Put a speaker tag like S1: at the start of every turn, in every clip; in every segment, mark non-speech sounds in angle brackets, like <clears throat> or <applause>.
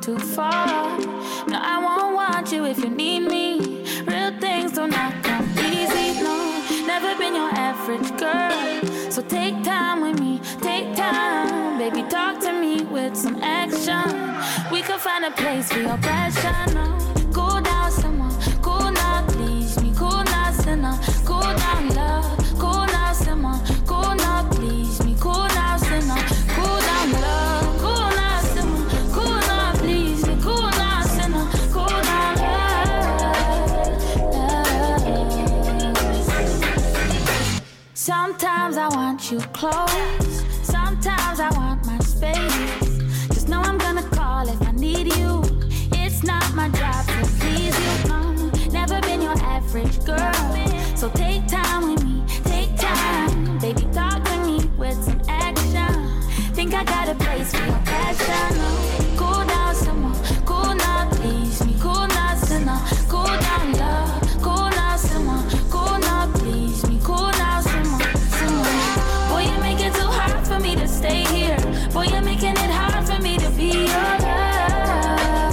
S1: too far. No, I won't want you if you need me. Real things don't not come easy. No, never been your average girl. So take time with me, take time. Baby, talk to me with some action. We could find a place for your passion. No, cool down, someone. Cool now, please me. Cool now, sinner. Cool down, love. Cool now, someone. Cool now, please me. Cool now, sinner. Cool down, love. Cool now, someone. Cool now, please me. Cool now, sinner. Cool down, love. Sometimes I want you close. Sometimes I want my space. Just know I'm gonna call if I need you. It's not my job to please you. No, never been your average girl. So take time with me, take time. Baby, talk to me with some action. Think I got a place for your passion. No, cool down, someone. Cool now, please me. Cool now, sinner. Cool down, love. Cool now, someone. Cool now, please me. Cool now, someone. someone. Boy, you make it too hard for me to stay here. Boy, you're making it hard for me to be your love.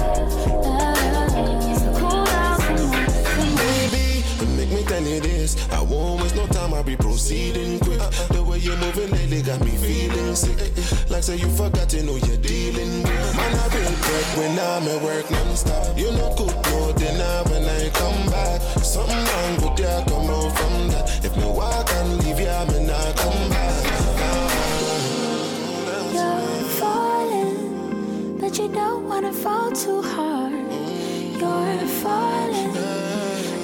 S1: So cool down, someone. someone.
S2: baby. And make me tell you this. I won't waste no time, I'll be proceeding quick. The way you're moving lately got me feeling sick. Like say you forgot to know you're dealing with. Man, I will break when I'm at work non-stop. You know good no dinner when I come back. Something wrong with ya, come out from that. If me walk and leave ya, me not come back.
S1: You're falling, but you don't wanna fall too hard. You're falling,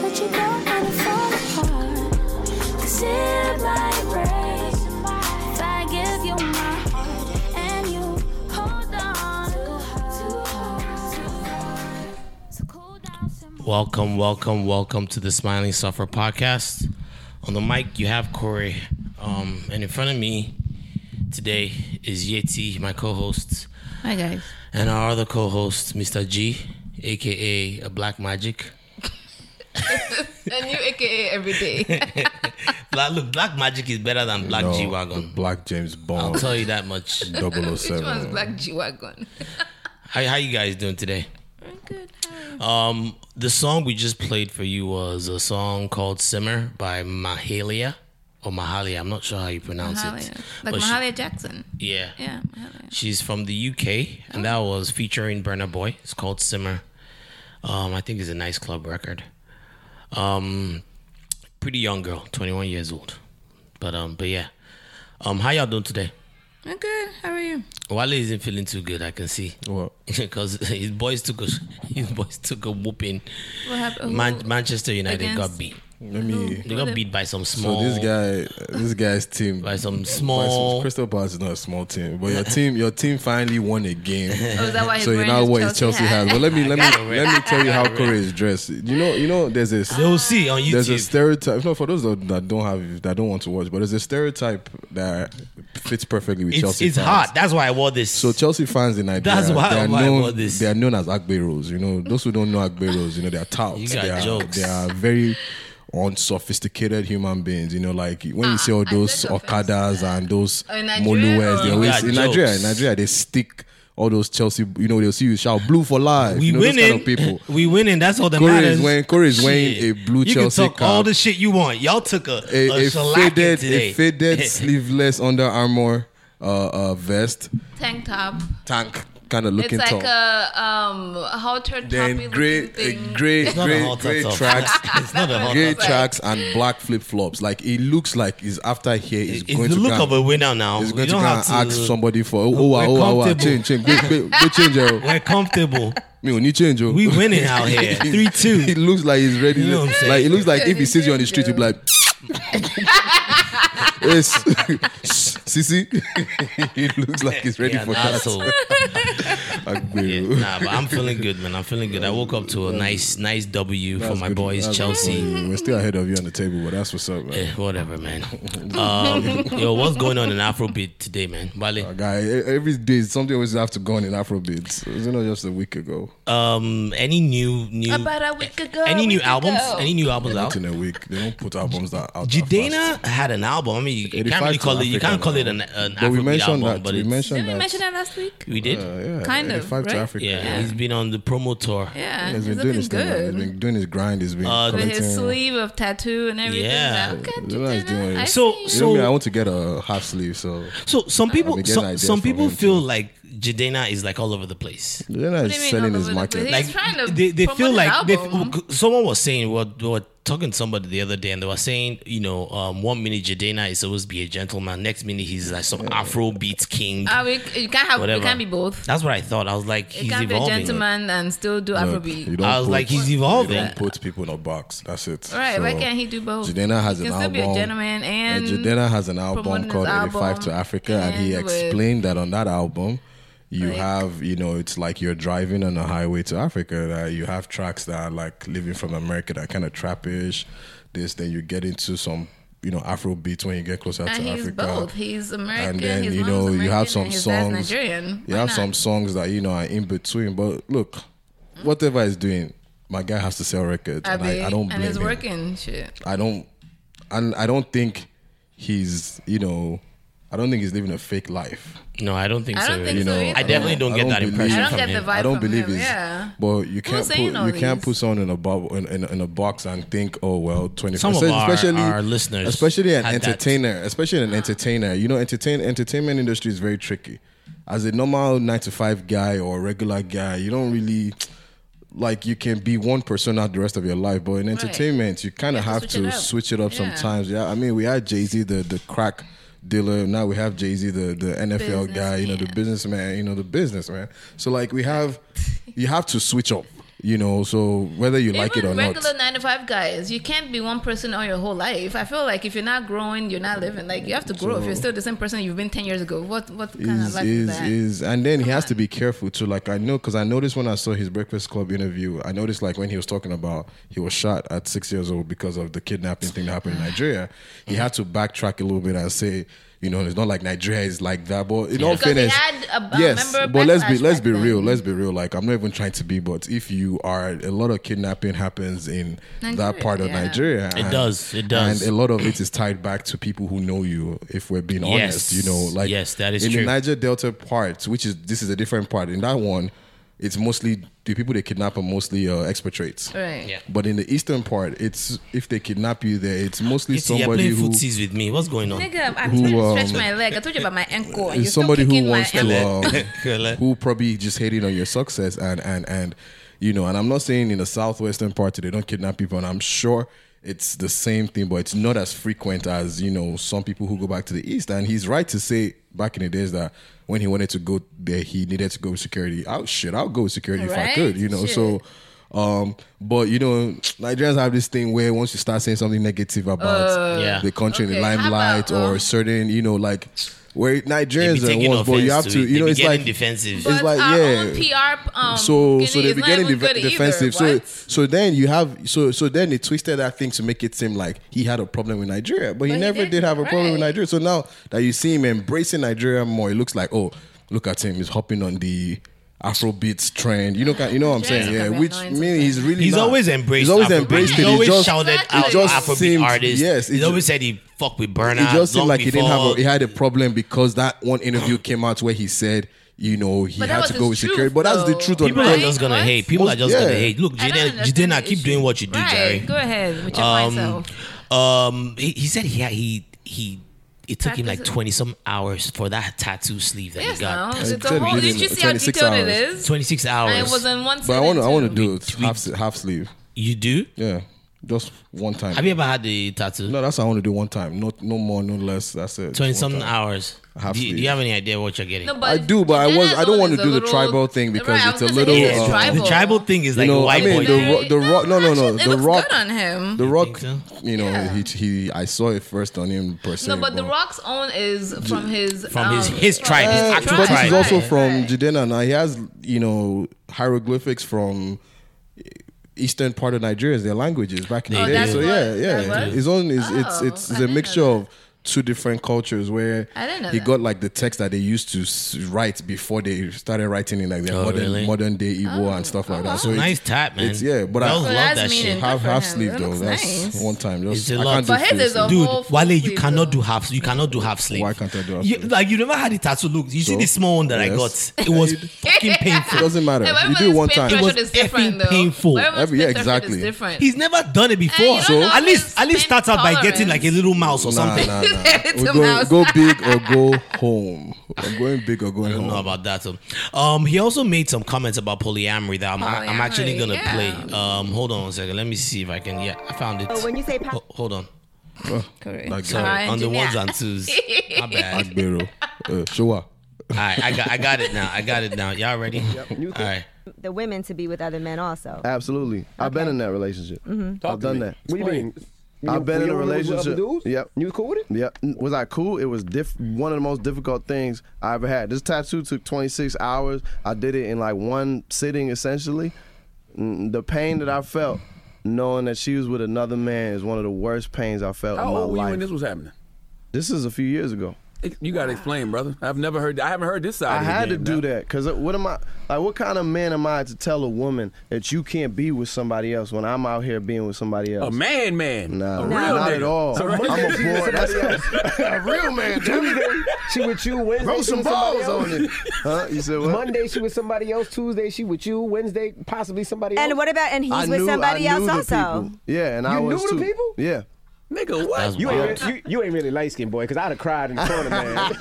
S1: but you don't wanna fall apart. Cause it might break if I give you my heart and you hold on too hard. So cool down some more.
S3: Welcome, welcome, welcome to the Smiling Suffer podcast. On the mic, you have Corey. Um, and in front of me today is Yeti, my co host,
S4: Hi guys.
S3: and our other co host, Mr. G, aka a Black Magic.
S4: And you AKA every day.
S3: Black, look, Black Magic is better than Black
S5: No,
S3: G
S5: the
S3: Wagon.
S5: Black James
S3: I'll
S5: Bond.
S3: tell you that
S5: <laughs>
S3: much.
S5: 007.
S4: <laughs> Which one's Black G Wagon?
S3: How, how you guys doing today?
S4: I'm good.
S3: Um, the song we just played for you was a song called Simmer by Mahalia or Mahalia. I'm not sure how you pronounce it.
S4: Mahalia. Like
S5: Oh,
S3: But she-
S4: Mahalia Jackson.
S3: yeah.
S4: Yeah, Oh. Mahalia.
S3: She's from the UK, and that was featuring Burna Boy. It's called Simmer. Um, I think it's a nice club record. Um, pretty young girl, 21 years old. But um, but yeah. Um, how y'all doing today?
S4: I'm good. How are you?
S3: Wale isn't feeling too good. I can see <laughs>
S5: What?
S3: because his boys took a <laughs> his boys took a whooping.
S4: What happened?
S3: Man- Manchester United got
S4: against-
S3: beat.
S5: Let me.
S3: They got beat by some
S5: So
S3: small.
S5: this guy, this guy's team.
S3: by some
S5: Why is-
S3: small.
S5: Crystal Palace is not a small team, but your team, your team finally won a
S4: <laughs>
S5: game.
S4: Oh, is that why he's
S5: so you
S4: wearing
S5: now
S4: his
S5: wearing his Chelsea hat. But let me let
S3: got
S4: <laughs>
S3: it <laughs>
S5: me
S3: red.
S5: let me tell you how Corey is dressed. You know, you know, there's this.
S3: They'll see on
S5: There's a
S3: YouTube.
S5: stereotype. No, for those that that don't have, that don't want to watch, but there's a stereotype that fits perfectly with
S3: it's
S5: Chelsea.
S3: it's
S5: fans.
S3: hot. That's why I wore this.
S5: So Chelsea fans in Nigeria,
S3: That's why-
S5: they are
S3: why I
S5: known,
S3: bought this.
S5: they are known as Agberos. You know, those who don't know Agberos, you know, they are touts.
S3: You got
S5: they are,
S3: jokes.
S5: They are very unsophisticated human beings. You know, like when you see all
S4: Ah, I
S5: those
S4: don't offend
S5: Okadas and those
S4: Oh, in Nigeria
S5: Molues, they
S4: or-
S3: You got
S5: always in Nigeria.
S3: jokes.
S5: In Nigeria, they stick all those Chelsea. You know, they'll see you shout blue for life.
S3: we
S5: you know, those
S3: winning.
S5: kind of people.
S3: <laughs> We winning. That's all that
S5: Corey is
S3: matters.
S5: wearing- Corey is wearing a blue
S3: you
S5: Chelsea
S3: can talk all
S5: cap.
S3: the shit you want. Y'all took a,
S5: a,
S3: a,
S5: a
S3: shellacking
S5: faded,
S3: today.
S5: a faded
S3: <laughs>
S5: sleeveless Under Armour uh, uh, vest,
S4: Tank top.
S5: tank kind of
S4: It's
S5: looking
S4: like
S5: top.
S4: a um halter toppy
S5: then uh,
S4: looking
S5: gray, a
S4: thing.
S5: gray,
S3: not a
S5: gray,
S3: hot
S5: gray
S3: tub.
S5: tracks,
S3: <laughs> it's not a hot.
S5: gray
S4: Like-
S5: tracks, and black flip flops. Like it looks like his after here is
S3: It's
S5: going
S3: the
S5: to
S3: look
S5: go
S3: of a winner now.
S5: He's
S3: We
S5: going to
S3: don't
S5: go and
S3: have to
S5: ask somebody for oh oh
S3: We're
S5: wow, oh wow, wow,
S3: comfortable.
S5: change change go go, go change oh
S3: We're comfortable.
S5: me we need change oh
S3: We winning
S5: <laughs>
S3: out here. Three
S5: He
S3: two.
S5: looks like he's ready.
S3: You know what I'm saying?
S5: like it looks like if he sees you on the street, he'll be like, <laughs> "Yes, <laughs> sissy." he looks like he's ready
S3: Yeah,
S5: for
S3: an
S5: that.
S3: asshole. Yeah,
S5: Aguero.
S3: nah, but I'm feeling good, man. I'm feeling good. I woke up to a nice, nice W for
S5: That's
S3: my
S5: good.
S3: boys,
S5: That's good.
S3: Chelsea.
S5: We're still ahead of you on the table, but that's what's up, man.
S3: Eh,
S5: <laughs>
S3: whatever, man. Um, yo, what's going on in Afrobeat today, man?
S5: Uh,
S3: Wale,
S5: <laughs> Guy, e- every day something always have to go on in Afrobeats. Isn't it just a week ago?
S3: um, any new new
S4: About a week ago.
S3: any
S4: a
S3: new
S4: week
S3: albums?
S4: ago.
S3: Any new albums out?
S5: Not in a week. They don't put albums that out. that fast.
S3: Jidena had an album. I mean, you can't
S5: 85
S3: really
S5: to
S3: call it. You
S5: Africa
S3: can't call it
S5: now.
S3: an, an
S5: But we
S3: Afrobeat
S5: mentioned
S3: album,
S5: that.
S3: but
S5: we
S3: it's-
S5: mentioned
S4: Didn't we
S5: that.
S4: mention that last week?
S3: we did.
S5: Uh, yeah,
S4: Kinda. Native,
S5: Five to
S4: right?
S5: Africa.
S3: Yeah, he's been on the promo tour.
S4: Yeah,
S5: He's
S4: he's,
S5: been doing
S4: looking
S5: his thing. man. He's
S4: good.
S5: been doing his grind. He's been
S3: Uh, With
S4: With
S5: collecting.
S4: his sleeve of tattoo and everything.
S3: Yeah.
S4: Like, okay,
S5: Look what he's doing.
S4: I
S3: So-
S4: see.
S5: You know me, I want to get a half sleeve. So
S3: So some people,
S5: getting
S3: some,
S5: ideas
S3: some
S5: from
S3: people
S5: him,
S3: feel like Jadena is like all over the place.
S5: then I'm
S4: do you mean
S5: selling
S4: all
S5: his
S4: over the
S5: market.
S4: place?
S3: like
S4: He's trying to
S3: they, they
S4: promote
S3: feel
S4: his
S3: like they,
S4: album.
S3: someone was saying what they were talking to somebody the other day and they were saying you know um, one minute Jadena is supposed to be a gentleman next minute he's like some Afro beats king
S4: Ah, we, you can't have.
S3: whatever
S4: You can't be both.
S3: that's what I thought I was like
S4: You
S3: he's
S4: can't be a
S3: evolving
S4: gentleman and still do
S5: Look, you
S4: Afrobeat.
S5: don't
S3: I was
S5: put-
S3: like he's
S5: you
S3: evolving
S5: don't put people in a box. That's it.
S4: Right?
S5: So,
S4: why can't he do both?
S5: Jadena has
S4: he
S5: an
S4: can still
S5: album.
S4: be a gentleman and
S5: And Jadena has an album
S4: promoting
S5: called
S4: his
S5: 85 to
S4: album
S5: Africa, and he
S4: and with-
S5: explained that on that album, you
S4: Like-
S5: have, you know, it's like you're driving on a highway to Africa, that you have tracks that are like living from America that are kind of trappish, this, then you get into some, you know, Afro beats when you get closer
S4: And
S5: to
S4: he's
S5: Africa.
S4: both. He's American.
S5: and then,
S4: his
S5: you
S4: mom's
S5: know, you have
S4: American,
S5: some
S4: and his dad's
S5: songs.
S4: Nigerian.
S5: You
S4: Why
S5: have
S4: not? Mm.
S5: some songs that, you know, are in between, but look, whatever he's doing, my guy has to sell records. and
S4: Abi,
S5: I, I don't blame
S4: and it's
S5: him.
S4: working. Shit.
S5: I don't, and I don't think he's, you know, I don't think he's living a fake life.
S3: no I don't think
S4: I
S3: so
S4: don't think
S5: You
S4: so
S5: know,
S4: either.
S3: I definitely don't,
S5: I
S3: get
S5: don't
S3: that
S5: believe-
S3: impression
S4: I don't
S3: from
S4: get the
S3: him
S4: vibe
S5: I don't
S4: from
S5: believe
S4: him,
S5: it's.
S4: yeah.
S5: But you can't put you
S4: saying all
S5: can't
S4: these?
S5: put someone in a bubble in, in, in a box and think, oh well, twenty.
S3: Some of our- our listeners
S5: especially an
S3: had that.
S5: entertainer, especially an entertainer. You know, entertain entertainment industry is very tricky. As a normal nine to five guy or regular guy, you don't really like you can be one persona the rest of your life. But in entertainment, you kind of
S4: have to
S5: have
S4: switch
S5: to
S4: it up.
S5: switch it up
S4: Yeah.
S5: sometimes. Yeah, I mean, we had Jay Z, the the crack dealer. Now we have Jay Z, the the NFL guy. You know, the
S4: Businessman.
S5: businessman, you know, the businessman. So like we have, you have to switch up, you know. So whether you like it
S4: Even
S5: or not,
S4: regular nine to five guys, you can't be one person all your whole life. I feel like if you're not growing, you're not living. Like you have to grow. if you're still the same person you've been ten years ago, what what kind of
S5: is
S4: life is,
S5: is
S4: that?
S5: is, and then he has to be careful too. Like I know, because I noticed when I saw his Breakfast Club interview, I noticed like when he was talking about he was shot at six years old because of the kidnapping thing that
S4: <sighs>
S5: happened in Nigeria. He had to backtrack a little bit and say. You know, it's not like Nigeria is like that, but in all
S4: Because he
S5: fairness,
S4: had a- a
S5: yes,
S4: member
S5: but let's be
S4: backlash
S5: let's
S4: back
S5: be
S4: then.
S5: real, let's be real. Like I'm not even trying to be, but if you are, a lot of kidnapping happens in that
S4: Nigeria,
S5: part of
S4: yeah.
S5: Nigeria.
S3: It does, it does.
S5: and a lot of it is tied back to people who know you. If we're being honest,
S3: Yes,
S5: you know, like
S3: yes, that is
S5: in the
S3: true.
S5: Niger Delta part, which is this is a different part. In that one, it's mostly the people they kidnap are mostly uh, expatriates.
S4: right.
S3: Yeah.
S5: But in the eastern part, it's if they kidnap you there, it's mostly
S3: It's- you're
S5: somebody
S3: playing
S5: who
S3: footsies with me what's going on
S4: Nigga, I'm
S5: Who,
S4: trying to stretch
S5: um,
S4: my leg. I told you about my ankle. and You're
S5: is
S4: still
S5: somebody who
S4: kicking my
S5: wants to
S4: ankle. <laughs>
S5: um, who probably just hating on your success and and and you know and i'm not saying in the southwestern part they don't kidnap people and i'm sure it's the same thing but it's not as frequent as you know some people who go back to the east and he's right to say back in the days that when he wanted to go there he needed to go with security out shit i'll go with security if i
S4: Right?
S5: could you know so um, but you know, Nigerians have this thing where once you start saying something negative about
S4: Uh,
S3: Yeah.
S5: the country in the
S4: Okay, how
S5: limelight
S4: about,
S5: or
S4: um,
S5: certain, you know, like where
S3: They be
S5: Nigerians are
S3: taking
S5: ones, but
S3: offense
S5: you have
S3: to,
S5: to,
S3: it.
S5: you know,
S3: They be
S5: it's
S3: getting
S5: like
S3: defensive
S4: But
S5: like,
S4: our
S5: yeah.
S4: own PR, um,
S5: so
S4: Guinea
S5: so they
S4: is
S5: be
S4: not
S5: getting
S4: even
S5: def-
S4: good
S5: defensive.
S4: Either.
S5: So
S4: What?
S5: so then you have so so then they twisted that thing to make it seem like he had a problem with Nigeria, but, he
S4: he
S5: never did,
S4: didn't,
S5: have a problem with
S4: right.
S5: Nigeria. So now that you see him embracing Nigeria more, it looks like oh look at him, he's hopping on the. Afrobeats trend, you know, you know what I'm saying,
S4: Nigerians
S5: yeah.
S4: can be
S5: Which
S4: annoying
S5: mean, he's really
S3: He's
S5: not.
S3: always embraced.
S5: He's always
S3: Afrobeat.
S5: embraced it.
S3: He's
S5: He
S3: always
S5: just-
S3: shouted
S5: it
S3: out
S5: just
S3: Afrobeat
S5: seemed-
S3: artists.
S5: Yes, it
S3: he's
S5: ju-
S3: always said he fucked with Burner.
S5: it just seemed like he didn't have a,
S3: A,
S5: he had a problem because that one
S3: <clears throat>
S5: interview came out where he said you know he
S4: But that
S5: had
S4: was
S5: to
S4: his
S5: go with
S4: truth,
S5: security but that's the
S4: though.
S5: truth
S3: People
S5: on
S3: are
S4: Right?
S3: just gonna
S4: What?
S3: hate. People are
S5: Most-
S3: just gonna
S5: yeah.
S3: hate. Look,
S4: I don't
S3: Jidena,
S4: understand
S3: Jidena,
S4: the
S3: keep
S4: issue.
S3: doing what you do,
S4: right.
S3: Jerry.
S4: Go ahead with your
S3: Um,
S4: myself.
S3: um, he, he said he had, he he. It took him like
S4: Practice-
S3: twenty some hours for that tattoo sleeve that
S4: Yes,
S3: he got.
S4: no. It's
S5: said
S4: a whole,
S5: it
S4: did
S5: in
S4: you see how
S5: 26
S4: detailed it
S5: hours.
S4: is?
S3: Twenty six
S4: And it
S3: hours.
S4: was in one
S5: but i want to i want to
S4: sitting, too.
S5: do it half half sleeve
S3: you do?
S5: yeah just one time
S3: Have you ever had the tattoo?
S5: no that's what i want to do one time no no more no less that's it
S3: Twenty
S5: Just one
S3: something
S5: time.
S3: hours.
S5: Half
S3: do, you, do
S5: sleeve.
S3: you have any idea what you're getting?
S4: No,
S5: I do, but I was- I don't
S4: Jenna's
S5: wanna
S4: is a
S5: do the
S4: little-
S5: tribal thing because
S4: Right, I
S5: it's
S4: was
S5: a
S4: gonna say
S5: little,
S4: it's
S5: uh,
S4: tribal.
S3: The tribal thing is like
S5: you know,
S3: a white
S5: I mean,
S3: boy.
S5: the
S3: thing.
S5: Ro- the Rock- no, no, no,
S4: actually, it
S5: the
S4: looks
S5: Rock-
S4: good on him.
S5: the rock
S3: so?
S5: you know
S4: Yeah.
S5: he, he i saw it first on him personally
S4: no, but the Rock's own is from his
S3: From his-
S4: um,
S3: his tribe, his
S5: Uh,
S3: actual
S5: but this
S3: tribe.
S5: is also
S4: Right,
S5: from
S4: right.
S5: Jidena. Now he has, you know, hieroglyphics from eastern part of Nigeria, their languages back in the
S3: Oh,
S5: day.
S3: that's
S5: So
S4: what-
S5: yeah, yeah,
S4: that's what-
S5: his own is it's
S4: Oh,
S5: it's,
S4: I
S5: it's a
S4: didn't know
S5: mixture of two different cultures where
S4: I didn't know
S5: he
S4: that.
S5: got like the text that they used to s- write before they started writing in like their
S3: Oh,
S5: modern
S3: really?
S5: modern day Igbo and stuff like that. So it's-
S3: Nice tap, man.
S5: it's- yeah, but I-
S3: Those
S5: So
S3: love
S4: Oh, that's
S3: that
S4: meaning-
S3: shit.
S5: half
S4: Good for
S5: half
S4: him.
S5: sleeve
S4: That
S5: though.
S4: looks
S5: That's
S4: nice.
S5: one time.
S3: It's
S5: Just,
S3: a
S5: I
S3: lot.
S5: can't do
S4: But his
S5: face
S4: is
S5: though.
S4: a
S5: Dude,
S4: whole-
S6: Dude,
S4: Half
S6: Wale, you
S4: sleeve,
S6: cannot
S4: though.
S6: do half. You cannot do half sleeve.
S5: Why can't I do half
S6: You,
S5: sleeve?
S6: like you never had a tattoo. Look, you see the small one that I
S5: Yes. <laughs>
S6: got. It was
S4: <laughs>
S6: fucking
S5: it
S6: painful.
S5: doesn't matter.
S4: Hey, but
S5: You do
S4: everybody's
S5: one
S4: pain
S5: time.
S6: It was
S4: threshold is different,
S6: effing
S4: though.
S6: painful.
S4: But everyone's
S5: Every- yeah,
S4: pain threshold
S5: exactly.
S4: Is different.
S6: He's never done it
S4: And you
S6: before.
S4: don't
S5: So-
S4: know
S6: at least,
S4: his
S6: at least
S4: pain
S6: start out by getting
S4: tolerance.
S6: like a little mouse or
S5: Nah,
S6: something.
S4: <laughs>
S5: nah,
S4: He's
S3: <laughs>
S5: nah.
S4: headed
S5: We
S4: to
S5: go,
S4: mouse.
S5: go big or go home. I'm going big or going
S3: I don't know
S5: home.
S3: about that. So. Um, he also made some comments about polyamory that I'm, I'm actually
S4: Polyamory,
S3: gonna
S4: yeah.
S3: play. Um, hold on a second. Let me see if I can. Yeah, I found it.
S7: So Oh, when you say pa-
S3: Ho- hold on.
S4: Correct.
S5: Like,
S4: All
S5: uh,
S4: right,
S3: on the
S4: engineer. <laughs>
S3: ones and twos. My bad.
S5: Agbero, uh, Showa.
S3: All right, I got, I got it now. I got it now. Y'all ready? All right.
S7: the women to be with other men
S4: <laughs>
S7: also.
S8: Absolutely. I've been in that relationship. I've done that.
S9: What do you mean?
S8: I've been in a
S9: Mm-hmm. You were with other
S8: relationship.
S9: dudes?
S8: Yep.
S9: You was cool with it?
S8: Yep. N- Was I cool? It was diff- one of the most difficult things I ever had. This tattoo took 26 hours. I did it in like one sitting, essentially. Mm, The pain that I felt knowing that she was with another man is one of the worst pains I felt in
S9: How
S8: my
S9: old were you
S8: life.
S9: when this was happening?
S8: this is a few years ago.
S9: It- You gotta explain, brother. I've never heard. I haven't heard this side.
S8: I
S9: of the
S8: had to
S9: game,
S8: do
S9: man.
S8: that because what am I like? What kind of man am I to tell a woman that you can't be with somebody else when I'm out here being with somebody else?
S9: A man, man.
S8: Nah,
S9: a real
S8: not
S9: nigga.
S8: at all.
S9: So
S8: I'm a
S9: right there, she's <laughs>
S8: boy. That's a real man. Dude.
S9: Tuesday,
S10: She with you Wednesday.
S8: Throw
S10: she
S8: some
S10: with somebody
S8: balls
S10: else.
S8: on <laughs> it. Huh? You said what?
S10: Monday she with somebody else. Tuesday she with you. Wednesday possibly somebody else.
S7: And what about and he's
S8: I
S7: with
S8: knew-
S7: somebody
S8: I
S7: else
S8: knew the
S7: also?
S8: people. Yeah, and I
S10: You
S8: was
S10: knew the
S8: too.
S10: people?
S8: Yeah.
S9: nigga, what?
S3: That's
S10: You
S3: wild.
S10: ain't, you, you ain't really light skinned boy, because I'd have cried in the corner, man.
S8: <laughs>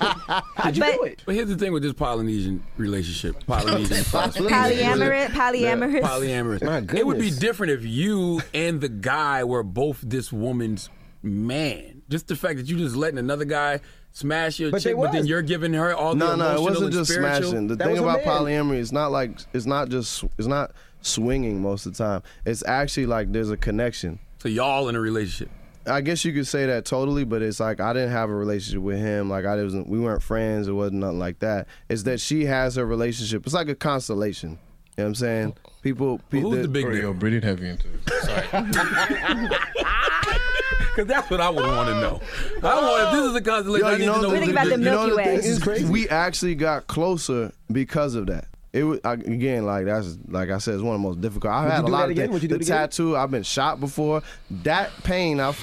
S10: How'd you
S7: But-
S10: do it?
S9: But here's the thing with this Polynesian relationship, Polynesian,
S7: Polyamorous, polyamorous.
S9: polyamorous.
S10: My
S9: It would be
S10: goodness.
S9: different if you and the guy were both this woman's man. Just the fact that you just letting another guy smash your
S10: But
S9: chick,
S10: they
S9: but then
S10: was.
S9: you're giving her all
S8: No,
S9: the
S8: no,
S9: emotional
S8: it wasn't
S9: and
S8: just
S9: spiritual.
S8: smashing. The
S10: That
S8: thing
S10: was a
S8: about
S10: man.
S8: polyamory is not like it's not just it's not swinging most of the time. It's actually like there's a connection.
S9: So y'all in a relationship.
S8: I guess you could say that totally, but it's like I didn't have a relationship with him. Like I wasn't, we weren't friends. It wasn't nothing like that. It's that she has her relationship. It's like a constellation. You know what I'm saying? People, people
S9: Who's the big
S5: Sorry,
S9: deal?
S5: You're breathing heavy into
S9: <laughs>
S5: it.
S9: Because that's what I would want to know. I want if this is a constellation.
S8: Yo,
S9: I need to know.
S7: We're
S9: who
S7: thinking about the
S9: big-
S8: you know
S7: Milky
S8: the thing
S7: Way.
S8: is, We actually got closer because of that. It was I- again like that's like I said, it's one of the most difficult. I've had
S10: you
S8: a
S10: do
S8: lot
S10: that
S8: of
S10: again?
S8: things.
S10: Would you do
S8: The
S10: it again?
S8: tattoo, I've been shot before. That pain, I've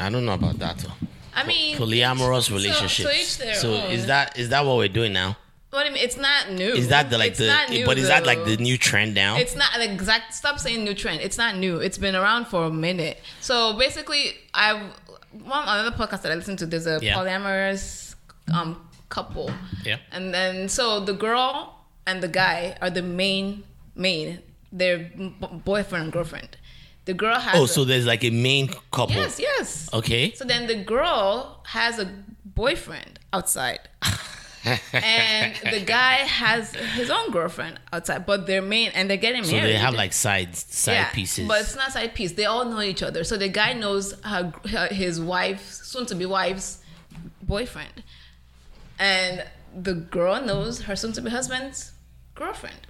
S3: I don't know about that. though.
S4: I mean,
S3: Polyamorous
S4: so
S3: relationships.
S4: each their own.
S3: is that is that what we're doing now?
S4: What I mean, it's not new.
S3: Is that the like
S4: It's
S3: the?
S4: not new,
S3: but is that like
S4: though.
S3: the new trend now?
S4: It's not an exact. Stop saying new trend. It's not new. It's been around for a minute. So basically, I one another podcast that I listened to. There's a
S3: Yeah.
S4: polyamorous um couple.
S3: Yeah.
S4: And then so the girl and the guy are the main main. They're b- boyfriend and girlfriend. The girl has.
S3: oh,
S4: a-
S3: so there's like a main couple.
S4: yes, yes.
S3: Okay.
S4: So then the girl has a boyfriend
S3: <laughs>
S4: outside. and the guy has his own girlfriend outside, but they're main and they're getting
S3: So
S4: married.
S3: they have like side side
S4: Yeah,
S3: pieces.
S4: But it's not side piece. They all know each other. So the guy knows her, her his wife, soon to be wife's boyfriend. And the girl knows her soon to be husband's girlfriend.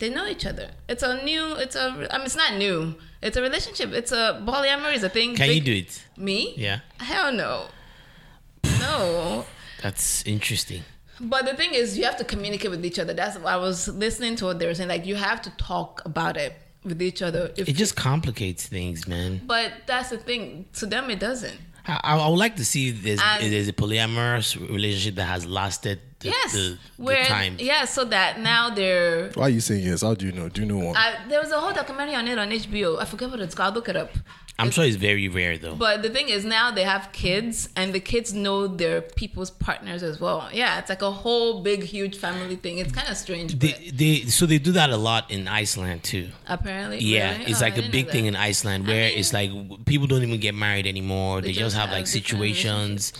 S4: They know each other. It's a new, it's a, I mean, it's not new. It's a relationship. It's a, polyamory is a thing.
S3: Can you
S4: Big-
S3: do it?
S4: me?
S3: Yeah.
S4: Hell no. No.
S3: That's interesting.
S4: But the thing is, you have to communicate with each other. That's why I was listening to what they were saying. Like, you have to talk about it with each other. If,
S3: It just complicates things, man.
S4: but that's the thing. To them, it doesn't.
S3: I, I I would like to see if there's,
S4: And-
S3: if there's a polyamorous relationship that has lasted the,
S4: yes.
S3: the, the
S4: where,
S3: time.
S4: Yeah, so that now they're.
S5: Why are you saying yes? How do you know? Do you know one?
S4: I, there was a whole documentary on it on HBO. I forget what it's called. I'll look it up.
S3: I'm sure it's very rare though.
S4: But the thing is, now they have kids, and the kids know their people's partners as well. Yeah, it's like a whole big, huge family thing. It's kind of strange, but
S3: they, they so they do that a lot in Iceland too.
S4: apparently,
S3: Yeah,
S4: Really?
S3: it's
S4: Oh,
S3: like
S4: I
S3: a
S4: didn't
S3: big
S4: know
S3: thing
S4: that.
S3: in Iceland where it's like w- people don't even get married anymore. They, just
S4: just have
S3: have like
S4: different
S3: situations,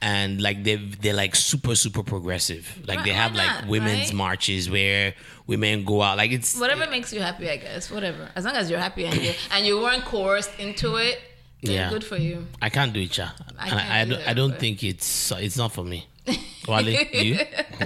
S3: and like they they're like super super progressive. Like they
S4: Right,
S3: have
S4: why
S3: like
S4: not,
S3: women's
S4: right?
S3: marches where women go out. Like it's
S4: whatever makes you happy, I guess. Whatever, as long as you're happy and you and you weren't coerced into it, then
S3: Yeah.
S4: good for you.
S3: I can't do it, cha.
S4: I
S3: And I
S4: can't
S3: I, don't-
S4: either,
S3: I don't
S4: but- <laughs>
S3: think it's it's not for me. Wale, you?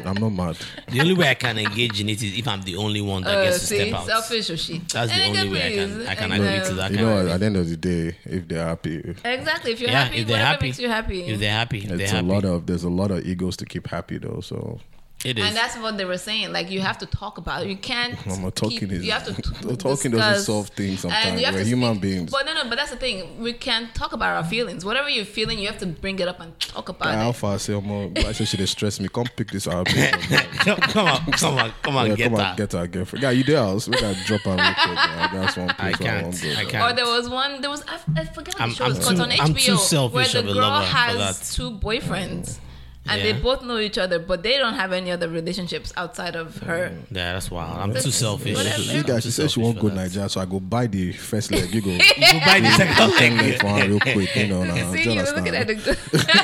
S5: I'm not mad.
S3: The only way I can engage in it is if I'm the only one that
S4: Uh,
S3: gets to
S4: see,
S3: step out.
S4: selfish or she.
S3: That's the only way I can I can agree to that.
S5: You
S3: kind
S5: know,
S3: of-
S5: at the end of the day, if they're happy,
S4: Exactly. If you're
S3: yeah,
S4: happy,
S3: if they're
S4: whatever
S3: happy,
S4: makes you happy.
S3: if they're happy, if they're
S5: it's
S3: happy.
S5: a lot of there's a lot of egos to keep happy though. So
S3: it is.
S4: and that's what they were saying. Like you have to talk about it. You can't.
S5: Mama, talking
S4: keep,
S5: is-
S4: you
S5: <laughs>
S4: have to t-
S5: talking doesn't
S4: discuss,
S5: solve things
S4: and
S5: sometimes.
S4: you have
S5: We're
S4: to
S5: human
S4: speak-
S5: beings.
S4: But no, no. But that's the thing. We can talk about our feelings. Whatever you're feeling, you have to bring it up and talk about
S5: how
S4: it.
S5: far I say, "Omo, I should have stressed me. Come pick this out. babe."
S3: <laughs> come, come on, come on, come on,
S5: Yeah,
S3: get
S5: come
S3: that.
S5: on, get her girlfriend. Yeah, you there? I was we gotta drop her. Real
S3: <laughs>
S5: quick, yeah. That's one
S3: I
S5: place I,
S3: can't.
S5: won't go.
S3: I
S4: Or
S3: can't.
S4: there was one. There was I, I forget what
S3: I'm-
S4: the show
S3: I'm
S4: was called
S3: too-
S4: on
S3: I'm too
S4: HBO where
S3: selfish
S4: the
S3: of a
S4: girl
S3: lover for
S4: has
S3: that.
S4: two boyfriends. And
S3: Yeah.
S4: they both know each other, but they don't have any other relationships outside of her.
S3: yeah, that's wild. I'm too selfish.
S4: Whatever.
S5: You
S3: I'm
S5: guys,
S3: too
S5: she said she
S3: selfish
S5: won't
S3: for
S5: go
S3: that.
S5: Nigeria, so I go buy the first leg. You
S4: <laughs>
S5: go.
S6: Go buy the second
S5: Second
S6: leg.
S5: leg for her real quick, you know. Nah, do
S4: See,
S5: you
S4: you're looking at
S5: understand?
S4: the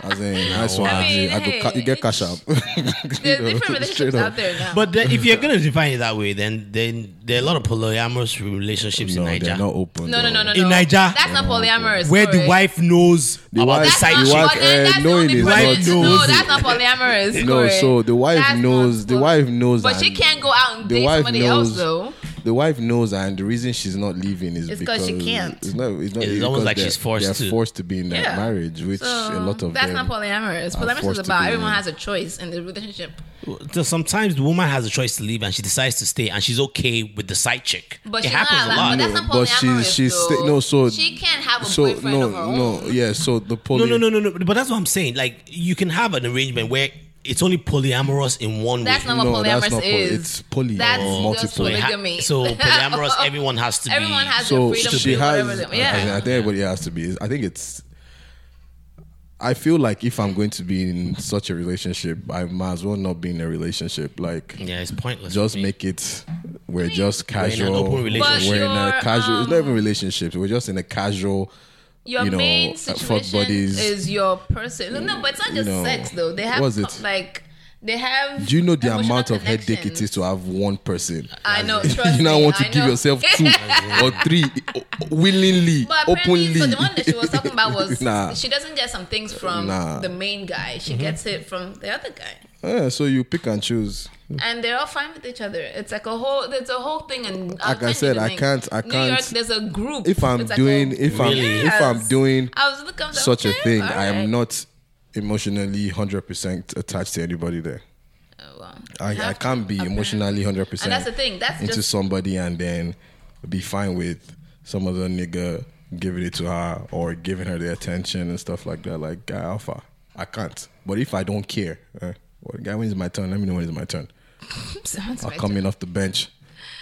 S5: As in, nice one.
S3: I
S5: I,
S4: mean,
S5: I go. Ca-
S4: hey,
S5: you get cash up. <laughs>
S4: There's different relationships out there now.
S6: But
S3: But then, if you're gonna define it that way, then then there are a lot of polyamorous relationships
S5: No,
S3: in Nigeria.
S5: they're not open.
S4: no, no,
S5: though.
S4: no, no, no.
S6: In Nigeria,
S4: that's not polyamorous.
S6: where
S4: sorry.
S6: the wife knows
S5: The
S6: about the
S5: wife-
S6: side
S5: the
S6: chick.
S5: wife-
S4: but then
S5: uh,
S4: that's
S5: knowing
S4: the
S5: is
S6: not
S4: only problem.
S6: knows
S4: No,
S6: it.
S4: that's not polyamorous.
S5: No,
S4: Corey.
S5: so the wife
S4: That's
S5: knows.
S4: not
S5: The
S4: poly-
S5: wife knows.
S4: But she
S5: and
S4: can't go out and
S5: the
S4: date
S5: wife
S4: somebody
S5: knows,
S4: else, though.
S5: The wife knows, and the reason she's not leaving is
S4: It's 'cause
S5: because
S4: she can't.
S5: It's not. It's, not,
S3: It's almost
S5: because
S3: like
S5: they're-
S3: she's forced
S5: they're
S3: to.
S5: forced to be in that
S4: Yeah.
S5: marriage, which a lot of
S4: that's
S5: them.
S4: not polyamorous.
S5: are
S4: Polyamorous is
S5: forced to
S4: about
S5: be
S4: everyone
S5: in.
S4: has a choice in the relationship.
S3: So sometimes the woman has a choice to leave and she decides to stay and she's okay with the side chick.
S4: But
S3: it
S4: she's
S3: happens
S4: not allowed.
S3: a
S4: But
S3: lot.
S4: that's not polyamorous.
S5: But she's she's sta-
S4: though.
S5: no so
S4: she can't have a
S5: so
S4: boyfriend
S5: no
S4: of her
S5: no
S4: own.
S5: yeah so the poly
S3: No, no, no, no, no. But that's what I'm saying. Like you can have an arrangement where it's only polyamorous in one
S4: That's
S3: way.
S4: not what
S5: no, that's
S4: polyamorous
S5: not poly-
S4: is.
S5: it's poly
S4: That's
S5: or
S4: just
S5: multiple.
S3: So, it ha-
S4: polygamy. <laughs>
S3: so polyamorous, everyone has to
S4: Everyone
S3: be.
S4: has
S5: so
S4: the freedom to
S5: she
S4: do whatever.
S5: has
S4: They,
S5: I, I
S4: yeah.
S5: think everybody has to be I think it's I feel like if I'm going to be in such a relationship I might as well not be in a relationship like
S3: yeah, it's pointless.
S5: just make it we're just
S3: an
S5: casual
S3: open
S5: we're in
S3: relationship.
S5: a
S4: But um,
S5: casual it's not
S4: your,
S5: even relationships we're just in a casual
S4: your
S5: you know,
S4: main
S5: uh, fuck
S4: situation
S5: buddies.
S4: is your person. No, no, but it's not just
S5: know,
S4: sex though. They have
S5: what's
S4: co-
S5: it?
S4: like they have.
S5: do you know the
S4: emotional
S5: amount of headache it
S4: connections.
S5: is to have one person
S4: I know. Trust
S5: <laughs> you now
S4: me,
S5: want to
S4: I
S5: give
S4: know. <laughs>
S5: yourself two or three o- willingly,
S4: But apparently,
S5: openly.
S4: so the one that she was talking
S5: <laughs>
S4: about was
S5: nah.
S4: she doesn't get some things from
S5: Nah.
S4: the main guy. She gets it from the other guy,
S5: Yeah, so you pick and choose.
S4: and they're all fine with each other. It's like a whole. There's a whole thing. And
S5: Like I said, I can't- I
S4: New York,
S5: can't-
S4: there's a group.
S5: If I'm
S4: It's like
S5: doing,
S4: a-
S5: if I'm, if I'm
S4: Yes.
S5: doing
S4: I was looking I was like,
S5: such a
S4: okay,
S5: thing,
S4: all
S5: I
S4: right.
S5: am not emotionally hundred percent attached to anybody there.
S4: Oh, well.
S5: I, I
S4: Have to,
S5: can't be
S4: apparently.
S5: emotionally hundred percent.
S4: And that's the thing. That's
S5: into
S4: just
S5: somebody and then be fine with some other nigga giving it to her or giving her the attention and stuff like that. Like guy alpha, I can't. But if I don't care, eh, well, guy, when is my turn? Let me know when is my turn.
S4: <laughs> sounds
S5: I'll
S4: right.
S5: come in off the bench,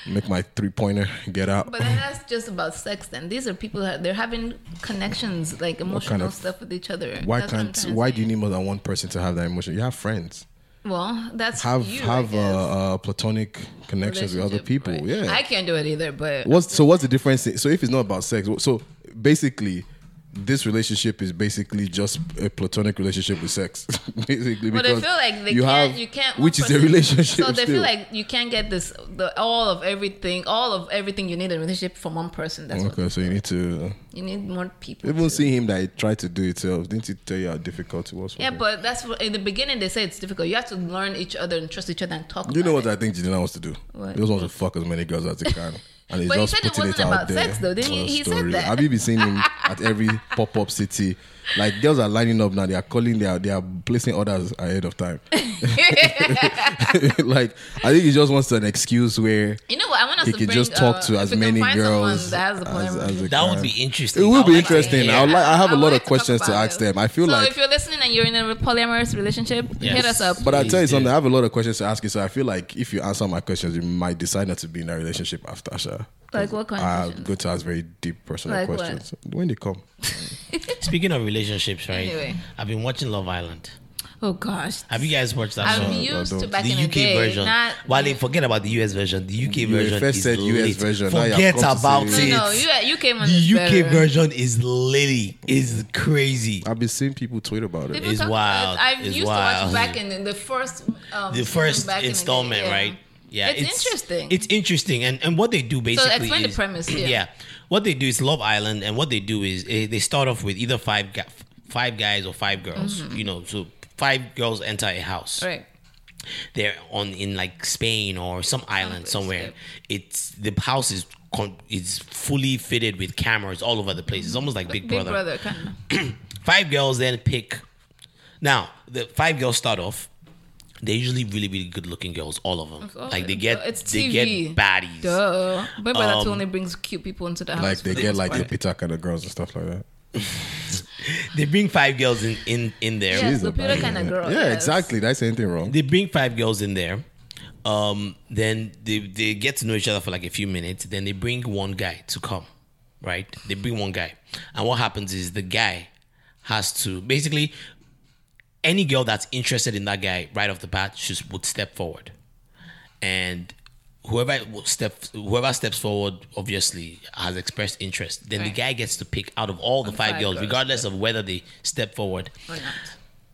S5: make my three pointer, get out.
S4: But then that's just about sex. Then these are people that they're having connections, like emotional
S5: kind of-
S4: stuff with each other.
S5: why
S4: That's what I'm
S5: can't?
S4: trying to
S5: Why
S4: say.
S5: do you need more than one person to have that emotion? You have friends.
S4: Well, that's
S5: Have
S4: you,
S5: have
S4: I
S5: uh,
S4: guess.
S5: uh, platonic connections with other
S4: Relationship,
S5: people.
S4: right.
S5: Yeah.
S4: I can't do it either. But
S5: What's so? What's the difference? So if it's not about sex, so basically, this relationship is basically just a platonic relationship with sex, <laughs> basically.
S4: but I
S5: because
S4: feel like they
S5: you
S4: can't.
S5: have-
S4: you can't. one
S5: which is a
S4: person-
S5: relationship.
S4: So they
S5: still.
S4: feel like you can't get this the all of everything, all of everything you need in a relationship from one person. That's what
S5: Okay, so you need to
S4: you need more people.
S5: even
S4: to-
S5: see him that he tried to do it himself. Didn't he tell you how difficult it was? For
S4: Yeah,
S5: him?
S4: but that's what, in the beginning they say it's difficult. You have to learn each other and trust each other and talk.
S5: you know
S4: about
S5: what
S4: it.
S5: I think Jidena wants to do?
S4: What?
S5: He just wants to fuck as many girls as he can, and he's
S4: But he
S5: just
S4: said it
S5: putting it,
S4: wasn't
S5: out
S4: about
S5: there.
S4: sex, though, didn't he?
S5: for
S4: He said
S5: stories.
S4: that.
S5: Have you been
S4: <laughs>
S5: seeing him at every pop up city? Like girls are lining up now. They are calling. They are they are placing orders ahead
S4: <laughs>
S5: of time. <laughs> like I think he just wants an excuse where
S4: You know what? I want us
S5: he
S4: to
S5: could
S4: bring,
S5: just talk
S4: uh,
S5: to
S4: if
S5: as
S4: we can
S5: many
S4: find someone
S5: girls
S4: that has a
S5: as,
S4: plan.
S5: as he
S3: That
S5: can.
S3: would be interesting.
S5: It
S3: I
S5: will
S3: would
S5: be
S3: like to
S5: interesting.
S3: hear.
S5: I would like. I have
S4: a
S5: a lot of questions to ask them. I feel
S4: so
S5: like
S4: if you're listening and you're in a polyamorous relationship,
S3: Yes.
S4: hit us up.
S5: But I'll
S3: Please
S5: tell you
S3: do.
S5: something. I have a lot of questions to ask you, so I feel like if you answer my questions, you might decide not to be in a relationship after. Asha.
S4: Like what kind of
S5: I
S4: questions?
S5: go to ask very deep personal
S4: Like what?
S5: questions when they come.
S3: <laughs> Speaking of relationships, right?
S4: Anyway.
S3: I've been watching Love Island.
S4: oh gosh,
S3: Have you guys watched that
S4: I'm
S3: show?
S4: used to
S5: don't.
S4: back
S3: the
S4: in the
S3: UK
S4: day.
S3: version.
S4: Not
S3: While they forget about the US version, the UK
S5: You
S3: version
S5: first
S3: is
S5: said US
S3: lit.
S5: version, now you have
S3: Forget
S5: come to
S3: about
S5: say-
S3: it.
S4: no, no, you you came on
S3: the UK
S4: better.
S3: version is litty. Is crazy.
S5: I've been seeing people tweet about it.
S4: People
S3: is
S4: talk about it.
S3: wild.
S4: I
S3: It's
S4: used to
S3: wild.
S4: watch back in the first um, season
S3: The first
S4: back in the day,
S3: installment,
S4: yeah.
S3: right?
S4: It's interesting.
S3: It's interesting, and and what they do basically
S4: explain the
S3: is-
S4: premise,
S3: <clears throat>
S4: yeah.
S3: what they do is Love Island, and what they do is eh, they start off with either five gu- five guys or five girls, you know, so five girls enter a house.
S4: Mm-hmm. Right.
S3: They're on in like Spain or some island somewhere. It's the house is con- is fully fitted with cameras all over the place. It's almost like Big,
S4: Big brother, kind of.
S3: five girls then pick. Now the five girls start off. They're usually really really good looking girls, all of them.
S4: course.
S3: like they get
S4: It's
S3: they
S4: TV.
S3: get baddies.
S4: Duh. Big brother
S3: Um,
S4: too only brings cute people into the house.
S5: Like they
S4: for the
S5: get
S4: most
S5: like
S4: part.
S5: the pita kind of girls and stuff like that.
S3: <laughs> They bring five girls in in in there.
S4: Yes,
S5: She's a
S4: Lupita
S5: bad
S4: kind of
S5: girl.
S4: girl.
S5: Yeah,
S4: yes.
S5: exactly. That's anything wrong.
S3: They bring five girls in there. Um, then they they get to know each other for like a few minutes. Then they bring one guy to come, right? They bring one guy, and what happens is the guy has to basically any girl that's interested in that guy right off the bat just would step forward, and whoever will step whoever steps forward obviously has expressed interest. Then
S4: Right.
S3: the guy gets to pick out of all the five,
S4: five
S3: girls,
S4: girls,
S3: regardless of whether they step forward
S4: Or not.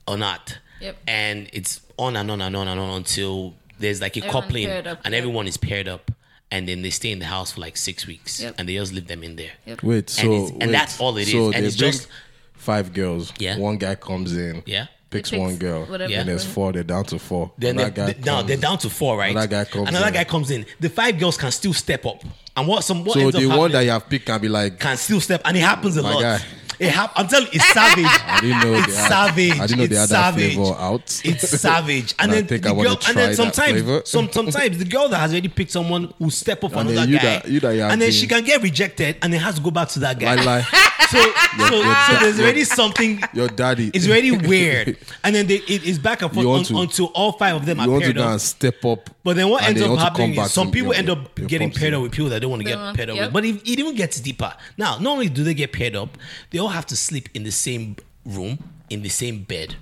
S3: or not.
S4: Yep.
S3: And it's on and on and on and on until there's like a
S4: Everyone
S3: coupling
S4: paired up,
S3: and
S4: yeah.
S3: everyone is paired up and then they stay in the house for like six weeks
S4: Yep.
S3: and they just leave them in there.
S4: Yep.
S5: Wait, so
S3: it's- and
S5: wait,
S3: that's all it is.
S5: So
S3: And
S5: they
S3: it's
S5: bring
S3: just-
S5: five girls.
S3: Yeah.
S5: One guy comes in.
S3: Yeah.
S5: Picks,
S4: He picks
S5: one girl.
S4: whatever
S3: Yeah.
S5: And there's
S4: one.
S5: four. They're down to four.
S3: Then
S5: Another
S3: they're, they now
S5: comes
S3: they're down to four, right?
S5: Another guy comes
S3: Another
S5: in.
S3: guy comes in. The five girls can still step up. And what some what
S5: So
S3: ends up
S5: the one
S3: happening
S5: that you have picked can be like,
S3: can still step and it happens a
S5: My
S3: lot.
S5: guy.
S3: It hap- I'm telling you, it's savage.
S5: <laughs> I didn't know
S3: It's
S5: they had,
S3: savage.
S5: I didn't know
S3: it's
S5: they had
S3: savage.
S5: that flavor out.
S3: It's
S5: <laughs>
S3: savage. And
S5: I
S3: then
S5: think
S3: the
S5: I wanna
S3: girl,
S5: try
S3: and then
S5: that
S3: sometimes,
S5: flavor.
S3: <laughs> some, sometimes the girl that has already picked someone will step up for
S5: And then
S3: another
S5: you
S3: guy,
S5: that- you that you have
S3: and then
S5: been-
S3: she can get rejected, and then has to go back to that guy.
S5: Lie, lie.
S3: <laughs> So, so,
S5: yeah,
S3: so
S5: yeah,
S3: there's
S5: yeah.
S3: already something.
S5: Your daddy.
S3: <laughs> It's
S5: <laughs>
S3: already weird, and then they, it is back and forth
S5: You want
S3: un-
S5: to-
S3: until all five of them
S5: You
S3: are
S5: want to
S3: paired
S5: go
S3: up.
S5: and step up.
S3: But then what
S5: and
S3: ends
S5: they
S3: up
S5: want to come
S3: happening
S5: back
S3: is some
S5: to
S3: people
S5: your-
S3: end up
S5: your
S3: getting
S5: pops.
S3: paired up with people that don't want to
S4: They
S3: get
S4: don't-
S3: paired up
S4: yep.
S3: with. But it, it even gets deeper. Now, not only do they get paired up, they all have to sleep in the same room, in the same bed.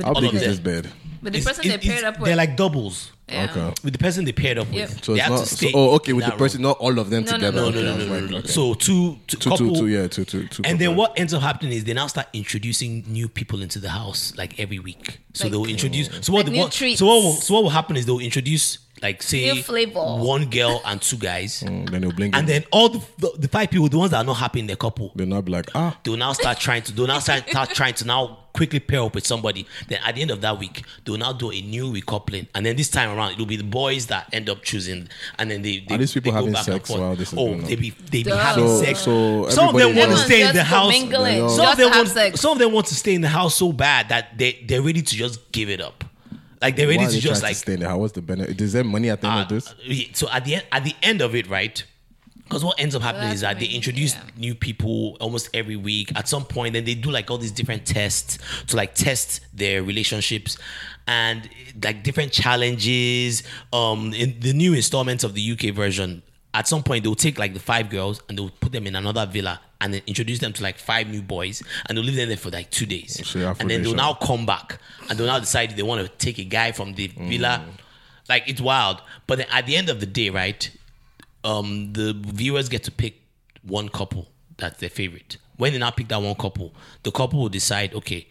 S5: How
S3: all
S5: big
S3: of
S5: is
S3: them.
S5: this bed?
S4: But the
S3: It's-
S4: person they
S3: it's-
S4: paired up with.
S3: They're like doubles.
S4: yeah.
S5: Okay.
S3: With the person they paired up
S4: Yep.
S3: with.
S5: So
S3: they
S5: it's
S3: have
S5: not.
S3: to
S5: So,
S3: stay
S5: oh, okay. With
S3: in
S5: the
S3: that
S5: person,
S3: room.
S5: not all of them
S4: No, no,
S5: together.
S4: no,
S5: Okay,
S3: No, no,
S5: I was
S3: no, no,
S5: like,
S3: no.
S5: okay.
S3: So two, two,
S5: Two, two,
S3: couple,
S5: two, yeah, two, two, two.
S3: and then
S5: combined.
S3: what ends up happening is they now start introducing new people into the house like every week. So
S4: Like-
S3: they will introduce. So what?
S4: Like
S3: the-
S4: new
S3: what
S4: treats.
S3: so what? Will, so what will happen is they will introduce like say
S4: New flavor.
S3: one girl and two guys,
S5: Mm, Then they'll blink.
S3: and then all the, the the five people, the ones that are not happy in their couple,
S5: they'll not be like, ah,
S3: they'll now start trying to. They'll now
S4: <laughs>
S3: start, start trying to now quickly pair up with somebody. Then at the end of that week, they'll now do a new recoupling, and then this time around, it'll be the boys that end up choosing, and then they, they
S5: Are these people
S3: they go
S5: having
S3: back and
S5: sex
S3: forth.
S5: while this is
S3: oh,
S5: going on?
S3: they be they be
S4: Duh.
S3: having
S5: So-
S3: sex.
S5: so
S3: some of them
S5: everybody
S3: want to
S5: is-
S3: stay in
S4: Everyone's
S3: the
S4: just for
S3: house.
S4: mingling,
S5: They all-
S3: Some of
S4: just
S3: them
S4: have
S3: want
S4: sex.
S3: some of them want to stay in the house so bad that they they're ready to just give it up, like they're ready
S5: why are
S3: to
S5: they
S3: just
S5: trying
S3: like Ah.
S5: to stay in there? How was the benefit? Is there money at the end of this?
S3: yeah, so at the end, at the end of it, right? Because what ends up happening
S4: that's
S3: is that they
S4: amazing,
S3: introduce
S4: yeah.
S3: new people almost every week. At some point, then they do like all these different tests to like test their relationships and like different challenges. Um, in the new installments of the UK version, at some point they'll take like the five girls and they'll put them in another villa and then introduce them to like five new boys and they'll leave them there for like two days.
S5: So you have
S3: and then they'll
S5: foundation.
S3: now come back and they'll now decide they want to take a guy from the villa. Like it's wild. But then at the end of the day, right? Um, the viewers get to pick one couple that's their favorite. When they now pick that one couple, the couple will decide, okay,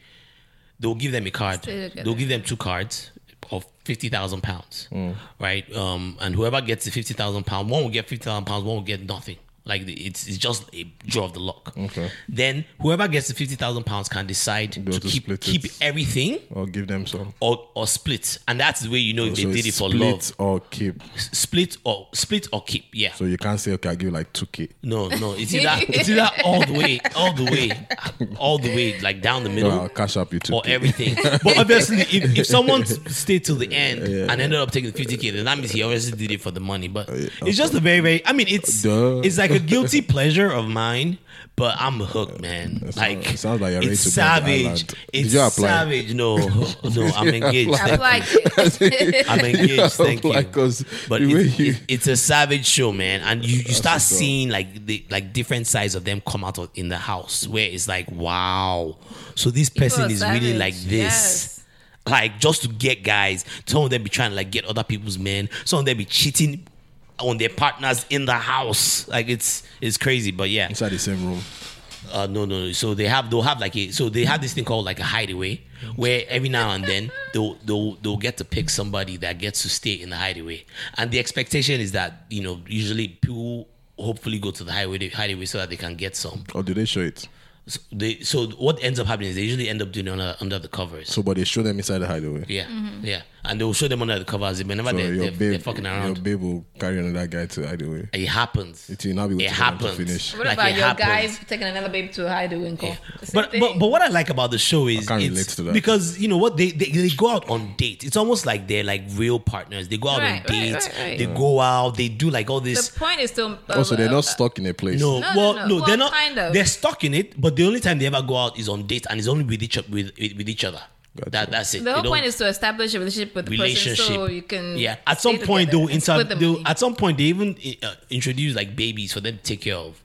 S3: they'll give them a card.
S4: Stay together.
S3: They'll give them two cards of fifty thousand pounds. Right? Um, and whoever gets the fifty thousand pounds, one will get fifty thousand pounds, one will get nothing. Like the- it's it's just a draw of the luck.
S5: Okay.
S3: Then whoever gets the fifty thousand pounds can decide to,
S5: to
S3: keep
S5: split
S3: keep
S5: it.
S3: everything
S5: Or give them some.
S3: or, or split, and that's the way you know if they
S5: So
S3: did it
S5: it's
S3: for
S5: split
S3: love.
S5: or keep.
S3: S- Split or split or keep. Yeah.
S5: So you can't say, okay, I'll give you like 2K.
S3: no, no. It's either it's either all the way, all the way, all the way, like down the middle.
S5: Or I'll cash up you 2K.
S3: or
S5: <laughs>
S3: everything, but obviously, if, if someone stayed till the end and ended up taking fifty k, then that means he obviously did it for the money. But it's just a very, very. I mean, it's
S5: Duh.
S3: it's like a guilty pleasure of mine, but I'm hooked, man.
S5: It sounds-
S3: like
S5: it sounds like you're ready
S3: it's
S5: to go on the
S3: savage.
S5: island. Did
S3: It's
S5: you apply?
S3: savage. No, <laughs>
S5: <laughs>
S3: no, I'm engaged.
S4: I
S3: Thank you.
S4: like it.
S3: <laughs> I'm engaged. thank you.
S5: like us,
S3: but
S5: the
S3: it,
S5: way you-
S3: it- it's a savage show, man, and you, you start
S5: what's up.
S3: seeing like the like different sides of them come out of, in the house where it's like, wow, so this person
S4: are
S3: is really
S4: savage,
S3: like this.
S4: yes.
S3: Like just to get guys, some of them be trying to like get other people's men. Some of them be cheating on their partners in the house. Like it's it's crazy, but yeah.
S5: Inside the same room.
S3: Uh, no, no, no. So they have they'll have like a so they have this thing called like a hideaway where every now and then they'll they'll they'll get to pick somebody that gets to stay in the hideaway, and the expectation is that you know usually people hopefully go to the hideaway hideaway so that they can get some.
S5: Or do they show it?
S3: So, they, so what ends up happening is they usually end up doing it under, under the covers.
S5: So, but they show them inside the hideaway.
S3: Yeah,
S4: Mm-hmm.
S3: yeah, and they'll show them under the covers. Whenever
S5: So
S3: they're,
S5: your
S3: they're,
S5: babe,
S3: they're fucking
S5: your
S3: around,
S5: babe will carry another guy to hideaway.
S3: it happens.
S5: It will not be waiting
S3: It
S5: for them to
S3: happens.
S5: finish.
S4: What
S3: Like,
S4: about
S3: it
S4: your
S3: happens.
S4: guys taking another baby to a hideaway and call? The same
S3: But, but
S4: thing.
S3: but what I like about the show is
S5: can't
S3: it's-
S5: relate to that.
S3: because you know what they, they they go out on dates. It's almost like they're like real partners. They go out
S4: Right,
S3: on
S4: right,
S3: dates.
S4: right, right.
S3: They go out. They do like all
S4: the
S3: this.
S4: point is still uh,
S5: Also, they're
S4: uh,
S5: not stuck in a place.
S3: no,
S4: No, no,
S3: well,
S4: no.
S3: no,
S4: Well,
S3: they're not.
S4: kind of.
S3: They're stuck in it, but the only time they ever go out is on dates, and it's only with each with with, with each other. That that's it.
S4: The whole
S3: They don't-
S4: point is to establish a relationship with the
S3: relationship.
S4: person, so you can
S3: yeah. At some
S4: Mm. stay
S3: point,
S4: together
S3: they'll,
S4: and
S3: inter-
S4: split the
S3: they'll
S4: money.
S3: at some point they even uh, introduce like babies for them to take care of,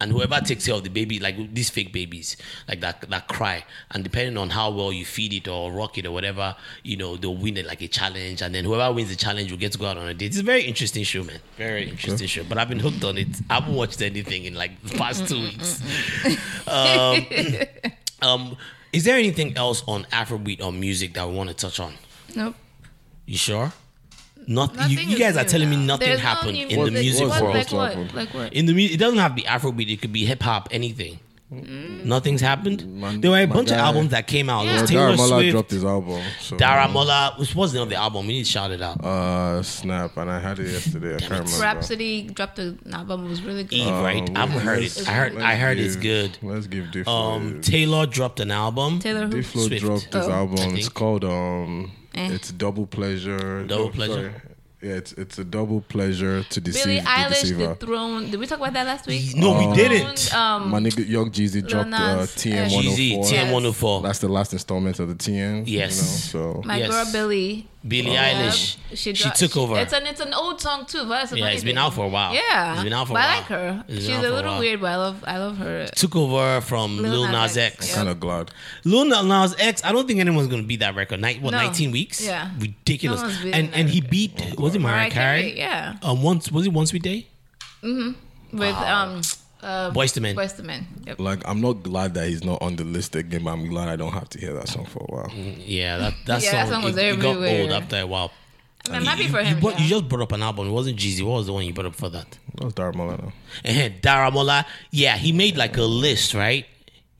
S3: and whoever takes care of the baby, like these fake babies, like that that cry, and depending on how well you feed it or rock it or whatever, you know they'll win it like a challenge, and then whoever wins the challenge will get to go out on a date. It's a very interesting show, man. Very interesting show. But I've been hooked on it. I haven't watched anything in like the
S4: <laughs>
S3: past two weeks. um, um, is there anything else on Afrobeat or music that we want to touch on?
S4: nope.
S3: You sure? Not you,
S4: Nothing
S3: you
S4: is
S3: guys are
S4: new
S3: telling
S4: now.
S3: me nothing
S4: There's no
S3: happened
S4: new
S3: in the music
S5: What-
S3: world.
S5: what-
S4: Like what?
S5: happened?
S4: Like what?
S3: In the music, it doesn't have to be Afrobeat. It could be hip hop, anything.
S4: Mm.
S3: Nothing's happened.
S5: Man-
S3: there were a
S5: my
S3: bunch of
S5: guy-
S3: albums that came out. It
S5: Well,
S3: was Taylor
S5: Daramola
S3: Swift,
S5: dropped his album. So,
S3: Dara Mola. Which was the name of the album? We need to shout it out.
S5: Uh, snap, and I had it yesterday. I can't remember. Uh,
S4: Rhapsody dropped an album. It was really good.
S3: Eve, right?
S5: Oh,
S3: I haven't heard it. I heard. I heard it's good.
S5: Let's give Diff.
S3: Um,
S5: Um,
S3: Taylor dropped an album.
S4: Taylor who?
S5: Diff Flow
S3: Swift.
S5: dropped this
S4: Oh.
S5: album. It's
S3: think.
S5: called um,
S4: Eh.
S5: it's double pleasure.
S3: Double
S5: No,
S3: Pleasure.
S5: sorry. Yeah, it's it's a double pleasure to deceive
S4: Billie
S5: the
S4: Eilish
S5: deceiver.
S4: dethroned. Did we talk about that last week?
S3: No, we didn't.
S4: Dethroned, Um,
S5: My nigga Young Jeezy dropped uh,
S4: Nas,
S5: TM
S3: Jeezy,
S5: 104.
S3: TM104,
S5: That's the last installment of the TM.
S3: Yes.
S5: You know, so
S4: my
S3: Yes.
S4: girl Billie.
S3: Billie
S4: Yeah,
S3: Eilish. She,
S4: dro-
S3: took over.
S4: It's an it's an old song too. But that's the
S3: Yeah,
S4: funny
S3: it's been
S4: thing.
S3: out for a while.
S4: Yeah,
S3: It's been out for a
S4: but
S3: while.
S4: I like her.
S3: It's been
S4: She's
S3: out
S4: a
S3: for a
S4: little
S3: while.
S4: weird, but I love I love her.
S3: took over from Lil, Nas, X.
S5: kind of glad.
S3: Lil Nas X, I don't think anyone's gonna beat that record. Nin- what,
S4: No.
S3: 19 weeks?
S4: Yeah.
S3: ridiculous.
S4: No one's beating
S3: and
S4: that
S3: and he beat was it Mariah
S4: Mariah
S3: Carey?
S4: Carey, yeah. Mm-hmm.
S3: Um, once was it One Sweet Day?
S4: with um uh,
S3: Boyz II Men.
S4: Boyz II Men. Yep.
S5: Like I'm not glad that he's not on the list again, but I'm glad I don't have to hear that song for a while.
S3: Mm, Yeah, that that,
S4: Yeah,
S3: song,
S4: that song was
S3: it, it got
S4: everywhere.
S3: old after a while.
S4: I mean, I'm happy
S3: you,
S4: for
S3: you
S4: him.
S3: brought-
S4: yeah.
S3: you just brought up an album. It wasn't Jeezy. What was the one you brought up for that?
S5: That was Daramola now.
S3: Eh, Daramola. Yeah, he made like a list, right?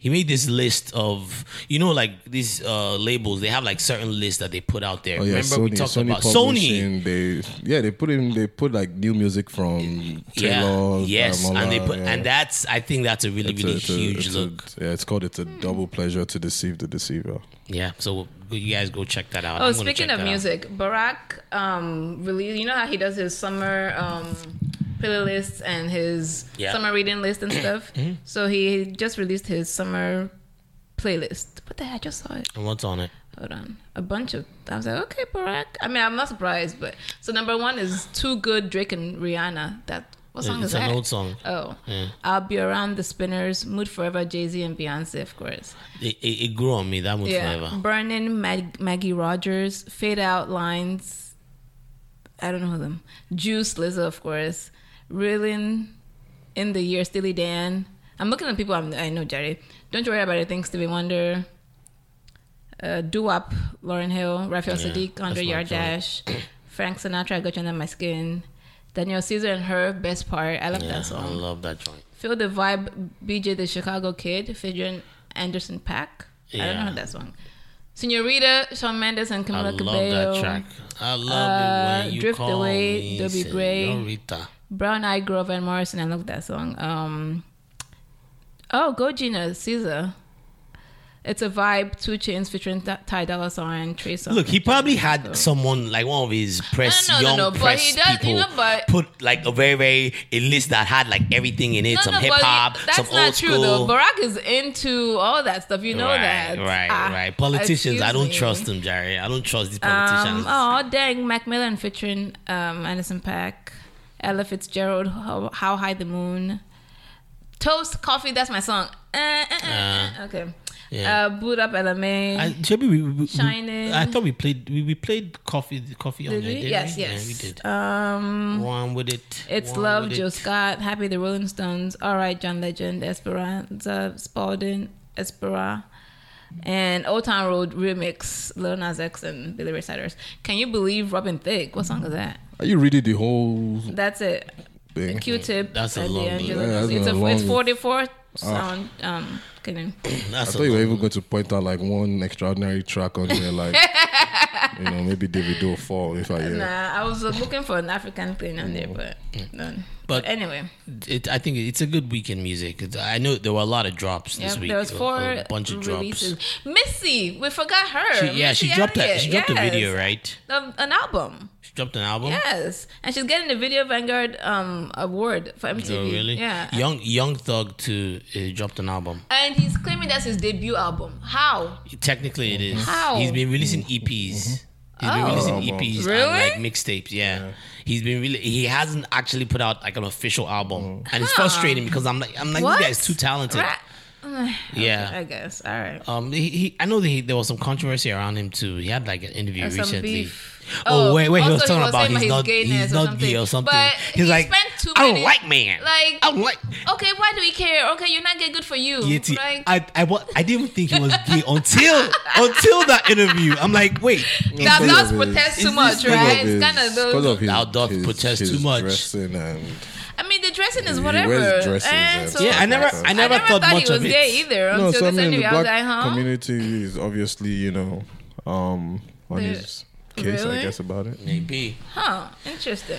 S3: He made this list of you know like these uh labels. They have like certain lists that they put out there.
S5: Oh yeah,
S3: Remember
S5: Sony,
S3: we talked
S5: Sony
S3: about Sony.
S5: Publishing, They yeah, they put in they put like new music from
S3: Yeah.
S5: Taylor.
S3: Yes, and they
S5: Daramola,
S3: put
S5: yeah.
S3: and that's I think that's a really
S5: It's a-
S3: really
S5: it's a-
S3: huge
S5: it's a-
S3: look.
S5: yeah, it's called it's a
S4: Hmm.
S5: double pleasure to deceive the deceiver.
S3: Yeah, so you guys go check that out.
S4: Oh,
S3: I'm gonna
S4: speaking
S3: check
S4: of
S3: that out.
S4: music, Barack um released. You know how he does his summer um playlists and his
S3: Yeah.
S4: summer reading list and
S3: <clears throat>
S4: stuff. so he just released his summer playlist. What the heck? I just saw it.
S3: and what's on it?
S4: Hold on, a bunch of. I was like, okay, Barack. I mean, I'm not surprised, but so number one is "Too Good" Drake and Rihanna. That what song
S3: It's
S4: is
S3: an
S4: that?
S3: old song.
S4: Oh, I'll be around the Spinners, Mood Forever, Jay Z and Beyonce, of course.
S3: It, it, it grew on me that one
S4: Yeah,
S3: forever.
S4: Burning Mag- Maggie Rogers, Fade Out Lines. I don't know them. Juice Lizzo, of course. Reeling in the year, Steely Dan. I'm looking at people I'm, I know, Jerry. Don't you worry about it. Thanks, Stevie Wonder. Uh, Doo-wop, Lauren Hill, Raphael
S3: Yeah,
S4: Sadiq, Andre
S3: that's my
S4: Yard Dash, Frank Sinatra, I Got You Under My Skin, Daniel Caesar and Her, Best Part. I love
S3: Yeah,
S4: that
S3: I
S4: song.
S3: love that joint.
S4: Feel the Vibe, BJ the Chicago Kid, featuring Anderson Pack. I don't
S3: Yeah.
S4: know that song. Senorita, Shawn Mendes, and
S3: I
S4: Camila
S3: love
S4: Cabello.
S3: that track. I
S4: Uh,
S3: love it when you
S4: Drift
S3: call
S4: Away,
S3: me
S4: Dobie Gray.
S3: señorita.
S4: Brown Eye Grove and Morrison. I love that song. Um, oh, Go Gina, Caesar. It's a vibe. Two Chains featuring Th- Ty Dolla Sign, Trey Songz.
S3: Look, he probably had
S4: So-
S3: someone like one of his press
S4: No, no, no,
S3: young
S4: no, but
S3: press
S4: he does- you
S3: people
S4: know, but-
S3: put like a very very a list that had like everything in it,
S4: No,
S3: some
S4: no,
S3: hip
S4: but
S3: hop,
S4: you- That's
S3: some
S4: not
S3: old
S4: true
S3: school.
S4: though. Barack is into all that stuff. You know
S3: right,
S4: that,
S3: right,
S4: Ah,
S3: right. Politicians, I
S4: excuse
S3: don't
S4: me.
S3: trust them, Jerry. I don't trust these
S4: Um,
S3: politicians.
S4: oh, dang. Mac Miller featuring um, Anderson Pack, Ella Fitzgerald, How, How High the Moon, Toast Coffee. That's my song. Uh, uh, uh, uh, okay.
S3: yeah.
S4: Uh, Boot Up Ella May.
S3: I, Shelby, we, we, we-
S4: Shining.
S3: I thought we played we, we played coffee coffee on
S4: Did
S3: there.
S4: we?
S3: didn't
S4: Yes,
S3: we?
S4: yes.
S3: Yeah, we did.
S4: Um,
S3: One with it.
S4: it's
S3: One
S4: Love,
S3: with
S4: Joe
S3: it.
S4: Scott, Happy the Rolling Stones, All Right, John Legend, Esperanza, Spalding, Espera, and Old Town Road Remix, Lil Nas X and Billy Ray Cyrus. Can you believe Robin Thicke? What song is that?
S5: Are you reading the whole
S4: That's it.
S5: thing?
S4: Q-Tip.
S3: That's a
S4: and
S3: long
S4: D'Angelo.
S5: list. Yeah, that's
S4: it's,
S5: a
S4: a, it's
S5: long- Ah.
S4: 44 sound. um, kidding.
S5: I thought you were even going to point out like one extraordinary track on
S4: <laughs>
S5: there, like you know maybe David Do fall if I hear.
S4: Nah, I was uh, looking for an African thing on
S3: Mm.
S4: there, but none.
S3: But-
S4: But anyway,
S3: It, I think it's a good week in music. It's- I know there were a lot of drops this
S4: yeah,
S3: week.
S4: there was
S3: a-
S4: four
S3: a, bunch of
S4: releases.
S3: drops.
S4: Missy, we forgot her.
S3: She- yeah, she
S4: Missy
S3: dropped that.
S4: Elliott,
S3: She dropped a
S4: yes.
S3: video, Oh. right?
S4: Um, an album.
S3: She dropped an album.
S4: Yes, and she's getting the Video Vanguard um award for MTV.
S3: Oh, really?
S4: Yeah.
S3: Young Young Thug too uh, dropped an album.
S4: And he's claiming that's his debut album. How?
S3: Technically, it is.
S4: How?
S3: He's been releasing EPs. He's been
S4: Oh.
S3: releasing EPs
S4: Really?
S3: and like mixtapes. Yeah. he's been really. He hasn't actually put out like an official album, and it's frustrating because I'm like, I'm like,
S4: What?
S3: this guy's too talented.
S4: Right. <sighs> Ugh,
S3: Yeah.
S4: I guess. All right.
S3: Um, he, he I know that he, there was some controversy around him too. He had like an interview
S4: And some
S3: recently.
S4: beef.
S3: Oh, wait, wait, he was
S4: also
S3: talking about
S4: saying
S3: he's
S4: his
S3: not,
S4: gayness
S3: he's not gay or something.
S4: But
S3: he's
S4: he
S3: like,
S4: spent too
S3: I don't
S4: many-
S3: like man.
S4: Like,
S3: I don't like.
S4: okay, why do we care? Okay, you're not gay. Good for you.
S3: Yeti,
S4: Like,
S3: I, I, wa- I didn't even think he was
S4: <laughs>
S3: gay until until that interview. I'm like, wait,
S4: that does protest too much, right? It's kind of
S5: Because
S4: those.
S5: of his,
S3: Thou doth
S5: his-
S3: protest
S5: his
S3: too much.
S5: dressing and
S4: I mean, the dressing is
S5: He
S4: whatever.
S5: wears dresses
S4: and
S5: and
S4: so-
S5: stuff
S3: Eh, yeah, I never,
S5: like that.
S3: I never thought
S4: he
S3: much
S4: was
S3: of it.
S4: gay either
S5: no,
S4: until
S5: so I
S4: this
S5: mean, the
S4: interview. I was like,
S5: black
S4: huh?
S5: community is obviously you know um, on
S4: They're-
S5: his case, I
S4: Really?
S5: guess about it.
S3: Maybe,
S4: Huh? Interesting.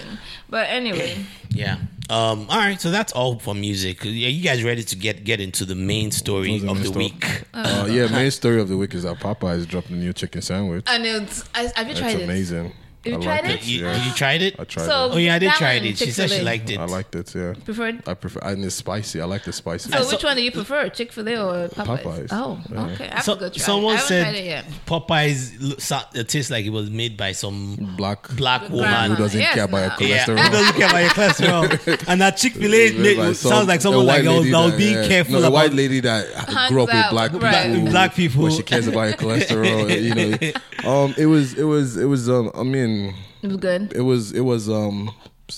S4: But anyway,
S3: yeah. Um, all right, so that's all for music. Are you guys ready to get get into the main story
S5: What's the
S3: of
S5: main
S3: the
S5: story?
S4: Oh.
S5: Uh,
S3: week?
S5: yeah, main story of the week is that Popeyes dropped a new chicken sandwich.
S4: and it's. I, have you
S5: That's
S4: tried it?
S5: amazing.
S4: You
S5: I
S4: tried
S5: liked
S4: it?
S3: You,
S5: Yeah.
S3: you tried it?
S5: I tried
S4: So-
S5: it.
S3: Oh yeah, I did
S4: That
S3: try
S4: one
S3: it. She said she
S4: particularly.
S3: liked it.
S5: I liked it. Yeah,
S4: Preferred.
S5: I prefer and it's spicy. I like the spicy.
S4: So
S3: so-
S4: which one do you prefer, Chick Fil A or Popeyes?
S5: Popeyes.
S4: Oh,
S5: Yeah.
S4: okay. I have
S3: So-
S4: to go try.
S3: someone
S4: it. I haven't
S3: said
S4: tried it yet.
S3: Popeyes lo- so- it tastes like it was made by some
S5: black
S3: black
S5: who
S3: woman.
S4: grandma.
S5: doesn't
S4: Yes,
S5: care about
S4: no.
S5: your
S3: Yeah,
S5: cholesterol.
S3: who doesn't care about your <laughs> cholesterol? <laughs> And that Chick Fil
S5: It's
S3: A
S5: like some-
S3: sounds like
S5: a
S3: someone like
S5: white
S3: I was,
S5: lady
S3: I was
S5: that-
S3: being
S5: yeah,
S3: careful
S5: No, a
S3: about
S5: white lady that
S4: Hangs
S5: grew up with
S4: out,
S5: black
S4: right.
S5: people,
S3: Black people.
S5: where she cares about
S3: <laughs>
S5: your cholesterol. you know, um, it was, it was, it was. Um, I mean,
S4: It was good.
S5: it was, it was. Um,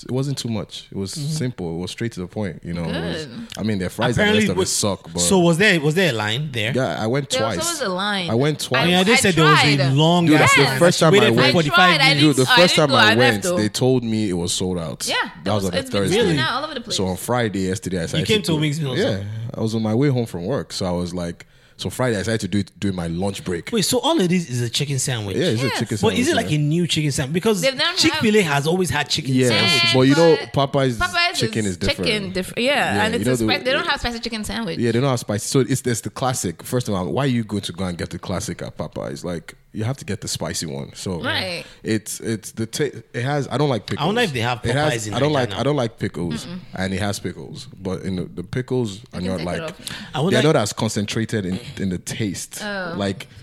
S5: it wasn't too much. It
S3: Mm-hmm.
S5: was simple. It was straight to the point. You know, It was-
S4: Good.
S5: I mean, their fries and the rest of it
S3: was-
S5: suck, but
S3: so was there was there a line there?
S5: yeah, I went
S4: There was
S5: twice.
S4: always a line.
S5: I went
S3: I
S5: twice.
S3: mean, I
S4: I
S3: did say there was a
S4: tried.
S3: long
S5: Dude, that's
S3: ass
S5: the
S3: line.
S5: first time
S3: Waited
S5: I
S3: for
S5: went.
S3: 45
S4: I tried. I
S3: minutes.
S5: Dude, the
S4: Oh, I
S5: first
S4: didn't
S5: time
S4: go.
S5: I
S4: I
S5: went,
S4: left, though.
S5: they told me it was sold out.
S4: Yeah,
S5: that was,
S4: it's
S5: on a
S4: been selling
S5: Thursday.
S4: out all over the place.
S5: So on Friday yesterday, I decided
S3: came to
S5: do
S3: a
S5: it.
S3: Wings meal, so-
S5: Yeah, I was on my way home from work, so I was like, so Friday I decided to do it during my lunch break.
S3: Wait, so all it is is a chicken sandwich.
S5: yeah, it's
S4: Yes.
S5: a chicken
S3: But
S5: sandwich.
S3: is it
S5: yeah.
S3: like a new chicken sandwich? Because
S4: They've never
S3: Chick Fil A has always had chicken
S5: Yeah,
S3: sandwich.
S5: but you know,
S4: but
S5: Popeye's,
S4: Popeyes
S5: chicken is, different.
S4: Chicken different. Yeah,
S5: Yeah,
S4: and
S5: you
S4: it's
S5: know
S4: a
S5: the-
S4: spe- they don't have spicy chicken sandwich.
S5: Yeah, they don't have spicy. So it's there's the classic. First of all, why are you going to go and get the classic at Popeyes? Like you have to get the spicy one. So
S4: Right.
S5: it's it's the ta it has. I don't like pickles.
S3: wonder if they have
S5: It has-
S3: Popeyes in
S5: I don't
S3: Nigeria
S5: like
S3: now.
S5: I don't like pickles, and it has pickles, but in the, the pickles are not
S4: take it
S5: like
S4: off.
S3: I would
S5: they're
S3: like-
S5: not as concentrated in, in the taste. like
S4: Oh, So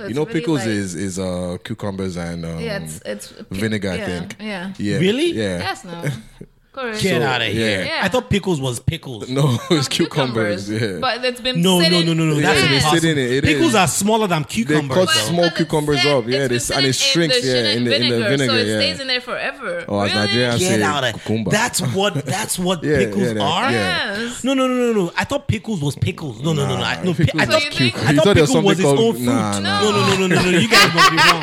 S5: you
S4: it's
S5: know,
S4: really
S5: pickles
S4: like-
S5: is is uh cucumbers and um,
S4: Yeah, it's it's
S5: vinegar.
S4: yeah,
S5: I think.
S4: Yeah.
S5: Yeah.
S3: Really?
S5: Yeah.
S4: Yes, no. Correct.
S3: Get out of here.
S5: yeah.
S3: I thought pickles was pickles.
S5: No, <laughs> it's cucumbers. Yeah.
S4: But it's been
S3: No, no,
S4: sitting-
S3: no, no, no. That's
S5: they
S3: impossible.
S5: sit in it, it
S3: pickles
S5: is.
S3: are smaller than
S5: they
S3: cucumbers.
S5: cut
S3: though.
S4: But-
S5: small
S4: but it's
S5: cucumbers
S4: set-
S5: up, yeah.
S4: it's
S5: They,
S4: been
S5: and it
S4: sitting
S5: shrinks, yeah,
S4: shitting
S5: in the, in the vinegar,
S4: so it
S5: yeah.
S4: stays in there forever.
S5: Oh, as
S4: really?
S5: Nigerians
S3: Get
S5: say,
S3: out of
S5: cucumber.
S3: That's
S4: <laughs>
S3: what that's what
S5: Yeah,
S3: pickles
S5: yeah, that-
S3: are.
S5: yeah.
S4: Yes.
S3: No, no, no, no, no. I thought pickles was pickles. No, no, no, no. I, no
S5: pickles
S3: I
S5: is
S3: thought,
S4: cute.
S3: I
S5: You
S3: thought,
S5: thought there was
S3: pickle was its
S5: something
S3: own
S5: called-
S3: fruit.
S5: Nah,
S4: nah.
S3: no, no, no, no, no, no. You guys must be wrong.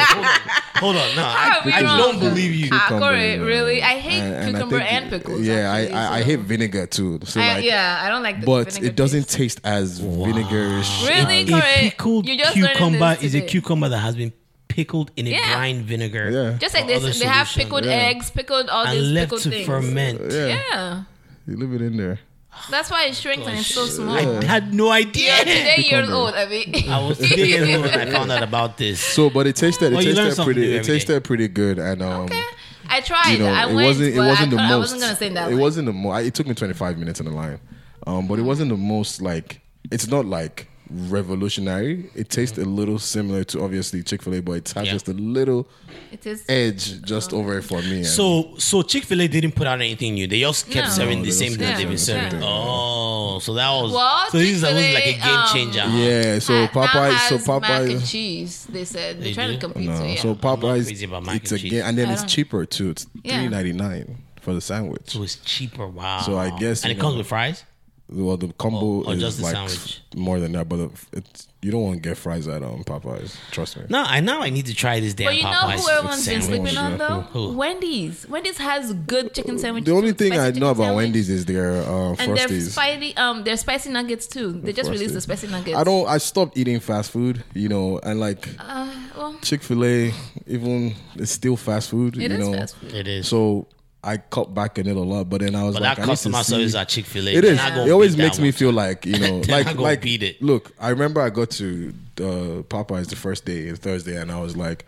S3: Hold on, Hold on. no. I,
S4: How are we
S3: I
S4: wrong?
S3: don't believe you.
S4: Ah,
S5: Cucumber,
S4: correct,
S5: yeah.
S4: really? I hate
S5: I
S4: cucumber
S5: think-
S4: and pickles.
S5: Yeah, I,
S4: actually,
S5: I, I
S4: so-
S5: hate vinegar too. So
S4: I-
S5: like,
S4: yeah, I don't like the
S5: but
S4: vinegar
S5: it doesn't
S4: taste.
S5: taste as vinegarish. <laughs>
S4: Really?
S5: as-
S4: Correct.
S3: A pickled
S4: You <laughs> just learned this
S3: cucumber is a
S4: today.
S3: cucumber that has been pickled in a
S4: Yeah.
S3: brine vinegar.
S5: Yeah.
S4: Just
S3: or
S4: like they,
S3: other
S4: they have
S3: solution
S4: pickled
S3: <laughs>
S4: eggs, pickled all
S3: and
S4: these
S3: left
S4: pickled
S3: to
S4: things.
S3: ferment.
S5: Yeah,
S4: Yeah,
S5: you leave it in there. Oh,
S4: that's why it shrinks and it's so small.
S3: I had no idea.
S4: You're today years
S5: Cucumber.
S4: old, Abby.
S3: I was today years old when I found out about this.
S5: So, but it tasted, it
S3: Well, you learn
S5: tasted
S3: something
S5: pretty,
S3: new
S5: it
S3: every day.
S5: tasted pretty good, and um,
S4: <laughs> I tried.
S5: you know,
S4: I
S5: it
S4: went,
S5: wasn't, it
S4: but
S5: wasn't
S4: I,
S5: the
S4: cou-
S5: most.
S4: I wasn't gonna say that.
S5: It
S4: one.
S5: wasn't the most. It took me 25 minutes in the line, um, but it wasn't the most like. It's not like revolutionary. It tastes a little similar to obviously Chick Fil A, but it has
S3: Yeah.
S5: just a little
S4: It is. Oh.
S5: edge just over it for me. and-
S3: So, so Chick Fil A didn't put out anything new. They just kept
S4: No.
S3: serving
S5: No,
S3: the
S5: they
S3: same
S5: just
S3: thing that
S4: kept
S3: they've been
S4: serving the
S3: serving.
S4: same
S3: Oh, so that was
S4: Well,
S3: so this was
S4: Chick-fil-A,
S3: like a game
S4: um,
S3: changer.
S5: yeah, so
S4: Uh, now
S5: Popeye, so
S4: has mac and
S5: Popeye,
S4: cheese. They said
S3: They
S4: they're trying
S3: do?
S4: to compete.
S5: no,
S4: so, yeah.
S5: so
S3: crazy about
S5: Popeyes,
S3: mac
S5: it's
S3: and cheese.
S5: again, and then
S4: I
S5: it's
S4: don't-
S5: cheaper too. It's
S4: Yeah.
S5: three ninety nine for the sandwich.
S3: It was cheaper. Wow.
S5: So I guess,
S3: and
S5: you
S3: it comes
S5: know-
S3: with fries.
S5: well, the combo
S3: Or- or
S5: is
S3: just the
S5: like
S3: sandwich.
S5: more than that, but if it's, you don't want to get fries at um, Popeyes. Trust me.
S3: No, I now I need to try this damn
S4: But you know
S3: Popeyes
S4: who everyone's
S3: food
S4: been
S3: sandwich.
S4: sleeping on though?
S3: Who?
S4: Wendy's. Wendy's has good chicken sandwiches.
S5: The only thing
S4: spicy
S5: I
S4: chicken
S5: know about
S4: sandwich.
S5: Wendy's is their uh,
S4: and their
S5: Frosties.
S4: spicy um their spicy nuggets too. They just released the spicy nuggets.
S5: I don't. I stopped eating fast food. You know, and like
S4: Uh, well,
S5: Chick Fil A, even it's still fast food.
S4: It
S5: you
S4: is
S5: know,
S4: fast food.
S3: It is.
S5: So I cut back on it a lot, but then I was
S3: But
S5: like,
S3: that
S5: I need to
S3: customer
S5: see-
S3: service at Chick-fil-A,
S5: It
S3: they're
S5: is.
S3: not gonna
S5: It always
S3: beat that
S5: makes me
S3: one.
S5: feel like you know,
S3: <laughs> They're not
S5: like
S3: gonna
S5: like
S3: beat it.
S5: look. I remember I got to uh, Popeyes the first day Thursday, and I was like,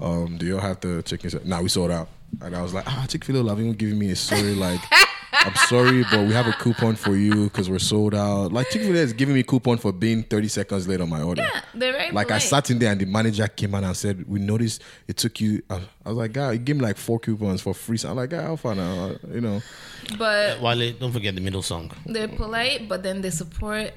S5: um, "Do y'all have the chicken?" Now nah, we sold out, and I was like, "Ah, Chick Fil A, love even giving me a story
S4: <laughs>
S5: like." I'm sorry, but we have a coupon for you because we're sold out. Like Chick Fil A is giving me coupon for being 30 seconds late on my order.
S4: yeah, they're very
S5: Like I
S4: polite.
S5: sat in there and the manager came out and said, "We noticed it took you." I I was like, "God, he gave me like four coupons for free." So I'm like, "God, how far now?" You know,
S4: but
S3: Wale, don't forget the middle song.
S4: they're polite, but then they support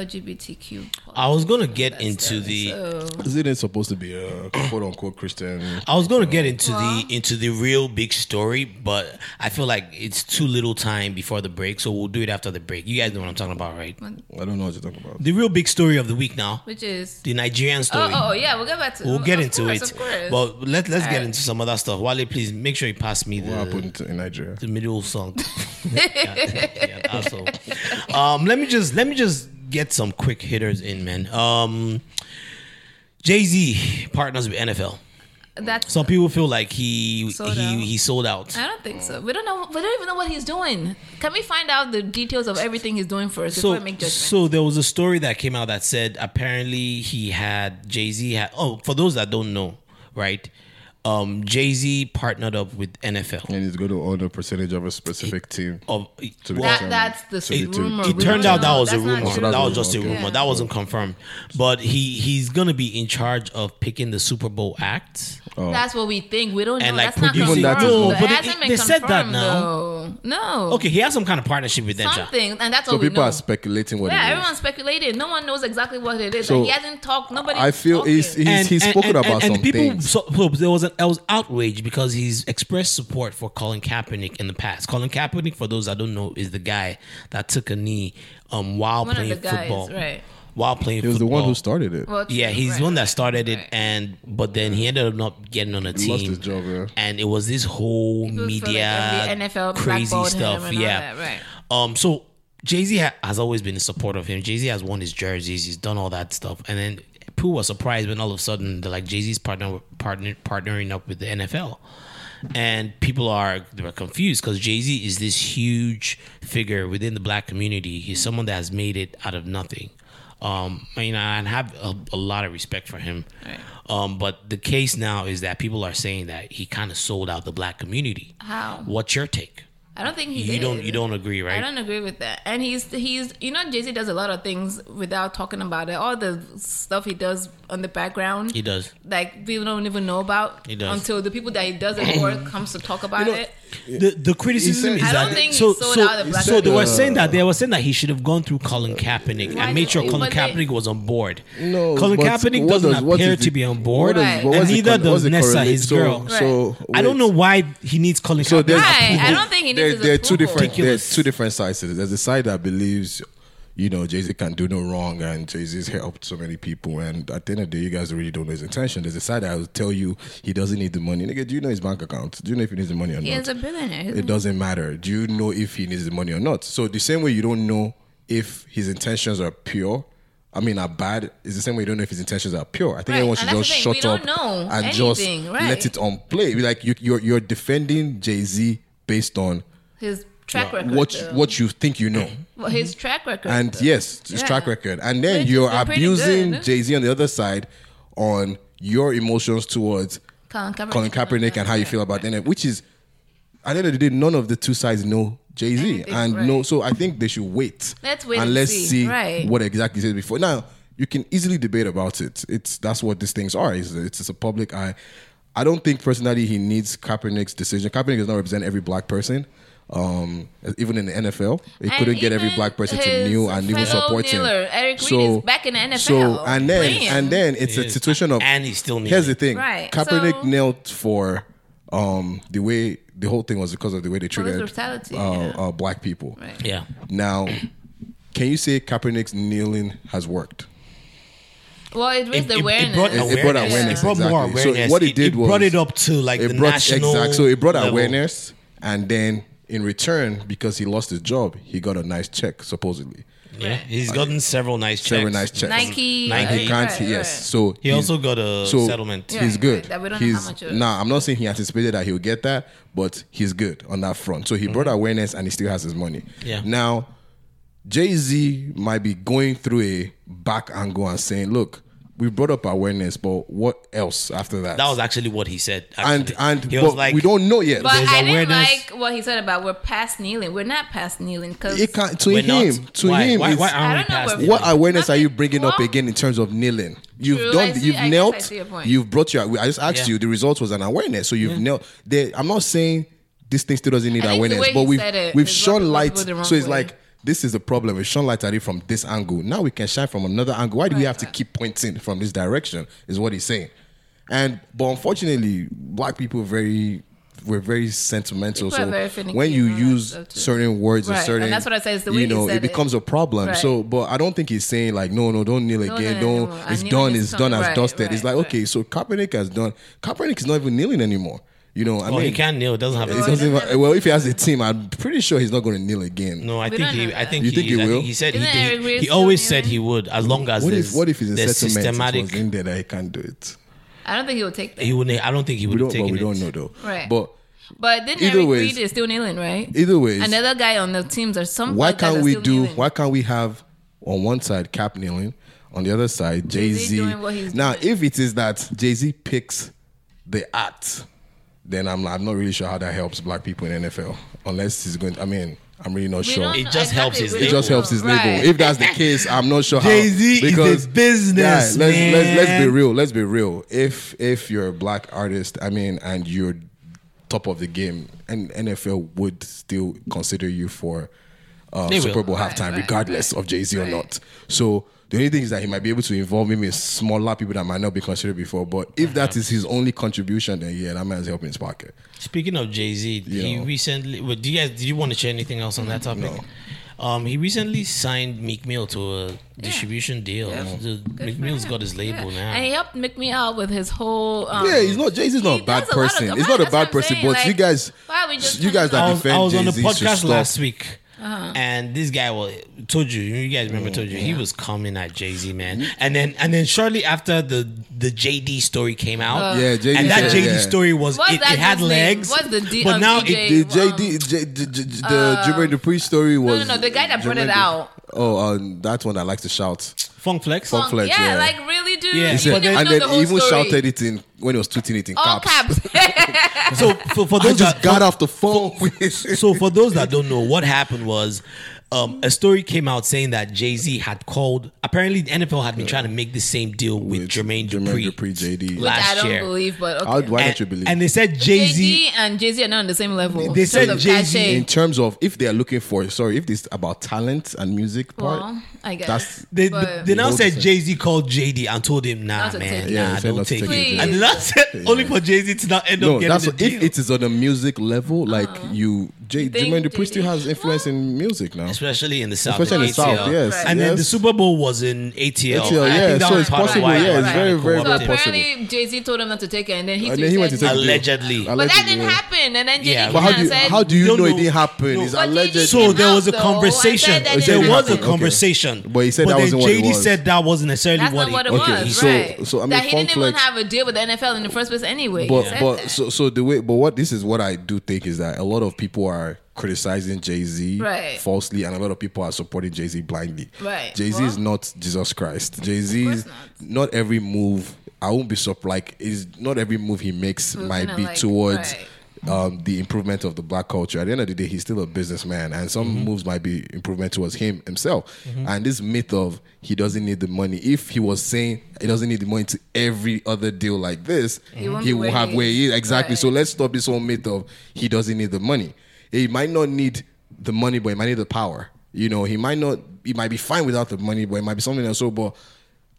S4: anti-LGBTQ.
S3: I was gonna get into the.
S4: So
S5: is it supposed to be a quote unquote Christian?
S3: I was gonna get into the into the real big story, but I feel like it's too little time before the break, so we'll do it after the break. You guys know what I'm talking about, right?
S5: I don't know what you're talking about.
S3: The real big story of the week now,
S4: which is
S3: the Nigerian story.
S4: oh, oh yeah, we'll get back to
S3: We'll
S4: of
S3: get into
S4: course,
S3: it.
S4: Of course.
S3: Well, let let's get
S4: Alright.
S3: into some other stuff. Wale, please make sure you pass me
S5: What
S3: the
S5: happened to- in Nigeria?
S3: the middle song. Yeah,
S4: <laughs>
S3: yeah, asshole. um, let me just let me just get some quick hitters in, man. Um, Jay Z partners with NFL.
S4: that's
S3: Some people feel like he
S4: Sold
S3: he
S4: out.
S3: he sold out.
S4: I don't think so. We don't know. We don't even know what he's doing. Can we find out the details of everything he's doing first before
S3: so,
S4: we make judgment?
S3: so there was a story that came out that said apparently he had Jay Z had oh for those that don't know right, um Jay Z partnered up with NFL
S5: And it's going to own a percentage of a specific team.
S3: of
S5: To be
S3: well,
S4: that, that's the
S5: So you took-
S4: rumor.
S5: It
S3: it turned out that
S4: No,
S3: was a
S4: that's not
S3: rumor.
S4: true.
S5: that's
S3: That
S5: a
S3: was just a
S5: rumor, okay.
S3: rumor. That wasn't confirmed. But he he's gonna be in charge of picking the Super Bowl act.
S4: That's what we think. We don't
S3: And,
S4: know.
S3: like,
S4: That's not
S3: producing-
S4: confirmed.
S5: Oh. Even that is
S4: though.
S5: not-
S4: It
S3: But they-
S4: hasn't been
S3: they said that
S4: confirmed,
S3: now.
S4: though. No.
S3: Okay, he has some kind of partnership with them. Sha.
S4: Something, and that's
S5: So
S4: all we
S5: people
S4: know.
S5: are speculating what
S4: yeah,
S5: it is.
S4: everyone's speculating. No one knows exactly what it is.
S5: So,
S4: like, he hasn't talked. Nobody.
S5: I feel he's, he's, he's spoken about
S3: and
S5: some
S3: people,
S5: things.
S3: So, so there was an, I was outraged because he's expressed support for Colin Kaepernick in the past. Colin Kaepernick, for those that don't know, is the guy that took a knee um, while
S4: One of
S3: playing
S4: the guys,
S3: football.
S4: right.
S3: While playing
S5: He was the
S3: football.
S5: one who started it.
S4: Well,
S3: Yeah, he's
S4: right.
S3: the one that started it,
S4: Right.
S3: and but then he ended up not getting on a team.
S5: lost his job, yeah.
S3: And it was this whole
S4: People feel like
S3: media
S4: every NFL
S3: crazy
S4: blackballed him
S3: stuff.
S4: and all
S3: yeah,
S4: that, right.
S3: Um, so Jay Z ha- has always been in support of him. Jay Z has won his jerseys. He's done all that stuff, and then Pooh was surprised when all of a sudden they're like Jay Z's partner, partner partnering up with the NFL. And people are they were confused because Jay Z is this huge figure within the black community. He's someone that has made it out of nothing. Um, I mean, I have a, a lot of respect for him. Um, but the case now is that people are saying that he kind of sold out the black community.
S4: How?
S3: What's your take?
S4: I don't think he.
S3: You
S4: did.
S3: don't you don't agree, right?
S4: I don't agree with that. And he's he's you know Jay Z does a lot of things without talking about it. All the stuff he does on the background,
S3: He does.
S4: like people don't even know about
S3: He does.
S4: until the people that he does it for
S3: <clears throat>
S4: comes to talk about
S5: know,
S4: it.
S3: The the criticism
S5: He
S3: is
S5: said-
S4: I don't
S3: that
S4: think he
S3: so
S4: sold
S3: so,
S4: out the black
S3: so they were
S5: community.
S3: saying that they were saying that he should have gone through Colin Kaepernick
S4: Why
S3: and made
S4: did-
S3: sure Colin
S4: but they-
S3: Kaepernick was on board.
S5: No,
S3: Colin
S5: but
S3: Kaepernick
S5: what
S3: doesn't
S5: does- what
S3: appear
S5: is the-
S3: to be on board,
S5: what
S4: Right.
S5: but
S3: and
S5: what's the
S3: neither
S5: con- what's
S3: does
S5: the
S3: Nessa,
S5: correlate?
S3: his
S5: So-
S3: girl.
S5: So
S3: I don't
S5: wait.
S3: know why he needs Colin
S5: So
S3: Kaepernick.
S5: there's,
S4: Right. I don't think he needs
S5: there,
S4: his
S5: there are two
S4: approval.
S5: different
S3: Ridiculous.
S5: there's two different sides to this. There's the side that believes, you know, Jay Z can do no wrong, and Jay Z's helped so many people. And at the end of the day, you guys really don't know his intention. There's a side that will tell you he doesn't need the money. Nigga, do you know his bank account? Do you know if he needs the money or
S4: He
S5: not?
S4: is a billionaire.
S5: it doesn't matter. Do you know if he needs the money or not? So the same way you don't know if his intentions are pure. I mean, are bad. It's the same way you don't know if his intentions are pure. I think
S4: Right,
S5: everyone
S4: and
S5: should
S4: that's the
S5: just
S4: thing.
S5: shut
S4: We don't
S5: up
S4: know
S5: and
S4: anything,
S5: just
S4: right.
S5: let it on play. Like you, you're you're defending Jay Z based on
S4: his track record.
S5: what
S4: though.
S5: what you think you know,
S4: Well, his track record.
S5: and
S4: though.
S5: yes, his
S4: Yeah.
S5: track record, and then
S4: Which has
S5: you're
S4: been pretty
S5: abusing
S4: good.
S5: Jay Z on the other side on your emotions towards
S4: Colin Kaepernick,
S5: Colin Kaepernick and how you feel about it, which is at the end of the day, none of the two sides know Jay Z,
S4: Anything,
S5: and
S4: right.
S5: no, so I think they should wait.
S4: Let's wait
S5: and
S4: and
S5: let's
S4: see,
S5: see
S4: right.
S5: what exactly he said before. Now you can easily debate about it. It's that's what these things are. It's, it's, it's a public eye. I don't think personally he needs Kaepernick's decision. Kaepernick does not represent every black person. Um, even in the NFL, he
S4: And
S5: couldn't get every
S4: even
S5: black person to
S4: his
S5: kneel and even
S4: fellow
S5: support
S4: kneeler,
S5: him.
S4: Eric Reed, is back in the NFL
S5: So and then
S4: playing.
S5: and then it's
S3: He
S5: a
S3: is.
S5: situation of
S3: And he's still kneeling.
S5: here's the thing.
S4: Right, so-
S5: Kaepernick knelt for um, the way the whole thing was because of the way they treated
S4: brutality,
S5: uh,
S4: yeah.
S5: uh, black people.
S4: Right.
S3: yeah.
S5: Now, Can you say Kaepernick's kneeling has worked?
S4: Well, it raised
S3: It- it- it
S4: awareness.
S3: brought
S5: It- it brought
S3: Awareness.
S5: awareness.
S3: It brought more
S5: exactly.
S3: awareness.
S5: So what it,
S3: It-
S5: did
S3: it
S5: was
S3: brought it up to, like, the national
S5: Exactly. So it brought
S3: level.
S5: awareness, and then in return, because he lost his job, he got a nice check supposedly.
S3: Yeah, he's gotten several nice checks.
S5: Several nice checks.
S4: Nike,
S3: Nike.
S5: He can't.
S4: Right,
S5: yes.
S4: right.
S5: So
S3: He also got a settlement.
S5: he's
S4: Yeah,
S5: good.
S4: that we don't know how
S5: he's,
S4: much it was.
S5: Nah, I'm not saying he anticipated that he'll get that, but he's good on that front. So he brought awareness and he still has his money.
S3: Mm-hmm. Yeah.
S5: Now, Jay Z might be going through a back angle and saying, "Look, we brought up awareness, but what else after that?"
S3: That was actually what he said.
S5: and
S3: Actually.
S5: and
S3: he was
S5: but
S3: like,
S5: we don't know yet.
S4: But
S3: There's
S4: I didn't
S3: awareness.
S4: like what he said about we're past kneeling. We're not past kneeling because
S5: it can't to
S3: We're not.
S5: him. To
S3: Why-
S5: him,
S3: why-
S5: it's-
S3: why aren't
S4: I
S3: we
S4: don't know
S3: past
S4: where-
S3: kneeling?
S5: what awareness are you
S4: Nothing-
S5: bringing up
S4: well-
S5: again in terms of kneeling? You've
S4: True, I
S5: done,
S4: see-
S5: you've
S4: I guess I
S5: knelt,
S4: see your point.
S5: you've brought your. I just asked
S3: Yeah.
S5: you. The result was an awareness, so you've knelt. There, I'm not saying this thing still doesn't need
S4: I think the
S5: awareness,
S4: way
S5: but
S4: he
S5: we've
S4: said it
S5: we've
S4: is
S5: shone
S4: what
S5: light.
S4: people do the wrong
S5: So it's
S4: way.
S5: like this is the problem. We've shone light at it from this angle. Now we can shine from another angle. Why do we have to keep pointing from this direction? Is what he's saying. And but unfortunately, black people very we're very sentimental.
S4: People are
S5: so
S4: very finicky
S5: when you
S4: and all that
S5: use
S4: stuff too.
S5: certain words
S4: Right,
S5: and
S4: and
S5: certain,
S4: that's what I said, it's the way
S5: you
S4: he
S5: know,
S4: said
S5: it
S4: it.
S5: becomes a problem.
S4: Right.
S5: So, but I don't think he's saying like, no, no, don't kneel again.
S4: no,
S5: don't.
S4: no, I
S5: It's
S4: kneel
S5: done.
S4: and
S5: It's
S4: it's
S5: done.
S4: done.
S5: as
S4: Right,
S5: dusted.
S4: right,
S5: it's like
S4: right.
S5: okay, so Kaepernick has done. Kaepernick is not even kneeling anymore. You know, I
S3: well,
S5: mean,
S3: he can't kneel. It doesn't have
S5: it
S3: a
S5: doesn't
S4: doesn't
S5: even- well, if he has a team, I'm pretty sure he's not going to kneel again.
S3: No, I
S4: We
S3: think
S4: don't
S3: he.
S4: know
S3: I think
S4: that.
S5: You
S3: he.
S5: think he
S3: is. I
S5: will?
S3: think he said he
S4: Isn't
S3: did.
S4: Eric Reed
S3: He
S4: still
S3: always
S4: doing
S3: said
S4: it?
S3: he would, as long as
S5: What
S3: there's,
S5: if what if it's a
S3: there's
S5: settlement
S3: systematic.
S5: it was in there that he can't do it?
S4: I don't think he would take that.
S3: He wouldn't. I don't think he
S5: We
S3: would
S5: don't.
S3: have
S5: But
S3: taken
S5: we
S3: it.
S5: don't know though.
S4: Right.
S5: But
S4: but then
S5: either
S4: Eric
S5: ways-
S4: Reed is still kneeling, right?
S5: either ways,
S4: Another guy on the teams or something.
S5: why
S4: like that
S5: can't
S4: that's
S5: we
S4: still
S5: do
S4: kneeling.
S5: why can't we have on one side cap kneeling on the other side jay-z
S4: doing what he's
S5: now
S4: doing.
S5: if it is that jay-z picks the act then I'm, I'm not really sure how that helps black people in nfl unless he's going i mean i'm really not
S4: We
S5: sure
S4: don't-
S5: it
S3: It just helps his
S4: we
S3: label.
S5: just
S4: don't
S5: helps his
S4: know.
S5: label.
S4: Right.
S5: If that's the case, I'm not sure how.
S6: Jay-Z is a business,
S5: Yeah, let's, let's let's be
S6: man.
S5: real. Let's be real. If if you're a black artist, I mean, and you're top of the game, and NFL would still consider you for uh,
S3: They
S5: Super Bowl
S3: will.
S5: halftime, regardless of Jay Z or not. So the only thing is that he might be able to involve maybe smaller people that might not be considered before. But if that
S3: Uh-huh.
S5: is his only contribution, then yeah, that man's helping his pocket.
S3: Speaking of Jay Z, he
S5: know.
S3: recently. Well, do you guys? Did you want to share anything else on that topic? Um, he recently signed Meek Mill to a distribution deal. The- Meek Mill's got his label
S4: Yeah.
S3: now.
S4: And he helped make me out with his whole. Um,
S5: Yeah, he's not. Jay Z's not
S4: he
S5: a bad
S4: does a lot of-
S5: person.
S4: I'm
S5: he's
S4: not-
S5: not a
S4: that's what
S5: bad
S4: I'm
S5: person,
S4: saying,
S5: but you
S4: like,
S5: guys,
S4: why are we just Uh-huh.
S5: you guys
S4: telling him
S5: that
S3: I was, I
S5: defend
S3: was on
S5: Jay
S3: the
S5: Z should
S3: podcast
S5: stop.
S3: last week, and this guy was told you. You guys remember
S5: Mm,
S3: told you he was coming at Jay Z, man.
S5: Mm-hmm.
S3: And then and then shortly after the the JD story came out,
S5: Yeah, JD
S3: and that
S5: said,
S3: JD
S5: yeah.
S3: story was
S4: What's
S3: it, it
S4: Uh. that
S3: had
S4: dude's name?
S3: legs,
S4: What's the D-
S3: but
S4: um,
S3: now
S4: DJ?
S3: it
S5: The JD, J, J, J, J, the Jermaine Dupri story
S4: No,
S5: was
S4: no, no. The guy that brought it
S5: Jermaine Dupri-
S4: out.
S5: Oh, um, that's one that likes to shout.
S3: Funk Flex.
S5: Funk Flex,
S4: yeah,
S5: yeah.
S4: like really, dude.
S3: Yeah.
S4: Yeah,
S3: He
S4: you
S3: said-
S4: didn't
S5: and
S4: know
S5: then
S4: the
S5: he
S4: whole
S5: even
S4: story. Oh.
S5: shouted it in when he was tweeting it in
S4: All
S5: caps.
S4: caps.
S3: So for, for
S5: <laughs> I
S3: those
S5: just
S3: that,
S5: got off the phone. with-
S3: so for those that don't know, what happened was um, a story came out saying that Jay Z had called. Apparently, the NFL had been trying to make the same deal with, Jermaine, Dupri
S5: JD.
S3: Last
S4: I don't
S3: year.
S4: believe, but okay.
S5: How- why
S3: And,
S5: don't you believe?
S3: and they said
S4: Jay
S3: Jay Z.
S4: Z and Jay Z are not on the same level.
S3: They
S4: in
S3: said
S4: terms of
S3: Jay-Z
S4: cachet.
S5: in terms of if they are looking for sorry if this about talent and music part
S4: Well, I guess.
S5: that's
S3: They,
S4: But-
S3: they now
S5: Both
S3: said
S5: the same.
S3: Jay Z called JD and told him, nah,
S4: Not to
S3: man,
S4: take
S3: nah,
S4: it.
S5: Yeah, he said
S3: don't
S5: not to
S3: take
S5: take
S3: it.
S4: it.
S3: And
S4: Please.
S3: that's said only for Jay Z to not end
S5: no
S3: up getting
S5: that's
S3: the
S5: what, if
S3: deal.
S5: it is on a music level
S4: Oh.
S5: like you J,
S4: Think
S5: Jermaine Dupri still
S4: JD.
S5: has influence in music now
S3: Especially in the South.
S5: Especially in
S3: and
S5: the South,
S3: ATL.
S5: yes,
S3: And then the
S5: yes.
S3: Super Bowl was in ATL.
S5: ATL,
S3: I
S5: yeah,
S3: think that
S5: so
S3: was
S5: it's
S3: part of
S5: possible,
S3: why it
S5: yeah,
S3: was
S5: it's
S3: kinda
S5: very, very,
S3: co-opted.
S5: very possible.
S4: Apparently, Jay Z told him not to take it, and then he,
S5: And
S4: too
S5: then he went
S4: said
S5: to take
S4: no.
S5: it.
S3: Allegedly.
S4: But that
S5: Allegedly,
S4: didn't
S5: yeah.
S4: happen, and then Jay
S3: Yeah.
S4: Z
S5: but how do you,
S4: said,
S5: how do you
S3: Don't
S5: know,
S3: know.
S5: it didn't happen
S3: No.
S5: it's
S4: But did
S5: alleged
S4: you-
S3: So there was a
S4: Though, I said
S3: conversation.
S4: that
S3: There
S5: didn't
S3: was a
S5: happen.
S3: conversation.
S5: But he said that
S3: then
S5: wasn't what it
S3: JD
S5: was.
S3: said that wasn't necessarily
S4: That's
S3: what
S4: not
S3: he
S4: what it
S5: Okay,
S4: was,
S5: so-
S4: right?
S5: so, I mean,
S4: that he
S5: Funk
S4: didn't even
S5: Flex-
S4: have a deal with the NFL in the first place, anyway.
S5: but
S4: He said
S5: but
S4: that.
S5: so so the way but what this is what I do think is that a lot of people are criticizing Jay Z
S4: Right.
S5: falsely, and a lot of people are supporting Jay Z blindly.
S4: Right.
S5: Jay Z
S4: Well-
S5: is not Jesus Christ. Jay Z is
S4: course
S5: not every move. I won't be so like is not every move he makes might
S4: gonna,
S5: be
S4: like,
S5: towards.
S4: right.
S5: Um, the improvement of the black culture. At the end of the day, he's still a businessman, and some moves might be improvement towards him himself. And this myth of he doesn't need the money. If he was saying he doesn't need the money to every other deal like this, Mm-hmm. he
S4: won't
S5: won't
S4: be where
S5: have
S4: he
S5: where he
S4: is.
S5: is. Exactly.
S4: Right.
S5: So let's stop this whole myth of he doesn't need the money. He might not need the money, but he might need the power. You know, he might not. He might be fine without the money, but it might be something else. So, but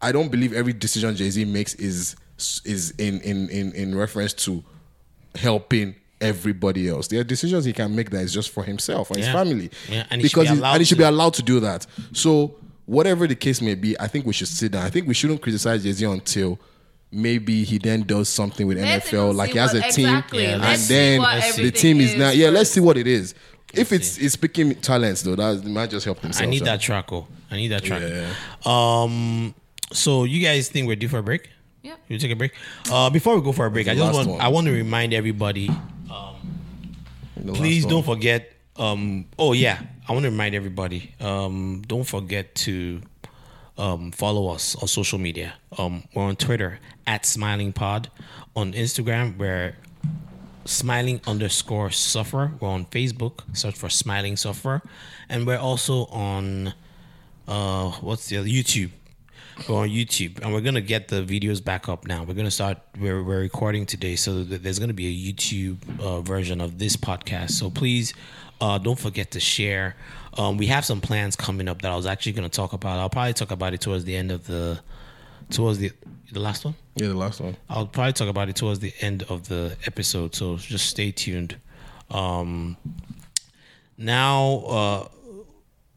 S5: I don't believe every decision Jay Z makes is is in in in in reference to helping everybody else. There are decisions he can make that is just for himself and
S3: Yeah.
S5: his family.
S3: Yeah, and he should
S5: because
S3: be
S5: he's-
S3: allowed
S5: and he should
S3: to.
S5: be allowed to do that. So whatever the case may be, I think we should sit down. I think we shouldn't criticize Jay Z until maybe he then does something with
S4: Let's
S5: NFL,
S4: see
S5: like he has a
S4: what-
S5: team,
S4: exactly. Yeah,
S5: and
S4: let's see
S5: then
S4: what
S5: the
S4: everything
S5: team is
S4: is
S5: now. Yeah, let's see what it is. If it's, it's picking talents though, that might just help himself.
S3: I need
S5: out.
S3: that oh. traco. I need that traco. Um, so you guys think we're due for a break?
S4: Yeah.
S3: You take a break. Uh, before we go for a break, I just
S5: last
S3: want
S5: one.
S3: I want to remind everybody. Um, please don't forget. Um, oh yeah, I want to remind everybody. Um, don't forget to um, follow us on social media. Um, we're on Twitter at Smiling Pod, on Instagram we're Smiling underscore Sufferer. We're on Facebook. Search for Smiling Sufferer, and we're also on uh what's the other YouTube. We're on YouTube, and we're gonna get the videos back up now. We're gonna start. We're, we're recording today, so th- there's gonna be a YouTube uh, version of this podcast. So please, uh, don't forget to share. Um, we have some plans coming up that I was actually gonna talk about. I'll probably talk about it towards the end of the towards the the last one.
S5: Yeah, the last one.
S3: I'll probably talk about it towards the end of the episode, so just stay tuned. Um, now, uh,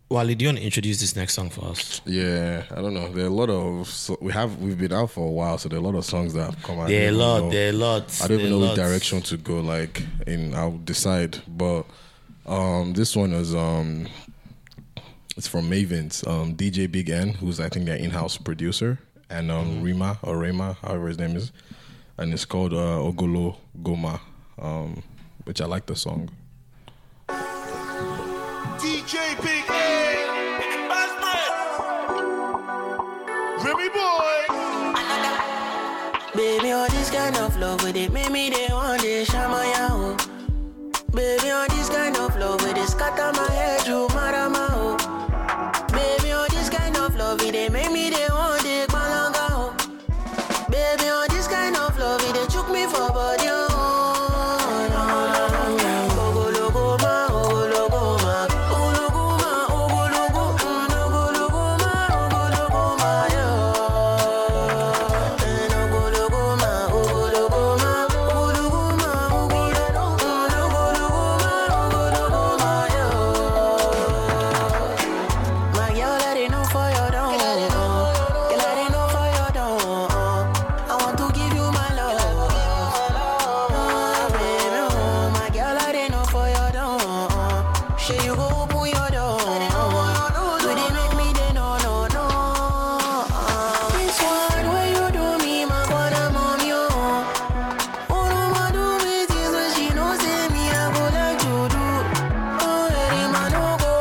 S3: Wally, do you want to introduce this next song for us?
S5: Yeah, I don't know. There are a lot of so we have we've been out for a while, so there are a lot of songs that have come out. I
S3: There are
S5: don't
S3: lot-
S5: know-
S3: there are lots,
S5: I don't even
S3: there are
S5: know
S3: lots.
S5: which direction to go. Like, in I'll decide. But um, this one is um, it's from Mavens, um, DJ Big N, who's I think their in-house producer, and um,
S3: Mm-hmm.
S5: Rima or Rema, however his name is, and it's called uh, Ogolo Goma, um, which I like the song.
S2: DJ Big A. Remy boy.
S11: Baby, all this kind of love with it, make me they want this shama yao. Baby, all this kind of love with it, scatter my head, you marama ho. Baby, all this kind of love with it, make me they want it, malanga ho. Baby, all this kind of love with it, took me for body oh. no, no, no, no. Ogologoma, ogologoma, ogologoma, ogologo, mm, ogologoma, ogologoma, yeah. Eh, ogologoma, ogologoma, ogologoma, ogologoma, ogologoma, yeah. My girl, I didn't know for your dome. Girl, I didn't know for your dome. I want to give you my love. Oh, baby, oh, my girl, I didn't know for your door. Shit, you go open your door. Do they make me they no, no, no. Uh-uh. This one where you do me, my God, I'm on you. Oh, no, my do me, this when she knows say me, I go like you do. Oh, hey, man, no go,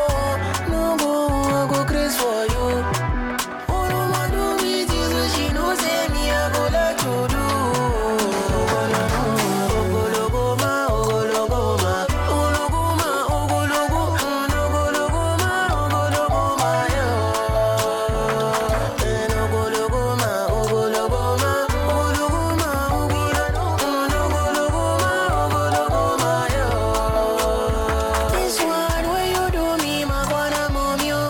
S11: no go, go crazy for you. Oh, no, my do me, this when she knows say me, I go like you do. Oh, no, no. This one where you do me, my God, I'm on you.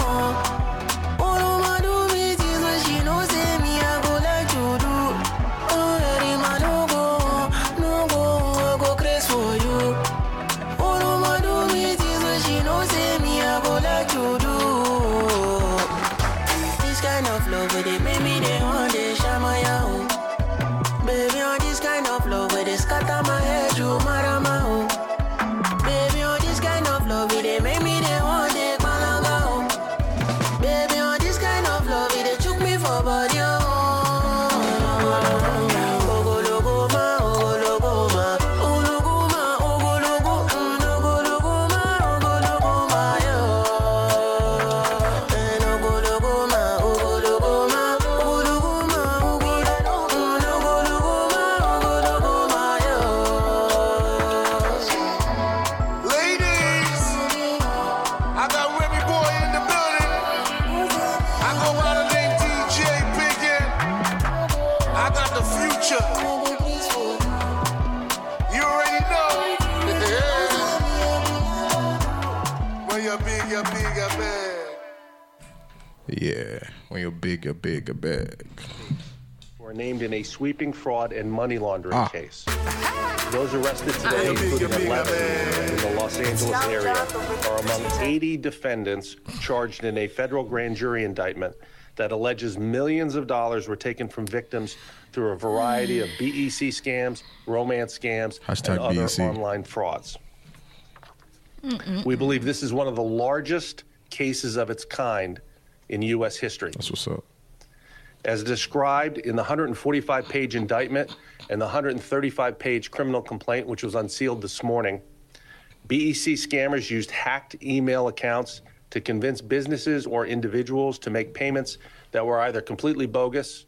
S11: All of my do me is when she knows say me I go like you do. Oh, Eddie, my no go, no go, I go crazy for you. All of my do me is when she knows say me I go like you do. This kind of love with it make me they want to shama yao. Baby, on this kind of love with it scatter my head, you marama oh. Baby, on this kind of love with it make me they want to malanga oh. Baby, on this kind of love, it took me for body. oh. oh.
S2: Ladies, I got Remy Boy in the building. I go by the name DJ Biggin. I got the future. You already <laughs> know. Well, you're big, you're big, you're bad.
S5: Yeah, when you're big, you're big, you're big.
S12: who are named in a sweeping fraud and money laundering
S5: Ah.
S12: case. Those arrested today, including 11 in the Los Angeles area, are among 80 defendants charged in a federal grand jury indictment that alleges millions of dollars were taken from victims through a variety of BEC scams, romance scams,
S5: Hashtag E
S12: and other
S5: BEC.
S12: online frauds.
S2: Mm-hmm.
S5: Mm-hmm.
S12: We believe this is one of the largest cases of its kind in U.S. history. That's
S5: what's up.
S12: As described in the 145 page indictment and the 135 page criminal complaint, which was unsealed this morning, BEC scammers used hacked email accounts to convince businesses or individuals to make payments that were either completely bogus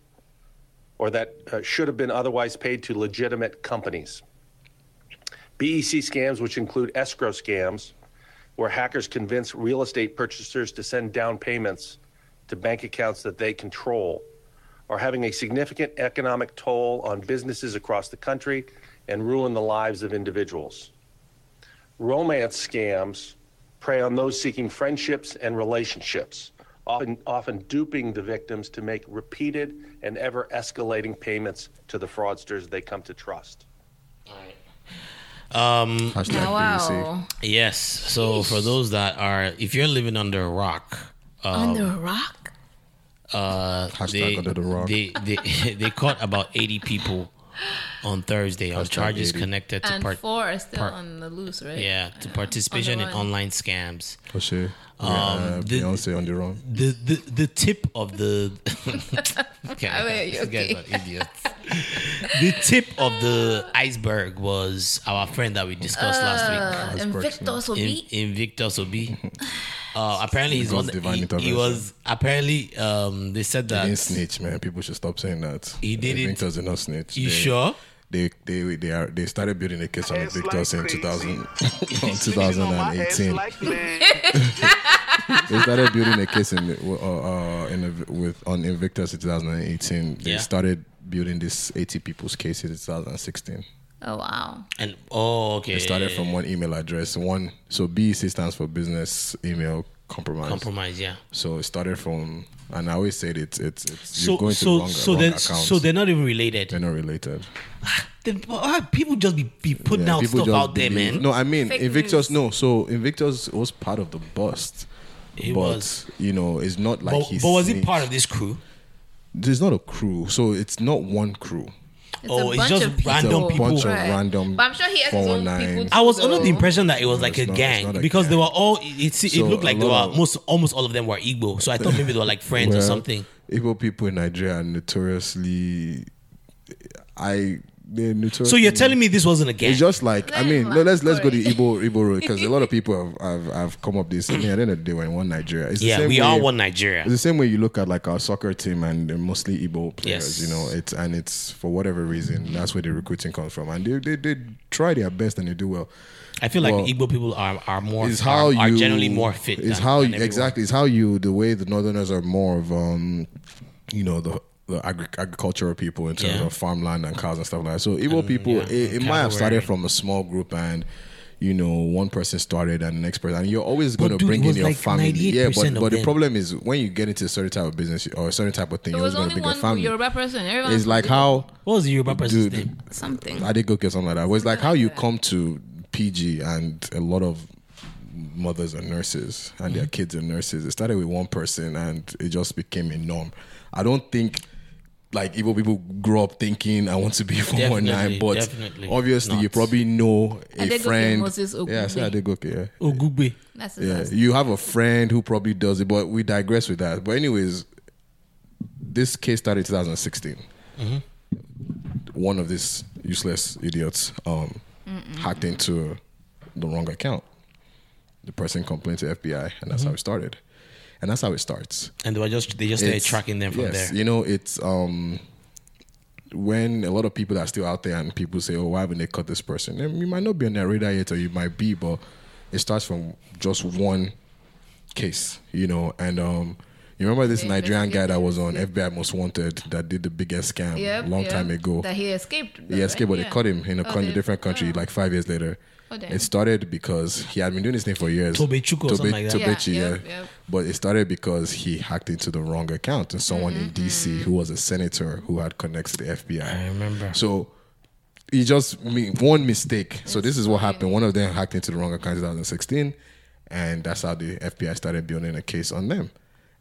S12: or that uh, should have been otherwise paid to legitimate companies. BEC scams, which include escrow scams, where hackers convince real estate purchasers to send down payments to bank accounts that they control, are having a significant economic toll on businesses across the country and ruin the lives of individuals. Romance scams prey on those seeking friendships and relationships, often, often duping the victims to make repeated and ever escalating payments to the fraudsters they come to trust.
S3: Um,
S4: Hashtag
S5: E
S4: Wow.
S3: Yes. So for those that are, if you're living under a rock, um,
S4: Under a rock?
S3: uh, they,
S5: under the rock.
S3: they they <laughs> they caught about 80 people on Thursday on
S5: Hashtag
S3: charges
S5: 80.
S3: connected to
S4: and
S3: part,
S4: four are still
S3: part-
S4: on the loose, right?
S3: yeah to participation in
S4: run.
S3: online
S4: <laughs>
S3: scams.
S5: For sure.
S3: Um,
S5: yeah,
S3: the-
S5: Beyonce on the run.
S3: The the the tip of the <laughs> okay,
S4: Oh, wait,
S3: <laughs> these guys
S4: okay.
S3: are idiots. the tip of the iceberg was our friend that we discussed last
S4: Uh,
S3: week.
S4: Invictus Obi?
S3: In, Invictus Obi.
S5: <laughs>
S3: Uh, apparently he's
S5: God's
S3: on.
S5: divine
S3: He, he
S5: intervention.
S3: was apparently. Um, they said
S5: He
S3: that
S5: didn't snitch, man. People should stop saying that. He
S3: did it.
S5: Victor's did not snitch.
S3: You
S5: They-
S3: sure?
S5: They they they are they started building a case on Invictus in 2000, in <laughs> 2018.
S4: <laughs>
S5: they started building a case in uh, uh, in a, with on Invictus in 2018. They
S3: Yeah.
S5: started building this 80 people's case in 2016.
S4: Oh wow.
S3: and oh okay.
S5: It started from one email address. One so BEC stands for business email compromise.
S3: compromise. Yeah.
S5: So it started from, and I always said it's it's, it's
S3: So
S5: you're going to the
S3: so
S5: wrong,
S3: so
S5: wrong
S3: then
S5: account.
S3: so they're not even related.
S5: they're not related.
S3: Then, uh, people just be, be putting
S5: Yeah,
S3: out
S5: people
S3: stuff
S5: just
S3: out there,
S5: believe-
S3: man.
S5: No, I mean
S3: Fake
S5: Invictus. No, so Invictus was part of the bust.
S3: He
S5: but
S3: was.
S5: you know, it's not like
S3: but,
S5: he's.
S3: but was he part of this crew?
S5: There's not a crew, so it's not one crew.
S4: It's
S3: Oh,
S4: a
S3: it's
S4: bunch
S3: just
S4: of people.
S3: random
S5: It's a
S3: people.
S5: bunch of
S4: Right.
S5: random.
S4: But I'm sure he has his own
S5: 419.
S4: people.
S3: I was under the
S4: So-
S3: impression that it was like a
S5: it's not- it's
S3: gang
S5: not a
S3: because they
S5: gang.
S3: were all. It, it, it
S5: So
S3: looked
S5: a
S3: like they were
S5: lot of-
S3: most almost all of them were Igbo, so I thought maybe they were like friends or
S5: Well,
S3: something.
S5: Igbo people in Nigeria are notoriously, I they're notoriously.
S3: So you're telling me this wasn't a gang?
S5: It's just like I mean, no, let's let's go to Igbo Igbo road because a lot of people have, have have come up this. I mean, at the end of the day, we're in one Nigeria. It's the
S3: yeah,
S5: same
S3: we are
S5: way-
S3: one Nigeria.
S5: It's the same way you look at like our soccer team and they're mostly Igbo players,
S3: Yes.
S5: you know. It's and it's for whatever reason that's where the recruiting comes from, and they they, they try their best and they do well.
S3: I feel like
S5: Well,
S3: Igbo people are are more
S5: It's how
S3: are,
S5: you
S3: are generally more fit.
S5: It's
S3: than-
S5: how
S3: than
S5: you,
S3: everyone.
S5: exactly. It's how you the way the Northerners are more of um, you know the. The agri- agricultural people in terms
S3: Yeah. Mm,
S5: of farmland and cows and stuff like that. So Igbo people,
S3: yeah,
S5: it, it
S3: and
S5: might have started
S3: cavalry.
S5: from a small group, and you know, one person started and the next person, and you're always going to
S3: dude,
S5: bring
S3: it
S5: in
S3: was
S5: your
S3: like
S5: family. Yeah,
S3: 98%
S5: but
S3: of
S5: but the
S3: them.
S5: problem is when you get into a certain type of business or a certain type of thing,
S4: It
S5: you're
S4: was
S5: always going to
S4: only
S5: bring your
S4: one
S5: family.
S4: Yoruba person. Everyone
S5: It's like how
S3: What was the Yoruba person's
S5: Dude.
S3: name?
S4: something.
S5: I did go get something like that. Well, it's like how you come to PG and a lot of mothers are nurses and
S3: Mm-hmm.
S5: their kids are nurses. It started with one person and it just became a norm. I don't think like Igbo people grew up thinking I want to be <laughs> four one nine,
S3: Definitely,
S5: but
S3: definitely
S5: obviously you
S3: not.
S5: probably know a
S4: Adegoke
S5: friend.
S4: Moses
S5: yeah, I
S4: Ogugbe.
S5: said Adegoke, yeah.
S3: Ogugbe.
S4: That's his
S5: Yeah,
S4: last
S5: you have a friend who probably does it, but we digress with that. But anyways, this case started 2016. One of these useless idiots um, hacked into the wrong account. The person complained to FBI, and
S4: Mm-hmm.
S5: that's how it started. And that's how it starts.
S3: And they were just they just started
S5: It's-
S3: tracking them from
S5: yes,
S3: there.
S5: You know, it's um, when a lot of people are still out there and people say, "Oh, why haven't they cut this person?" Then you might not be on their radar yet, or you might be, but it starts from just one case, you know. And um, you remember this Nigerian guy that was on FBI Most Wanted that did the biggest scam
S4: Yep,
S5: a long
S4: yep.
S5: time ago.
S4: That he escaped. though,
S5: He escaped,
S4: right?
S5: but
S4: Yeah.
S5: they caught him in a,
S4: Oh,
S5: coun-
S4: they-
S5: different country
S4: oh.
S5: like five years later.
S4: Oh, damn.
S5: it started because he had been doing this thing for years.
S3: Tobechuku or something like that.
S4: Yeah,
S5: Tobechi,
S4: yep,
S5: yeah.
S4: yep.
S5: But it started because he hacked into the wrong account
S4: Mm-hmm,
S5: and someone in DC who was a senator who had connects to the FBI.
S3: I remember.
S5: So he just made one mistake. So this is what happened. One of them hacked into the wrong account in 2016, and that's how the FBI started building a case on them.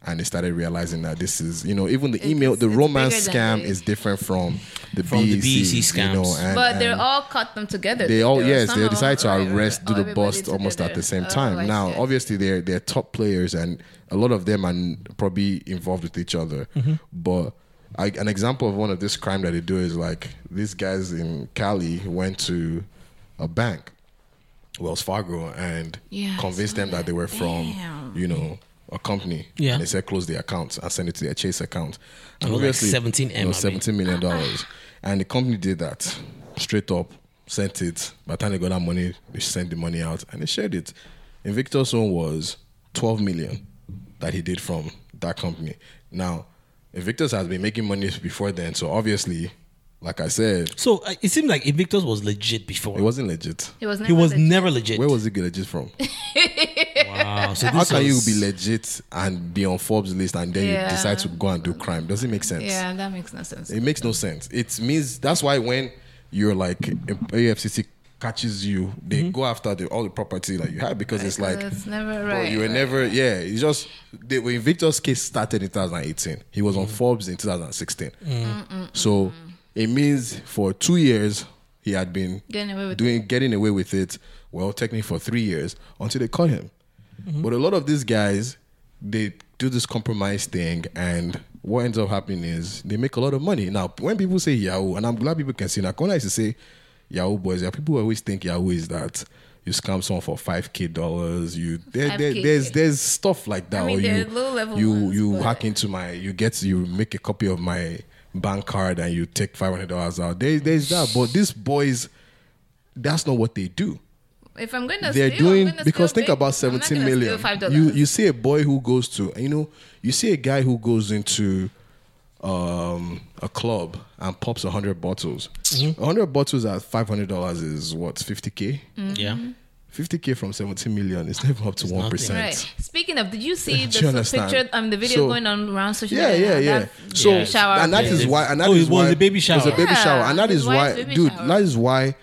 S5: And they started realizing that this is, you know, even the email, the romance
S4: bigger
S5: scam
S4: than
S5: is different from the
S3: From the
S5: BEC,
S3: BEC
S5: You know,
S3: scams.
S5: and-
S4: but
S5: and-
S4: they're all cut them together.
S5: they all
S4: though,
S5: yes, they
S4: somehow. <laughs>
S5: decide to
S4: Right,
S5: arrest,
S4: right.
S5: do
S4: Oh,
S5: the bust almost at the same time.
S4: I
S5: now, obviously, they're they're top players, and a lot of them are n- probably involved with each other.
S3: Mm-hmm.
S13: Mhm.
S5: But I, an example of one of this crime that they do is like these guys in Cali went to a bank, Wells Fargo, and
S13: Yeah, I
S5: convinced
S4: oh,
S5: them that they were from
S13: Damn.
S5: you know a company.
S3: Yeah.
S5: and they said close their accounts and send it to their Chase account.
S3: It
S5: And
S3: was like
S5: obviously,
S3: 17 M,
S5: no,
S3: I mean.
S5: seventeen million dollars, and the company did that straight up. Sent it. By the time they got that money, they sent the money out and they shared it. Invictus own was twelve million that he did from that company. Now, Invictus has been making money before then, so obviously, like I said,
S3: So uh, it seemed like Invictus was legit before. It
S5: wasn't legit.
S4: It was
S3: He
S4: never
S3: was
S4: legit.
S3: never legit.
S5: Where was he legit from? <laughs>
S3: wow. So
S5: How
S3: this
S5: can
S3: was-
S5: you be legit and be on Forbes list and then
S4: Yeah.
S5: you decide to go and do crime? Doesn't make sense.
S4: Yeah, that makes no sense.
S5: It makes no sense. It means that's why when you're like AFCC catches you, they go after the, all the property that you have because it's like
S4: That's never
S5: bro,
S4: right.
S5: you were
S4: right.
S5: never yeah. You just they, when Victor's case started in 2018, he was on Forbes in 2016.
S4: Mm. Mm-mm.
S5: So it means for two years he had been
S4: Getting away with
S5: doing getting away with it. Well, technically for three years until they caught him.
S3: Mm-hmm.
S4: Mm-hmm.
S5: But a lot of these guys, they do this compromise thing, and what ends up happening is they make a lot of money. Now, when people say Yahoo, and I'm glad people can see now, Kona used to say Yahoo boys. There are people who always think Yahoo is that you scam someone for five k dollars. You there, there,
S4: 5K.
S5: there's there's stuff like that.
S4: I mean,
S5: or
S4: there
S5: you
S4: are low-level
S5: you
S4: ones,
S5: you
S4: but-
S5: hack into my you get you make a copy of my bank card and you take five hundred dollars out. There, there's that, but these boys, that's not what they do
S4: If I'm going to
S5: they're
S4: steal, I'm
S5: doing
S4: gonna
S5: because
S4: steal
S5: think about
S4: big. I'm not
S5: 17
S4: gonna steal
S5: million
S4: $5.
S5: you you see a boy who goes to you know you see a guy who goes into um a club and pops 100 bottles
S3: Mm-hmm.
S5: 100 bottles at 500 dollars is what 50k
S4: Mhm. Yeah.
S5: 50k from 17 million is never up to one percent
S4: Right. Speaking of, did you see
S5: Do
S4: the
S5: you
S4: s-
S5: understand?
S4: picture? Um, the video
S5: So-
S4: going on around social
S5: yeah,
S4: media.
S5: yeah,
S4: now?
S5: yeah.
S4: That
S5: So
S4: baby shower
S5: and that
S4: video.
S5: is why, and that
S3: Oh,
S5: is
S3: it was
S5: why
S3: a baby
S5: It was
S3: shower.
S5: a baby
S4: Yeah,
S5: shower, and that
S4: his
S5: is
S4: wife's
S5: why,
S4: baby
S5: dude.
S4: shower.
S5: That is why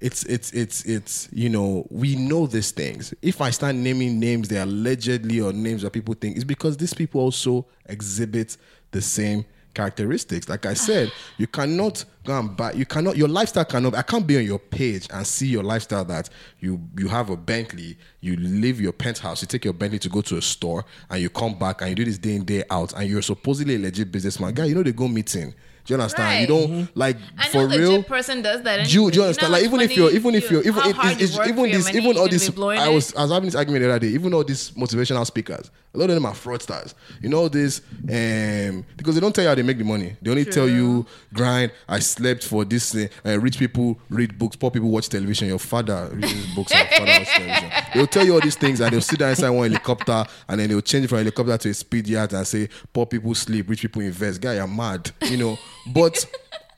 S5: it's it's it's it's you know we know these things. If I start naming names, they are allegedly or names that people think, it's because these people also exhibit the same characteristics. Like
S4: <sighs>
S5: I said, you cannot go and buy. You cannot. Your lifestyle cannot. I can't be on your page and see your lifestyle that you you have a Bentley, you leave your penthouse, you take your Bentley to go to a store, and you come back and you do this day in day out, and you're supposedly a legit businessman. Guy, you know they go meeting. Do you understand? You
S4: Right.
S5: don't
S3: Mm-hmm.
S5: like
S4: I know
S5: for
S4: the
S5: real.
S4: Jew person does that.
S5: Do you, do you
S4: know
S5: understand?
S4: how
S5: like even
S4: much
S5: if you're,
S4: money
S5: even if you're, even
S4: how
S5: it,
S4: hard
S5: it's-
S4: you
S5: it's-
S4: work for
S5: even
S4: your
S5: this,
S4: money,
S5: even all
S4: you shouldn't
S5: this.
S4: be blowing
S5: I
S4: it.
S5: was, I was having this argument the other day. Even all these motivational speakers, a lot of them are fraudsters. You know this, um, because they don't tell you how they make the money. They only tell you grind. I slept for this. thing." Uh, rich people read books. Poor people watch television. Your father reads books. And your father watches television. They'll tell you all these things, and they'll sit down inside one helicopter, and then they'll change it from helicopter to a speed yacht and say poor people sleep, rich people invest. Guy, you're mad. You know, but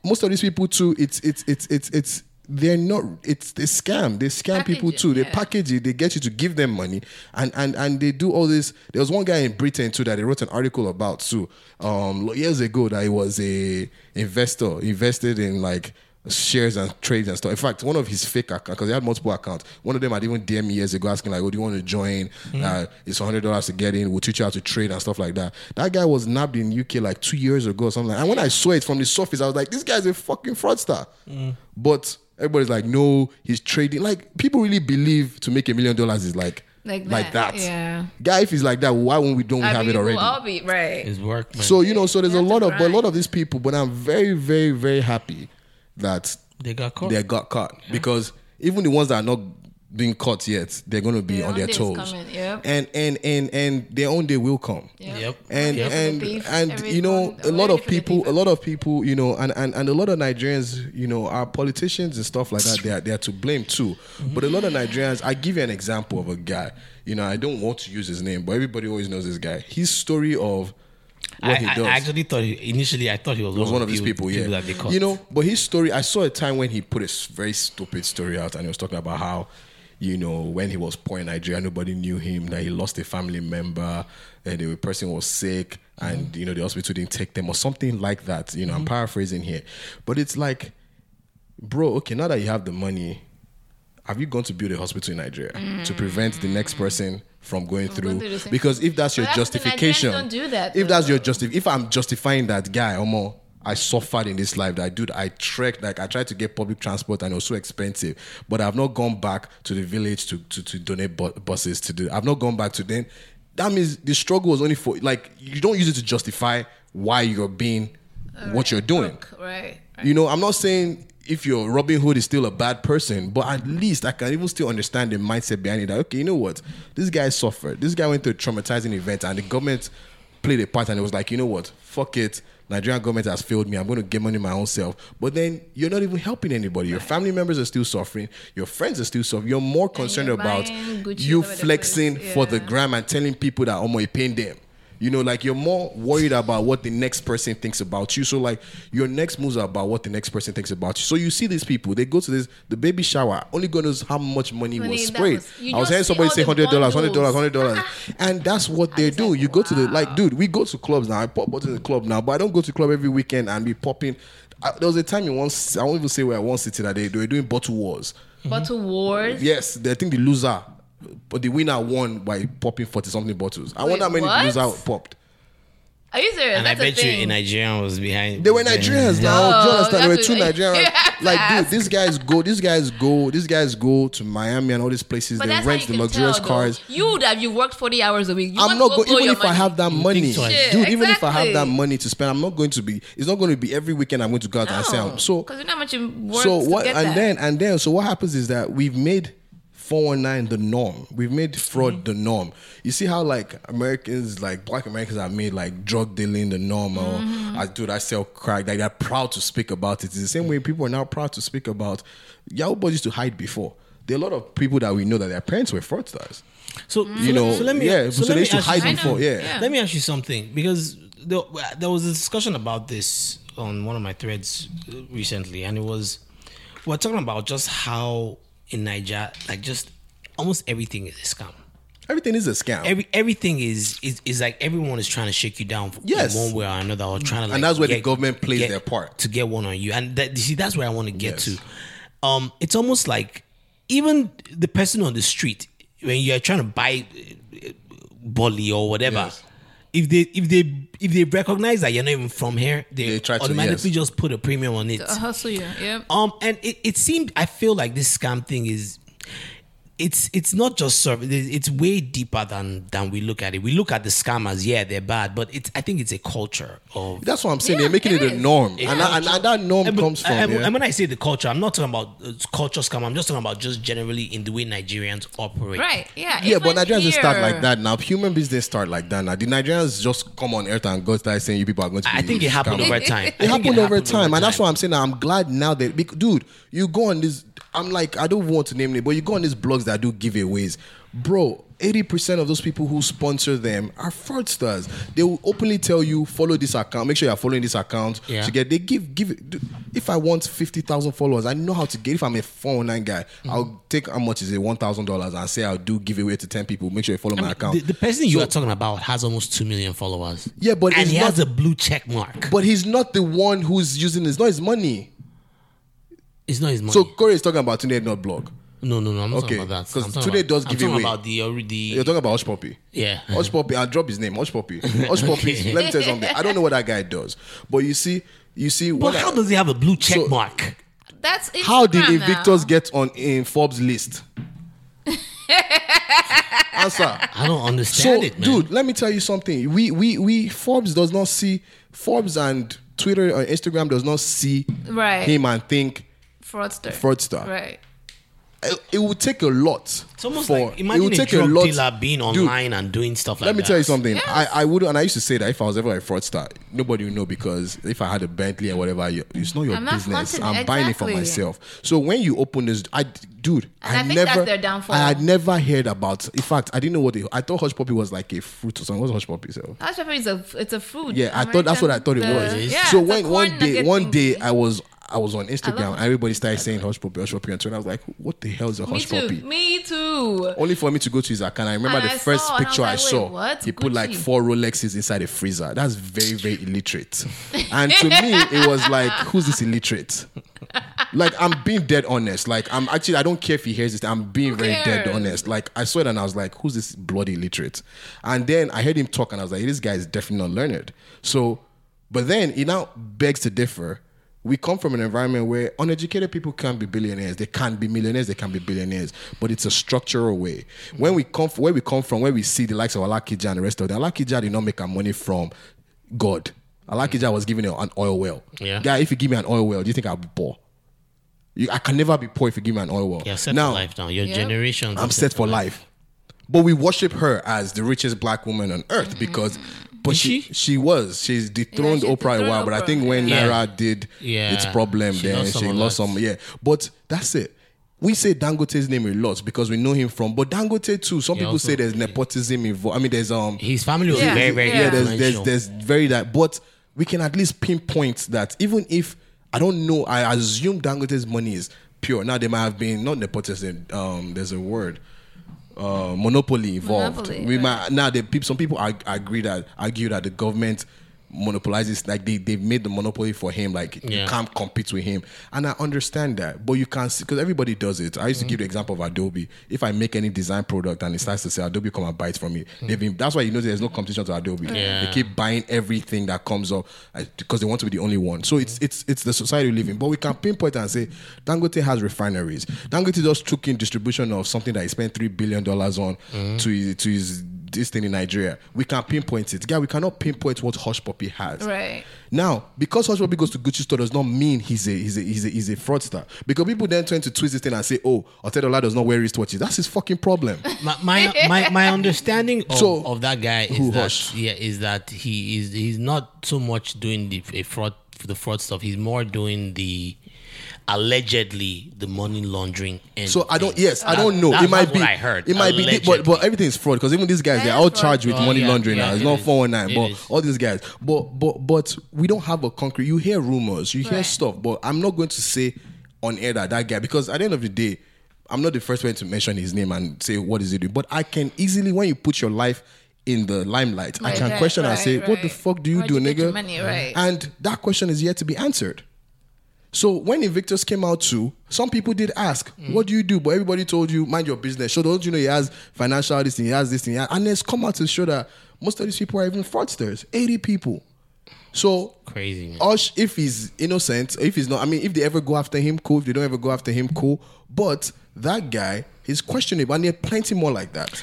S5: most of these people too it's it's it's it's it's they're not it's they scam they scam people too they package it they get you to give them money and and and they do all this there was one guy in britain too that they wrote an article about too um years ago that he was a investor invested in like shares and trades and stuff in fact one of his fake accounts because he had multiple accounts one of them had even dm me years ago asking like oh do you want to join
S13: Mhm.
S5: uh, it's hundred dollars to get in. We'll teach you how to trade and stuff like that. That guy was nabbed in UK like two years ago or something. Like and when I saw it from the surface, I was like, this guy's a fucking fraudster.
S3: Mm.
S5: But everybody's like, no, he's trading. Like people really believe to make a million dollars is like
S4: Like
S5: like
S4: that,
S5: that.
S4: yeah.
S5: Guy, if it's like that, why won't we don't we
S4: I
S5: have
S4: mean,
S5: it
S4: we'll
S5: already?
S4: all be right.
S3: His work.
S5: So you know, so there's a lot of but a lot of these people, but I'm very, very, very happy that
S3: They got caught.
S5: They got caught because even the ones that are not being caught yet, they're going to be on
S4: one
S5: their
S4: day it's
S5: toes.
S4: coming, yep.
S5: And and and and their own day will come.
S3: Yep.
S5: And
S3: Yep.
S5: and
S3: Every thief,
S5: and
S3: every
S5: you know,
S3: one-
S5: a lot
S3: every
S5: of people, a lot of people, you know, and and and a lot of Nigerians, you know, are politicians and stuff like that. They are they are to blame too. But a lot of Nigerians, I give you an example of a guy. You know, I don't want to use his name, but everybody always knows this guy. His story of what
S3: I,
S5: he
S3: I- I
S5: does.
S3: actually thought he- initially I thought he was,
S5: It was one of these people, yeah.
S3: that they caught.
S5: you know, but his story, I saw a time when he put a s- very stupid story out and he was talking about how, you know, when he was poor in Nigeria, nobody knew him, that he lost a family member, and the person was sick, and, you know, the hospital didn't take them or something like that. You know, I'm paraphrasing here. But it's like, bro, okay, now that you have the money, have you gone to build a hospital in Nigeria to prevent the next person from going through?
S4: through the same-
S5: because if that's your
S4: But that's the thing, Nigerians
S5: justification,
S4: don't do that,
S5: If
S4: though.
S5: that's your justif, if I'm justifying that guy, Omo, I suffered in this life. That dude, I trekked, like I tried to get public transport and it was so expensive. But I've not gone back to the village to to, to donate bu- buses to do. I've not gone back to then. That means the struggle was only for like you don't use it to justify why you're being what you're doing.
S4: Right.
S5: You know, I'm not saying if your Robin Hood is still a bad person, but at least I can even still understand the mindset behind it. That okay, you know what? This guy suffered. This guy went through a traumatizing event, and the government played a part, and it was like, you know what? Fuck it. Nigerian government has failed me. I'm going to get money my own self. But then you're not even helping anybody. Your family members are still suffering. Your friends are still suffering. You're more concerned
S4: you're
S5: about
S4: buying Gucci all
S5: you
S4: over the place.
S5: flexing for the
S4: Yeah.
S5: gram and telling people that Omo, it pain them. You know, like you're more worried about what the next person thinks about you. So like your next moves are about what the next person thinks about you. So you see these people, they go to this the baby shower. Only God knows how much money
S4: Money
S5: was
S4: that
S5: sprayed.
S4: was- you
S5: I was
S4: just
S5: hearing
S4: see
S5: somebody
S4: all
S5: say
S4: the
S5: hundred dollars, hundred dollars,
S4: bundles.
S5: hundred dollars, Ah. and that's what they do. You go to the like, dude, we go to clubs now. I pop bottles in the club now, but I don't go to club every weekend and be popping. I, there was a time in one, c- I won't even say where I one city that they, they were doing bottle wars.
S4: Bottle wars.
S5: Yes, they- I think the loser, but the winner won by popping forty something bottles. I
S4: Wait,
S5: wonder how many
S4: what?
S5: the loser popped.
S4: Are you serious?
S3: And
S4: That's
S3: I
S4: a
S3: bet you
S4: thing.
S3: a Nigerian was behind.
S5: They were Nigerians now.
S4: No,
S5: Do you understand? They were
S4: Oh, that's <laughs>
S5: two
S4: what-
S5: Nigerians.
S4: You have to
S5: like, dude,
S4: ask.
S5: these guys go, these guys go, these guys go to Miami and all these places.
S4: But
S5: they
S4: that's
S5: rent
S4: how
S5: the
S4: you can
S5: luxurious
S4: tell, though.
S5: cars.
S4: You would have you worked forty hours a week. You want
S5: I'm not
S4: to
S5: going.
S4: blow
S5: Even
S4: your
S5: if I
S4: money.
S5: have that money, dude.
S4: twice. Shit,
S5: Even if I have that
S4: exactly.
S5: money to spend, I'm not going to be. It's not going to be every weekend. I'm going to go out and say, I'm- so
S4: because you know how much you worked
S5: so what
S4: to get
S5: and
S4: that.
S5: then and then so what happens is that we've made 419 the norm we've made fraud
S4: Mm-hmm.
S5: the norm you see how like americans like black americans have made like drug dealing the norm or
S4: Mm-hmm.
S5: i dude i sell crack like they're proud to speak about it it's the
S4: Mm.
S5: same way people are now proud to speak about y'all boys used to hide before there are a lot of people that we know that their parents were fraudsters
S3: so
S5: Mm. you know yeah so,
S3: let
S5: they
S3: me
S5: used to
S3: ask you
S5: hide
S3: something.
S5: before yeah.
S3: Let me ask you something because there, there was a discussion about this on one of my threads uh, recently, and it was we're talking about just how in Niger, like just almost everything is a scam.
S5: everything is a scam
S3: Every everything is, is is like everyone is trying to shake you down in
S5: Yes.
S3: one way or another, or trying to. Like
S5: and that's where the
S3: get-
S5: government plays
S3: get-
S5: their part
S3: to get one on you. And that you see, that's where I want to get to. Um, it's almost like even the person on the street when you're trying to buy uh, uh, bully or whatever. If they if they if they recognize that you're not even from here, they,
S5: try to,
S3: automatically
S5: yes.
S3: just put a premium on it.
S4: To hustle you. Yep.
S3: Um, and it, it seemed I feel like this scam thing is, it's it's not just service. It's way deeper than than we look at it. We look at the scammers, yeah, they're bad, but it's I think it's a culture of.
S5: that's what i'm saying they're making it, a norm and, I- and, and that norm
S3: And but-
S5: comes from
S3: and,
S5: yeah.
S3: and when I say the culture, I'm not talking about uh, culture scam. I'm just talking about just generally in the way Nigerians operate.
S4: Right. Yeah.
S5: Yeah, but
S4: even
S5: Nigerians just start
S4: here.
S5: like that now. Human business start like that now. The Nigerians just come on earth and God start saying you people are going to. Be
S3: I think it happened
S5: scammed.
S3: over time. I think
S5: It happened over time, and
S3: time.
S5: that's why I'm saying that I'm glad now that, bec- dude, you go on this. I'm like, I don't want to name it, but you go on these blogs that do giveaways, bro. 80% of those people who sponsor them are fraudsters. They will openly tell you, follow this account. Make sure you're following this account
S3: Yeah.
S5: to get. They give give. it- dude, If I want fifty thousand followers, I know how to get. If I'm a four hundred nine guy,
S3: Mm-hmm.
S5: I'll take how much is it one thousand dollars and say I'll do giveaway to ten people. Make sure you follow my account.
S3: The, the person you
S5: So-
S3: are talking about has almost two million followers.
S5: Yeah, but
S3: and
S5: it's
S3: he
S5: not-
S3: has a blue check mark.
S5: But he's not the one who's using his. Not his money.
S3: It's not his money.
S5: So Corey is talking about today not blog.
S3: no, no, no. I'm not
S5: Okay,
S3: talking about that.
S5: 'cause
S3: I'm talking
S5: today
S3: about,
S5: does
S3: I'm
S5: give
S3: talking
S5: away.
S3: about the already.
S5: You're talking about Hush Puppy.
S3: Yeah.
S5: <laughs> Hush Puppy. I'll drop his name. Hush
S3: <laughs>
S5: Puppy. Hush Puppy.
S3: Okay.
S5: Let me tell you something. I don't know what that guy does, but you see, you see.
S3: But how does he have a blue check mark?
S4: That's Instagram
S5: How did
S4: now.
S5: Invictus get on in Forbes list? Answer.
S3: I don't understand it, man.
S5: dude, let me tell you something. We we we Forbes does not see Forbes and Twitter or Instagram does not see
S4: Right.
S5: him and think
S4: Fraudster.
S5: Fraudster.
S4: Right.
S5: it, it would take a lot.
S3: It's almost
S5: for-
S3: like imagine
S5: would
S3: a drug dealer being
S5: Dude,
S3: online and doing stuff like
S5: let
S3: that.
S5: me tell you something. I, I would, and I used to say that if I was ever a fraudster, nobody would know because if I had a Bentley or whatever, you- it's not your
S4: I'm not
S5: business.
S4: flaunting-
S5: I'm buying it for
S4: exactly.
S5: myself. So when you open this, I, dude,
S4: And
S5: I,
S4: I think
S5: never,
S4: that's their downfall.
S5: I had never heard about. In fact, I didn't know what they, I thought hush puppy was like a fruit or something. What's hush puppy? So?
S4: Hush pepper is a it's a food.
S5: Yeah, I thought that's what I thought it
S4: American,
S5: was.
S4: the- yeah,
S5: so
S4: it's a
S5: when one
S4: corn
S5: day,
S4: nugget
S5: one
S4: thing.
S5: day, I was I was on Instagram. and Everybody started saying hush puppy, hush puppy, and so I was like, what the hell is a
S4: Me
S5: hush
S4: too.
S5: puppy?
S4: Me too.
S5: Only for me to go to his account. I remember
S4: And
S5: the
S4: I
S5: first
S4: saw, and I was
S5: picture I,
S4: like, wait,
S5: saw.
S4: what?
S5: He put like
S4: Gucci.
S5: four Rolexes inside a freezer.
S4: <laughs>
S5: That's very, very illiterate. And to me, it was like, who's this illiterate? Like I'm being dead honest. Like I'm actually I don't care if he hears this. I'm being very dead
S13: cares?
S5: honest. Like I saw it and I was like, who's this bloody illiterate? And then I heard him talk and I was like, this guy is definitely not learned. So, but then he now begs to differ. We come from an environment where uneducated people can't be billionaires. They can't be millionaires. They can't be billionaires. But it's a structural way. When we come, where we come from, where we see the likes of Alakija and the rest of them, Alakija did not make our money from God. Alakija was given an oil well.
S3: Yeah.
S5: Guy, if you give me an oil well, do you think I'll be poor? You, I can never be poor if you give me an oil well.
S3: You're set for life now. Your
S5: Yep.
S3: generations.
S5: I'm
S3: are
S5: set for life. But we worship her as the richest black woman on earth because, but she, she was Mm-hmm. she's dethroned Oprah a while. But I think when
S3: Yeah.
S5: Naira did
S3: Yeah.
S5: its problem,
S3: She
S5: then
S3: lost some
S5: she
S3: a
S5: lost
S3: lot.
S5: some. Yeah, but that's it. We say Dangote's name a lot because we know him from, but Dangote too. Some
S3: Yeah,
S5: people
S3: also-
S5: say there's nepotism involved. I mean, there's um
S3: his family was
S5: yeah.
S3: very, very
S5: yeah. There's,
S3: influential.
S5: there's there's very that, but we can at least pinpoint that even if I don't know, I assume Dangote's money is pure. Now they might have been not nepotism. Um, there's a word, uh, monopoly involved.
S13: Monopoly,
S5: we
S13: right.
S5: might now the peop some people ag- agree that argue that the government monopolizes like they they've made the monopoly for him like you
S13: Yeah.
S5: can't compete with him and i understand that but you can't because everybody does it i used
S3: Mm-hmm.
S5: to give the example of adobe if i make any design product and it starts to sell adobe come and buy it from me they've been that's why you know there's no competition to adobe
S3: Yeah.
S5: they keep buying everything that comes up uh, because they want to be the only one so it's it's it's the society we live in but we can pinpoint and say dangote has refineries dangote just took in distribution of something that he spent three billion dollars on to his, to his this thing in nigeria we can pinpoint it yeah we cannot pinpoint what hush puppy has
S4: Right.
S5: now, because Hush Puppy goes to Gucci store does not mean he's a he's a he's a, he's a fraudster. Because people then tend to twist this thing and say, "Oh, Otedola does not wear wristwatches." That's his fucking problem.
S3: My my my, my understanding <laughs> of,
S5: So,
S3: of that guy is
S5: who
S3: that
S5: hushed?
S3: yeah is that he is he's not so much doing the a fraud the fraud stuff. He's more doing the allegedly the money laundering. End
S5: So I don't.
S3: thing.
S5: Yes, I
S3: That-
S5: don't know.
S3: that's
S5: it might
S3: what
S5: be.
S3: I heard.
S5: It might be. But
S3: Allegedly.
S5: but everything is fraud because even these guys they're all charged with
S3: Oh,
S5: money
S3: yeah,
S5: laundering
S3: yeah,
S5: now. It's
S3: it
S5: not
S3: is.
S5: four one nine.
S3: It
S5: But
S3: is.
S5: all these guys. But but but we don't have a concrete. You hear rumors. You hear
S3: Right.
S5: stuff. But I'm not going to say on air that that guy because at the end of the day. I'm not the first one to mention his name and say what is he doing, but I can easily when you put your life in the limelight, I
S4: Right,
S5: can
S4: right,
S5: question and
S4: right,
S5: say, "What the
S4: right.
S5: fuck do you
S4: Where'd
S5: do,
S4: you get your
S5: nigga?"
S4: money? Right.
S5: And that question is yet to be answered. So when Invictus came out too, some people did ask,
S4: Mm.
S5: "What do you do?" But everybody told you, "Mind your business." So don't you know he has financial this thing, he has this thing, he has, and it's come out to show that most of these people are even fraudsters. Eighty people. So
S3: crazy. Man.
S5: Osh, if he's innocent, if he's not, I mean, if they ever go after him, cool. If they don't ever go after him, cool. But that guy, he's questionable, and there are plenty more like that.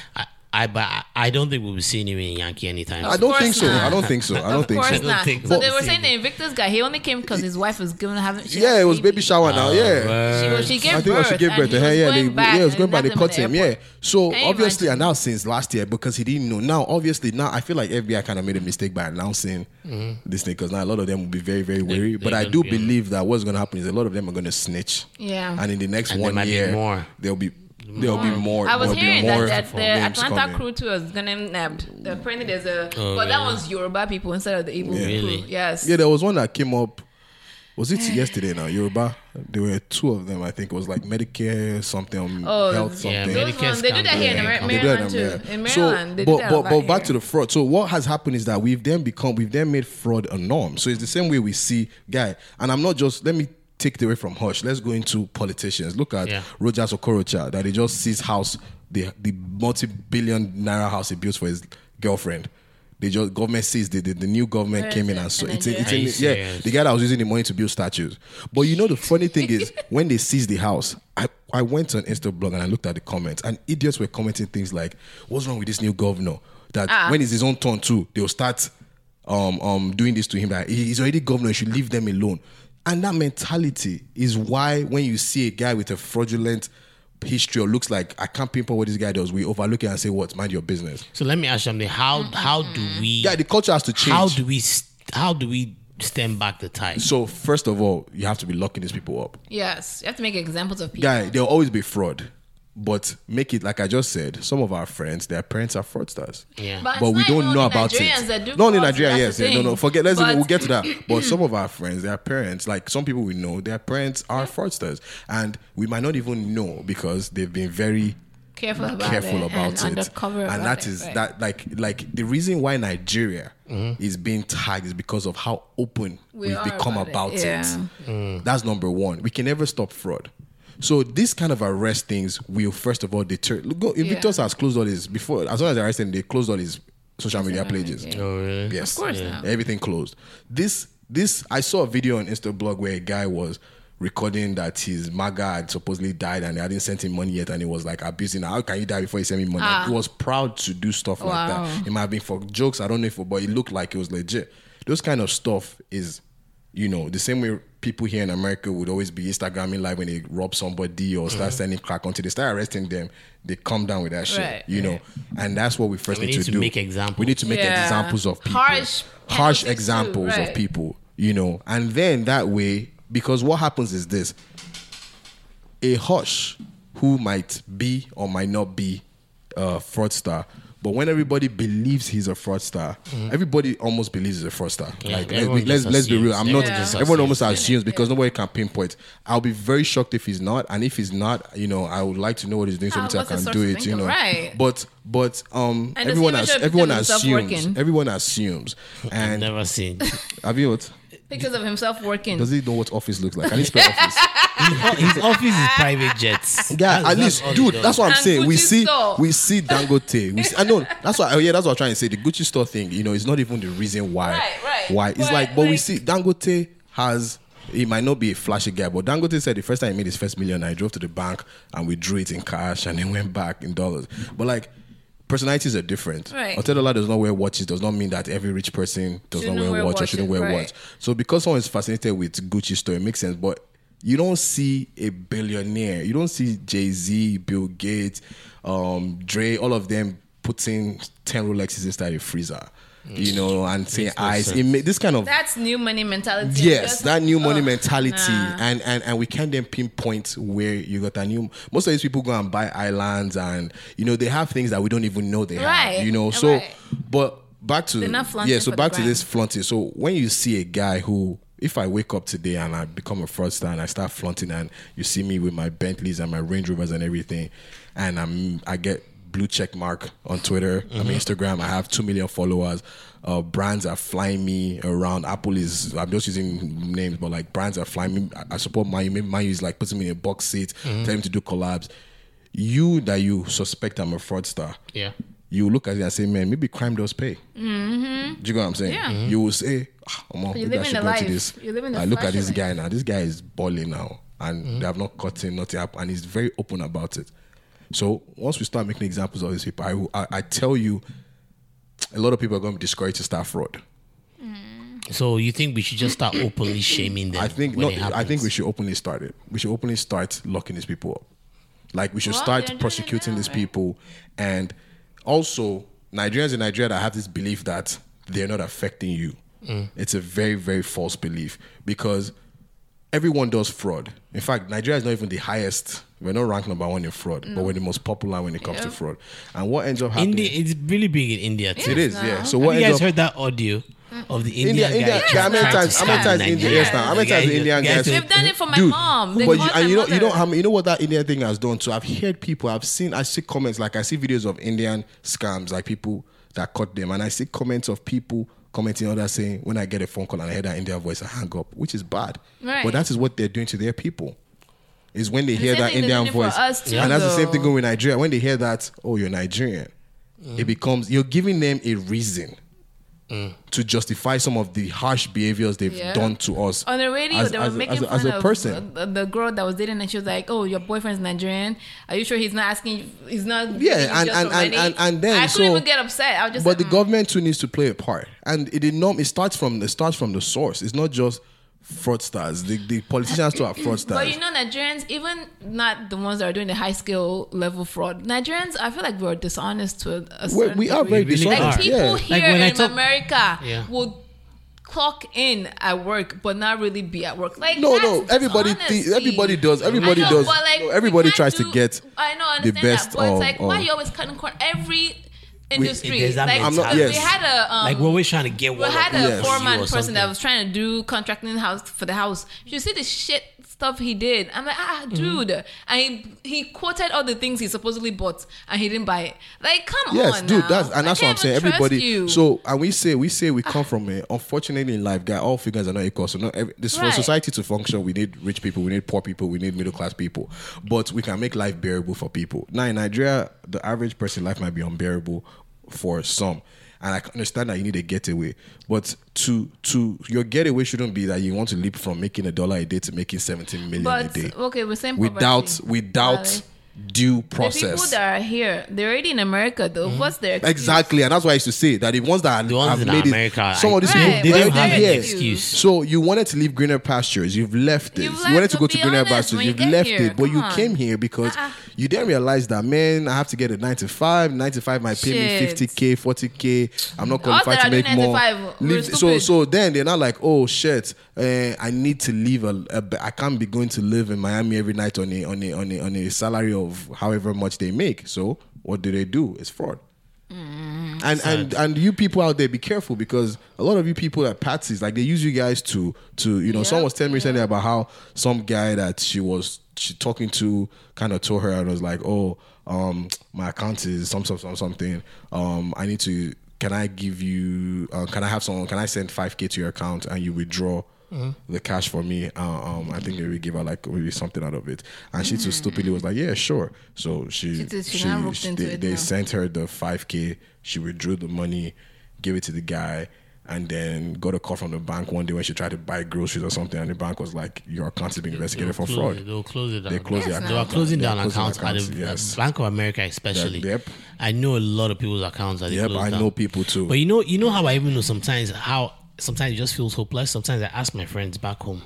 S3: I but I- I don't think we'll be seeing him in Yankee anytime.
S5: I don't think so. I don't think so. I don't think so.
S4: Of course not.
S3: think
S4: So
S3: so.
S4: they were saying the Invictus guy, he only came because his wife was giving having. she-
S5: yeah, it was baby shower
S3: Ah,
S5: now. Yeah,
S4: She was- she gave
S5: I think she
S4: birth
S5: gave
S4: and
S5: birth
S4: he
S5: to her.
S4: was
S5: Yeah,
S4: going
S5: they,
S4: back
S5: yeah, it was
S4: and
S5: going back.
S4: left
S5: They
S4: him
S5: cut
S4: at the
S5: him. Yeah. So
S4: Can you
S5: obviously, and now since last year because he didn't know. Now obviously, now I feel like FBI kind of made a mistake by announcing
S3: Mhm.
S5: this thing because now a lot of them will be very, very wary. but
S3: they're
S5: I
S3: gonna
S5: do
S3: be-
S5: believe that what's going to happen is a lot of them are going to snitch.
S4: Yeah.
S5: And in the next
S3: And there
S5: one
S3: might be
S5: year,
S3: more.
S5: there'll be there'll be more.
S4: I was
S5: there'll be
S4: hearing that,
S5: more
S4: that the
S5: names
S4: Atlanta
S5: coming.
S4: crew too was gonna nabbed. Apparently there's a
S5: Oh,
S4: but that
S5: really?
S4: one's Yoruba people instead of the Igbo
S5: Yeah.
S4: crew. Yes.
S5: Yeah, there was one that came up. Was it yesterday now? Yoruba. There were two of them. I think it was like Medicare something, um,
S4: Oh,
S5: health
S4: yeah,
S5: something.
S4: those ones, they do that here in Ameri-
S5: They do that
S4: Maryland too. In
S5: So,
S4: Maryland, they do
S5: but
S4: that a
S5: but,
S4: lot
S5: but back
S4: here.
S5: to the fraud. So what has happened is that we've then become we've then made fraud a norm. So it's the same way we see guy. And I'm not just let me take it away from Hush. Let's go into politicians. Look at
S3: Yeah.
S5: Rogers Okorocha that he just sees house the the multi billion naira house he built for his girlfriend. They just government sees the, the, the new government
S3: Where
S5: came
S3: is
S5: in
S3: it?
S5: and so
S3: In
S5: it's, in- it's in,
S3: Nigeria? Are you
S5: yeah
S3: serious?
S5: the guy that was using the money to build statues. But you know the funny thing
S3: <laughs>
S5: is when they seized the house, I, I went on Insta blog and I looked at the comments and idiots were commenting things like, "What's wrong with this new governor? That
S13: Ah.
S5: when it's his own turn too, they'll start um um doing this to him. That he- he's already governor, you should leave them alone." And that mentality is why when you see a guy with a fraudulent history or looks like I can't pinpoint what this guy does, we overlook it and say, "What? Mind your business."
S3: So let me ask you something. How how do
S4: Mm-hmm.
S3: we? Yeah,
S5: the culture has to change.
S3: How do we? st- How do we stem back the tide?
S5: So first of all, you have to be locking these people up.
S4: Yes. You have to make examples of people.
S5: guy there'll always be fraud but make it like i just said some of our friends their parents are fraudsters
S3: Yeah.
S4: But it's
S5: but we
S4: not
S5: don't
S4: even
S5: know
S4: only
S5: about
S4: Nigerians that do
S5: it not only
S4: fraud,
S5: nigeria
S4: that's
S5: yes
S4: the
S5: yeah, no no
S4: thing.
S5: forget let's
S4: But-
S5: we'll get to
S4: <laughs>
S5: that but some of our friends their parents like some people we know their parents are fraudsters and we might not even know because they've been very
S4: careful
S5: be
S4: about
S5: careful
S4: it
S5: about
S4: and
S5: it.
S4: under cover
S5: and
S4: about
S5: that
S4: it,
S5: is
S4: right.
S5: that like like the reason why Nigeria
S3: Mm-hmm.
S5: is being tagged is because of how open
S4: We
S5: we have
S4: are
S5: become
S4: about it,
S5: about it.
S4: yeah.
S3: Mm.
S5: That's number one. We can never stop fraud. So this kind of arrest things will first of all deter. Look, go,
S4: Yeah.
S5: Invictus has closed all his before as long as they arrested, him, they closed all his social media pages.
S3: Oh really?
S5: Yes,
S4: Of course Yeah. now.
S5: everything closed. This this I saw a video on Insta blog where a guy was recording that his MAGA had supposedly died and they hadn't sent him money yet and he was like abusing her. how can you die before you send me money
S4: Ah.
S5: he was proud to do stuff like
S4: Wow.
S5: that it might have been for jokes I don't know if but it looked like it was legit those kind of stuff is you know the same way people here in America would always be Instagramming live when they rob somebody or start
S3: Mhm.
S5: sending crack until they start arresting them they come down with that shit
S4: Right,
S5: you know
S4: right.
S5: and that's what we first
S3: And we
S5: need, to,
S3: need to
S5: do
S3: make examples.
S5: we need to make
S4: Yeah.
S5: examples of people
S4: Harsh
S5: harsh
S4: penalties too,
S5: examples of
S4: right.
S5: people, you know. And then that way, because what happens is this a hush who might be or might not be a fraudster, but when everybody believes he's a fraudster,
S4: Mm-hmm.
S5: everybody almost believes he's a fraudster.
S3: Yeah,
S5: like,
S3: everyone
S5: let, let's,
S3: just
S5: let's be real. I'm
S3: assumes.
S5: not,
S3: Everyone just
S5: everyone almost
S3: assumes.
S5: assumes because nobody can pinpoint. I'll be very shocked if he's not. And if he's not, you know, I would like to know what he's doing so
S4: Ah,
S5: that I
S4: what's the
S5: can
S4: source
S5: do
S4: to
S5: it,
S4: think
S5: you
S4: of?
S5: know.
S4: Right.
S5: But, but, um,
S4: And does he
S5: everyone,
S4: even
S5: as,
S4: show them
S5: everyone
S4: themselves
S5: assumes,
S4: working?
S5: everyone assumes. And
S3: Never seen.
S5: have you what?
S4: because of himself working.
S5: Does he know what office looks like? Can he
S4: <laughs>
S5: spell office?
S3: His office is private jets.
S5: Yeah,
S3: That's-
S5: at least,
S3: all he
S5: dude.
S3: does.
S5: That's what I'm
S4: And
S5: saying. we
S4: Gucci
S5: see,
S4: store.
S5: we
S4: <laughs>
S5: see Dangote. We see, I know. That's what. oh, Yeah, that's what I'm trying to say. The Gucci store thing. You know, it's not even the reason why.
S4: Right, right.
S5: Why it's
S4: But,
S5: like, but we
S4: like-
S5: see Dangote has. He might not be a flashy guy, but Dangote said the first time he made his first million, I drove to the bank and we drew it in cash and then went back in dollars. But like, personalities are different.
S4: Right.
S5: Otedola does not wear watches does not mean that every rich person does
S4: Shouldn't
S5: not wear,
S4: wear
S5: a watch or
S4: watches,
S5: shouldn't wear a
S4: right.
S5: watch. So because someone is fascinated with Gucci store, it makes sense. But you don't see a billionaire. You don't see Jay Z, Bill Gates, um, Dre, all of them putting ten Rolexes inside a freezer. You know, and saying
S3: Mm. no
S5: eyes. It
S3: sense.
S5: ma- this kind of
S4: That's new money mentality.
S5: yes,
S4: Just-
S5: that new money
S4: Ugh,
S5: mentality,
S4: oh, nah.
S5: and and and we can then pinpoint where you got that new. Most of these people go and buy islands, and you know they have things that we don't even know they
S4: Right,
S5: have. You know, so
S4: right.
S5: but back to
S4: They're not flaunting
S5: yeah, so
S4: for the
S5: back to
S4: brand.
S5: this flaunting. So when you see a guy who. If I wake up today and I become a fraudster and I start flaunting and you see me with my Bentleys and my Range Rovers and everything, and I'm I get blue check mark on Twitter, I'm Instagram, I have two million followers, uh, brands are flying me around. Apple is I'm just using names, but like brands are flying me. I, I support Mayu. Maybe Mayu is like putting me in a box seat, telling me to do collabs. You that you suspect I'm a fraudster,
S3: Yeah.
S5: you look at it and say, man, maybe crime does pay. Do you know what I'm saying?
S4: Yeah. Mhm.
S5: You will say, ah, Omo,
S4: You're
S5: maybe I
S4: living
S5: should
S4: the
S5: go
S4: life.
S5: to this.
S4: You're living the Mm-hmm.
S5: I look at
S4: flash
S5: this
S4: of it.
S5: guy now. This guy is balling now, and they have not cut him, nothing up, and he's very open about it. So once we start making examples of these people, I, will- I, I tell you, a lot of people are going to be discouraged to start fraud.
S3: So you think we should just start openly shaming them?
S5: I think no,
S3: when it happens?
S5: I think we should openly start it. We should openly start locking these people up. Like we should
S4: Well, they're doing
S5: start
S4: it
S5: prosecuting
S4: now,
S5: these
S4: right?
S5: people, and also Nigerians in Nigeria that have this belief that they're not affecting you.
S3: Mm.
S5: It's a very very false belief because everyone does fraud. In fact, Nigeria is not even the highest. We're not ranked number one in fraud, but we're the most popular when it comes to
S4: Yeah.
S5: fraud. And what ends up happening?
S3: India, it's really big in India. Too.
S5: it is, yeah. So
S3: Have
S5: what
S3: you
S5: ends
S3: guys
S5: up
S3: heard that audio of the
S5: India,
S3: Indian
S5: India,
S3: guy?
S5: yeah, how many
S3: trying to
S5: times, how many
S3: scam
S5: times India,
S3: Nigeria?
S5: yes, now, how many
S3: The guy
S5: times the
S3: just-
S5: Indian
S3: the guy
S5: guys,
S3: just-
S4: They've done it for my mom. They
S5: But you,
S4: called my
S5: and you know, you
S4: mother.
S5: know how many- you know what that Indian thing has done too. I've heard people, I've seen, I see comments like I see videos of Indian scams, like people that caught them, and I see comments of people commenting on that saying, "When I get a phone call and I hear that Indian voice, I hang up," which is bad.
S4: Right.
S5: But that is what they're doing to their people. Is when they
S4: the
S5: hear
S4: same
S5: that
S4: thing they're
S5: Indian
S4: doing for
S5: voice,
S4: us too,
S5: and that's the same
S4: though.
S5: thing going with Nigeria. When they hear that, oh, you're Nigerian, it becomes you're giving them a reason to justify some of the harsh behaviors they've
S4: Yeah.
S5: done to us
S4: on the radio,
S5: as,
S4: they were
S5: as-
S4: making
S5: as-
S4: fun
S5: as a
S4: of
S5: person.
S4: the- the girl that was dating, and she was like, "Oh, your boyfriend's Nigerian. Are you sure he's not asking? you- He's not."
S5: Yeah,
S4: giving you
S5: and-
S4: just
S5: and-
S4: for
S5: and-
S4: money?"
S5: and- and then,
S4: I couldn't
S5: so-
S4: even get upset. I was just.
S5: but the
S4: like, mm.
S5: government too needs to play a part, and it, it norm it starts from it starts from the source. It's not just fraudsters. The the politicians too are fraudsters.
S4: But you know, Nigerians, even not the ones that are doing the high skill level fraud, Nigerians, I feel like we're dishonest to a
S5: We-
S4: certain
S5: we are
S4: degree.
S5: very
S3: We really
S5: dishonest.
S4: Like
S3: are.
S4: people
S5: yeah.
S4: here
S3: Like, when I
S4: in
S3: talk-
S4: America
S3: Yeah.
S4: will clock in at work, but not really be at work. Like
S5: no,
S4: that's
S5: no. Everybody, thi-
S4: dishonesty.
S5: everybody does. Everybody
S4: I know,
S5: does.
S4: But like,
S5: no,
S4: we
S5: everybody
S4: can't
S5: tries
S4: do-
S5: to get
S4: I know, I
S5: the
S4: understand
S5: best
S4: that, but
S5: of.
S4: it's like, why
S5: of-
S4: you always cutting corner? Every industry.
S3: Does that
S4: like,
S3: make sense?
S4: because we had a um,
S3: like we're always trying to get
S4: we
S3: one
S4: had
S3: of
S4: a
S3: you or
S4: foreman person
S3: something.
S4: that was trying to do contracting house for the house. You see the shit stuff he did. I'm like, ah,
S3: Mhm.
S4: dude. And he, he quoted all the things he supposedly bought and he didn't buy it. Like, come
S5: Yes,
S4: on.
S5: dude.
S4: now.
S5: That's and
S4: I
S5: that's what I'm
S4: can't
S5: saying.
S4: even trust
S5: Everybody.
S4: you.
S5: So and we say we say we come from a unfortunately in life, guy. All figures are not equal. So not every, this for
S4: Right.
S5: society to function, we need rich people, we need poor people, we need middle class people. But we can make life bearable for people. Now in Nigeria, the average person life might be unbearable for some. And I can understand that you need a getaway, but to to your getaway shouldn't be that you want to leap from making a dollar a day to making seventeen million
S4: but
S5: a day
S4: okay, we're saying
S5: without
S4: poverty.
S5: without
S4: Right.
S5: due
S4: The
S5: process.
S4: people that are here, they're already in America though.
S3: Mm-hmm.
S4: What's their excuse?
S5: Exactly, and that's why I used to say that the ones that
S3: ones
S5: have
S3: that are
S5: made it,
S3: America,
S5: some of these
S3: I-
S5: people
S3: Right, they don't
S5: are
S3: have an
S5: here.
S3: excuse.
S5: So you wanted to leave greener pastures, you've left it. You,
S4: left
S5: wanted to
S4: it,
S5: go to
S4: be
S5: greener
S4: honest,
S5: pastures,
S4: when you
S5: you've
S4: get
S5: left
S4: here.
S5: it, but you
S4: Come on.
S5: came here because
S4: Uh-uh.
S5: you didn't realize that man, I have to get a nine to five. Nine to five might pay me
S4: Shit.
S5: fifty k, forty k. I'm not
S4: Us that
S5: qualified
S4: are
S5: to
S4: doing
S5: make more.
S4: 9 to 5, we're
S5: Leave- so
S4: stupid.
S5: so then they're not like, oh shit, uh, I need to leave. A, a, I can't be going to live in Miami every night on a on a on a on a salary of however much they make. So what do they do? It's fraud.
S8: Mm-hmm.
S5: And and and you people out there, be careful because a lot of you people at Patsy's, like they use you guys to to you know. Someone was telling me recently about how some guy that she was she talking to kind of told her and was like, oh, um, my account is some some some something. Um, I need to. Can I give you? Uh, can I have someone? Can I send five k to your account and you withdraw?
S3: Mm-hmm.
S13: Mhm.
S5: The cash for me, uh, um, I think they would give her like maybe something out of it, and she too stupidly was like, "Yeah, sure." So she
S4: Hmm. She did- she now roped into
S5: they,
S4: it
S5: they
S4: now.
S5: sent her the 5k she withdrew the money gave it to the guy and then got a call from the bank one day when she tried to buy groceries or something and the bank was like your account is being investigated for
S3: They'll
S5: fraud
S3: close it- They'll <laughs> close it down.
S5: They closed the
S3: They were
S5: account.
S3: closing
S5: They were
S3: down
S5: closing
S3: accounts at
S5: accounts,
S3: the
S5: yes.
S3: Bank of America, especially.
S5: Yep.
S3: I know a lot of people's accounts that they
S5: Yep,
S3: closed
S5: I
S3: down.
S5: know people too.
S3: But you know, you know how I even know sometimes how sometimes it just feels hopeless. Sometimes I ask my friends back home,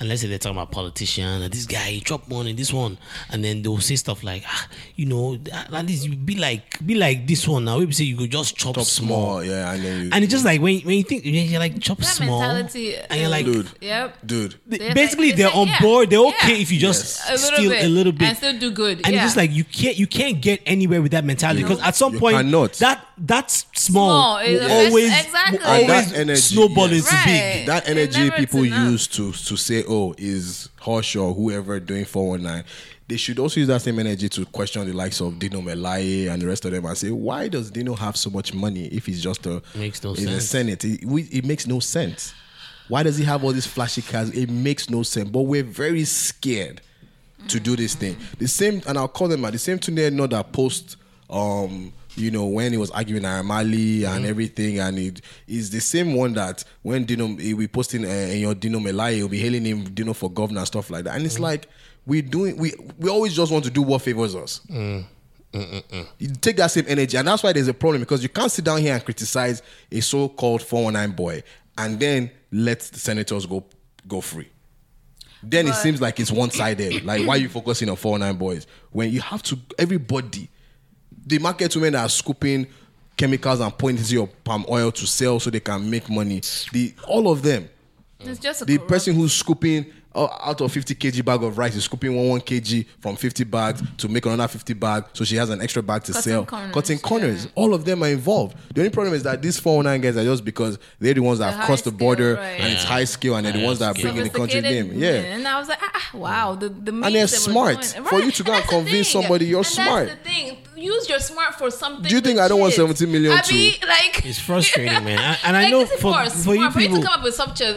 S3: and let's say they're talking about politician, and this guy he dropped one and this one, and then they'll say stuff like, ah, you know, at least you be like be like this one now. We say you could just chop,
S5: Chop
S3: small.
S5: small, yeah, and then you,
S3: And it's just like when when you think you're like chop
S4: That
S3: small,
S4: mentality,
S3: and you're like,
S5: dude
S4: Yep.
S5: dude
S3: They-
S4: They're like-
S3: basically
S4: it's
S3: they're
S4: like,
S3: on
S4: yeah,
S3: board. They're okay
S4: yeah.
S3: if you just
S4: A little
S3: steal
S4: bit,
S3: a little bit
S4: and still do good.
S3: And
S4: yeah.
S3: it's just like you can't you can't get anywhere with that mentality because at some point that that small,
S4: Small,
S3: will
S4: it's-
S3: always
S4: exactly.
S3: will always
S5: And that energy,
S3: snowball
S5: yes.
S3: into big.
S5: that energy people use to to say oh is Hush or whoever doing 419 they should also use that same energy to question the likes of Dino Melaye and the rest of them and say why does Dino have so much money if he's just a
S3: Makes no
S5: he's a
S3: sense.
S5: senate it, we- it makes no sense why does he have all these flashy cars it makes no sense but we're very scared to do this thing. The same, and I'll call them out. The same to know that post, um, you know, when he was arguing Aramali
S3: Mm-hmm.
S5: and everything, and it is the same one that when Dino he be posting uh, in your Dino Melai, he'll be hailing him Dino for governor and stuff like that. And it's
S3: Mm-hmm.
S5: like we doing we we always just want to do what favors us. You take that same energy, and that's why there's a problem because you can't sit down here and criticize a so-called 419 boy and then let the senators go go free. Then it
S13: But-
S5: seems like it's one-sided. like why are you focusing on 419 boys when you have to everybody, the market women that are scooping chemicals and pouring into your palm oil to sell so they can make money. The all of them
S4: it's just a
S5: the
S4: corrupt-
S5: person who's scooping uh, out of 50 kg bag of rice is scooping one one kg from 50 bags to make another 50 bag so she has an extra bag to
S13: Cutting
S5: sell
S13: corners,
S5: cutting corners all of them are involved the only problem is that these 409 guys are just because they're the ones that
S4: The
S5: have crossed
S4: high
S5: the border
S4: skill, right.
S5: and it's
S4: Yeah.
S5: high skill and they're the
S3: High
S5: ones that are
S3: skill.
S5: bringing the country
S4: sophisticated
S5: name
S4: women.
S5: yeah Mm.
S4: And I was like, ah, ah, wow, the the means
S5: and they're
S4: they were
S5: smart
S4: doing.
S5: for
S4: Right.
S5: you to go and
S4: That's the
S5: convince
S4: thing.
S5: somebody you're
S4: And
S5: smart
S4: That's the thing. Use your smart for something.
S5: Do you think I don't want 17 million
S4: I
S5: too?
S4: be like,
S3: It's frustrating, man. I- and
S4: <laughs>
S3: I
S4: like,
S3: know
S4: this is
S3: for,
S4: for,
S3: for you
S4: smart. for you
S3: people,
S4: to come up with such a,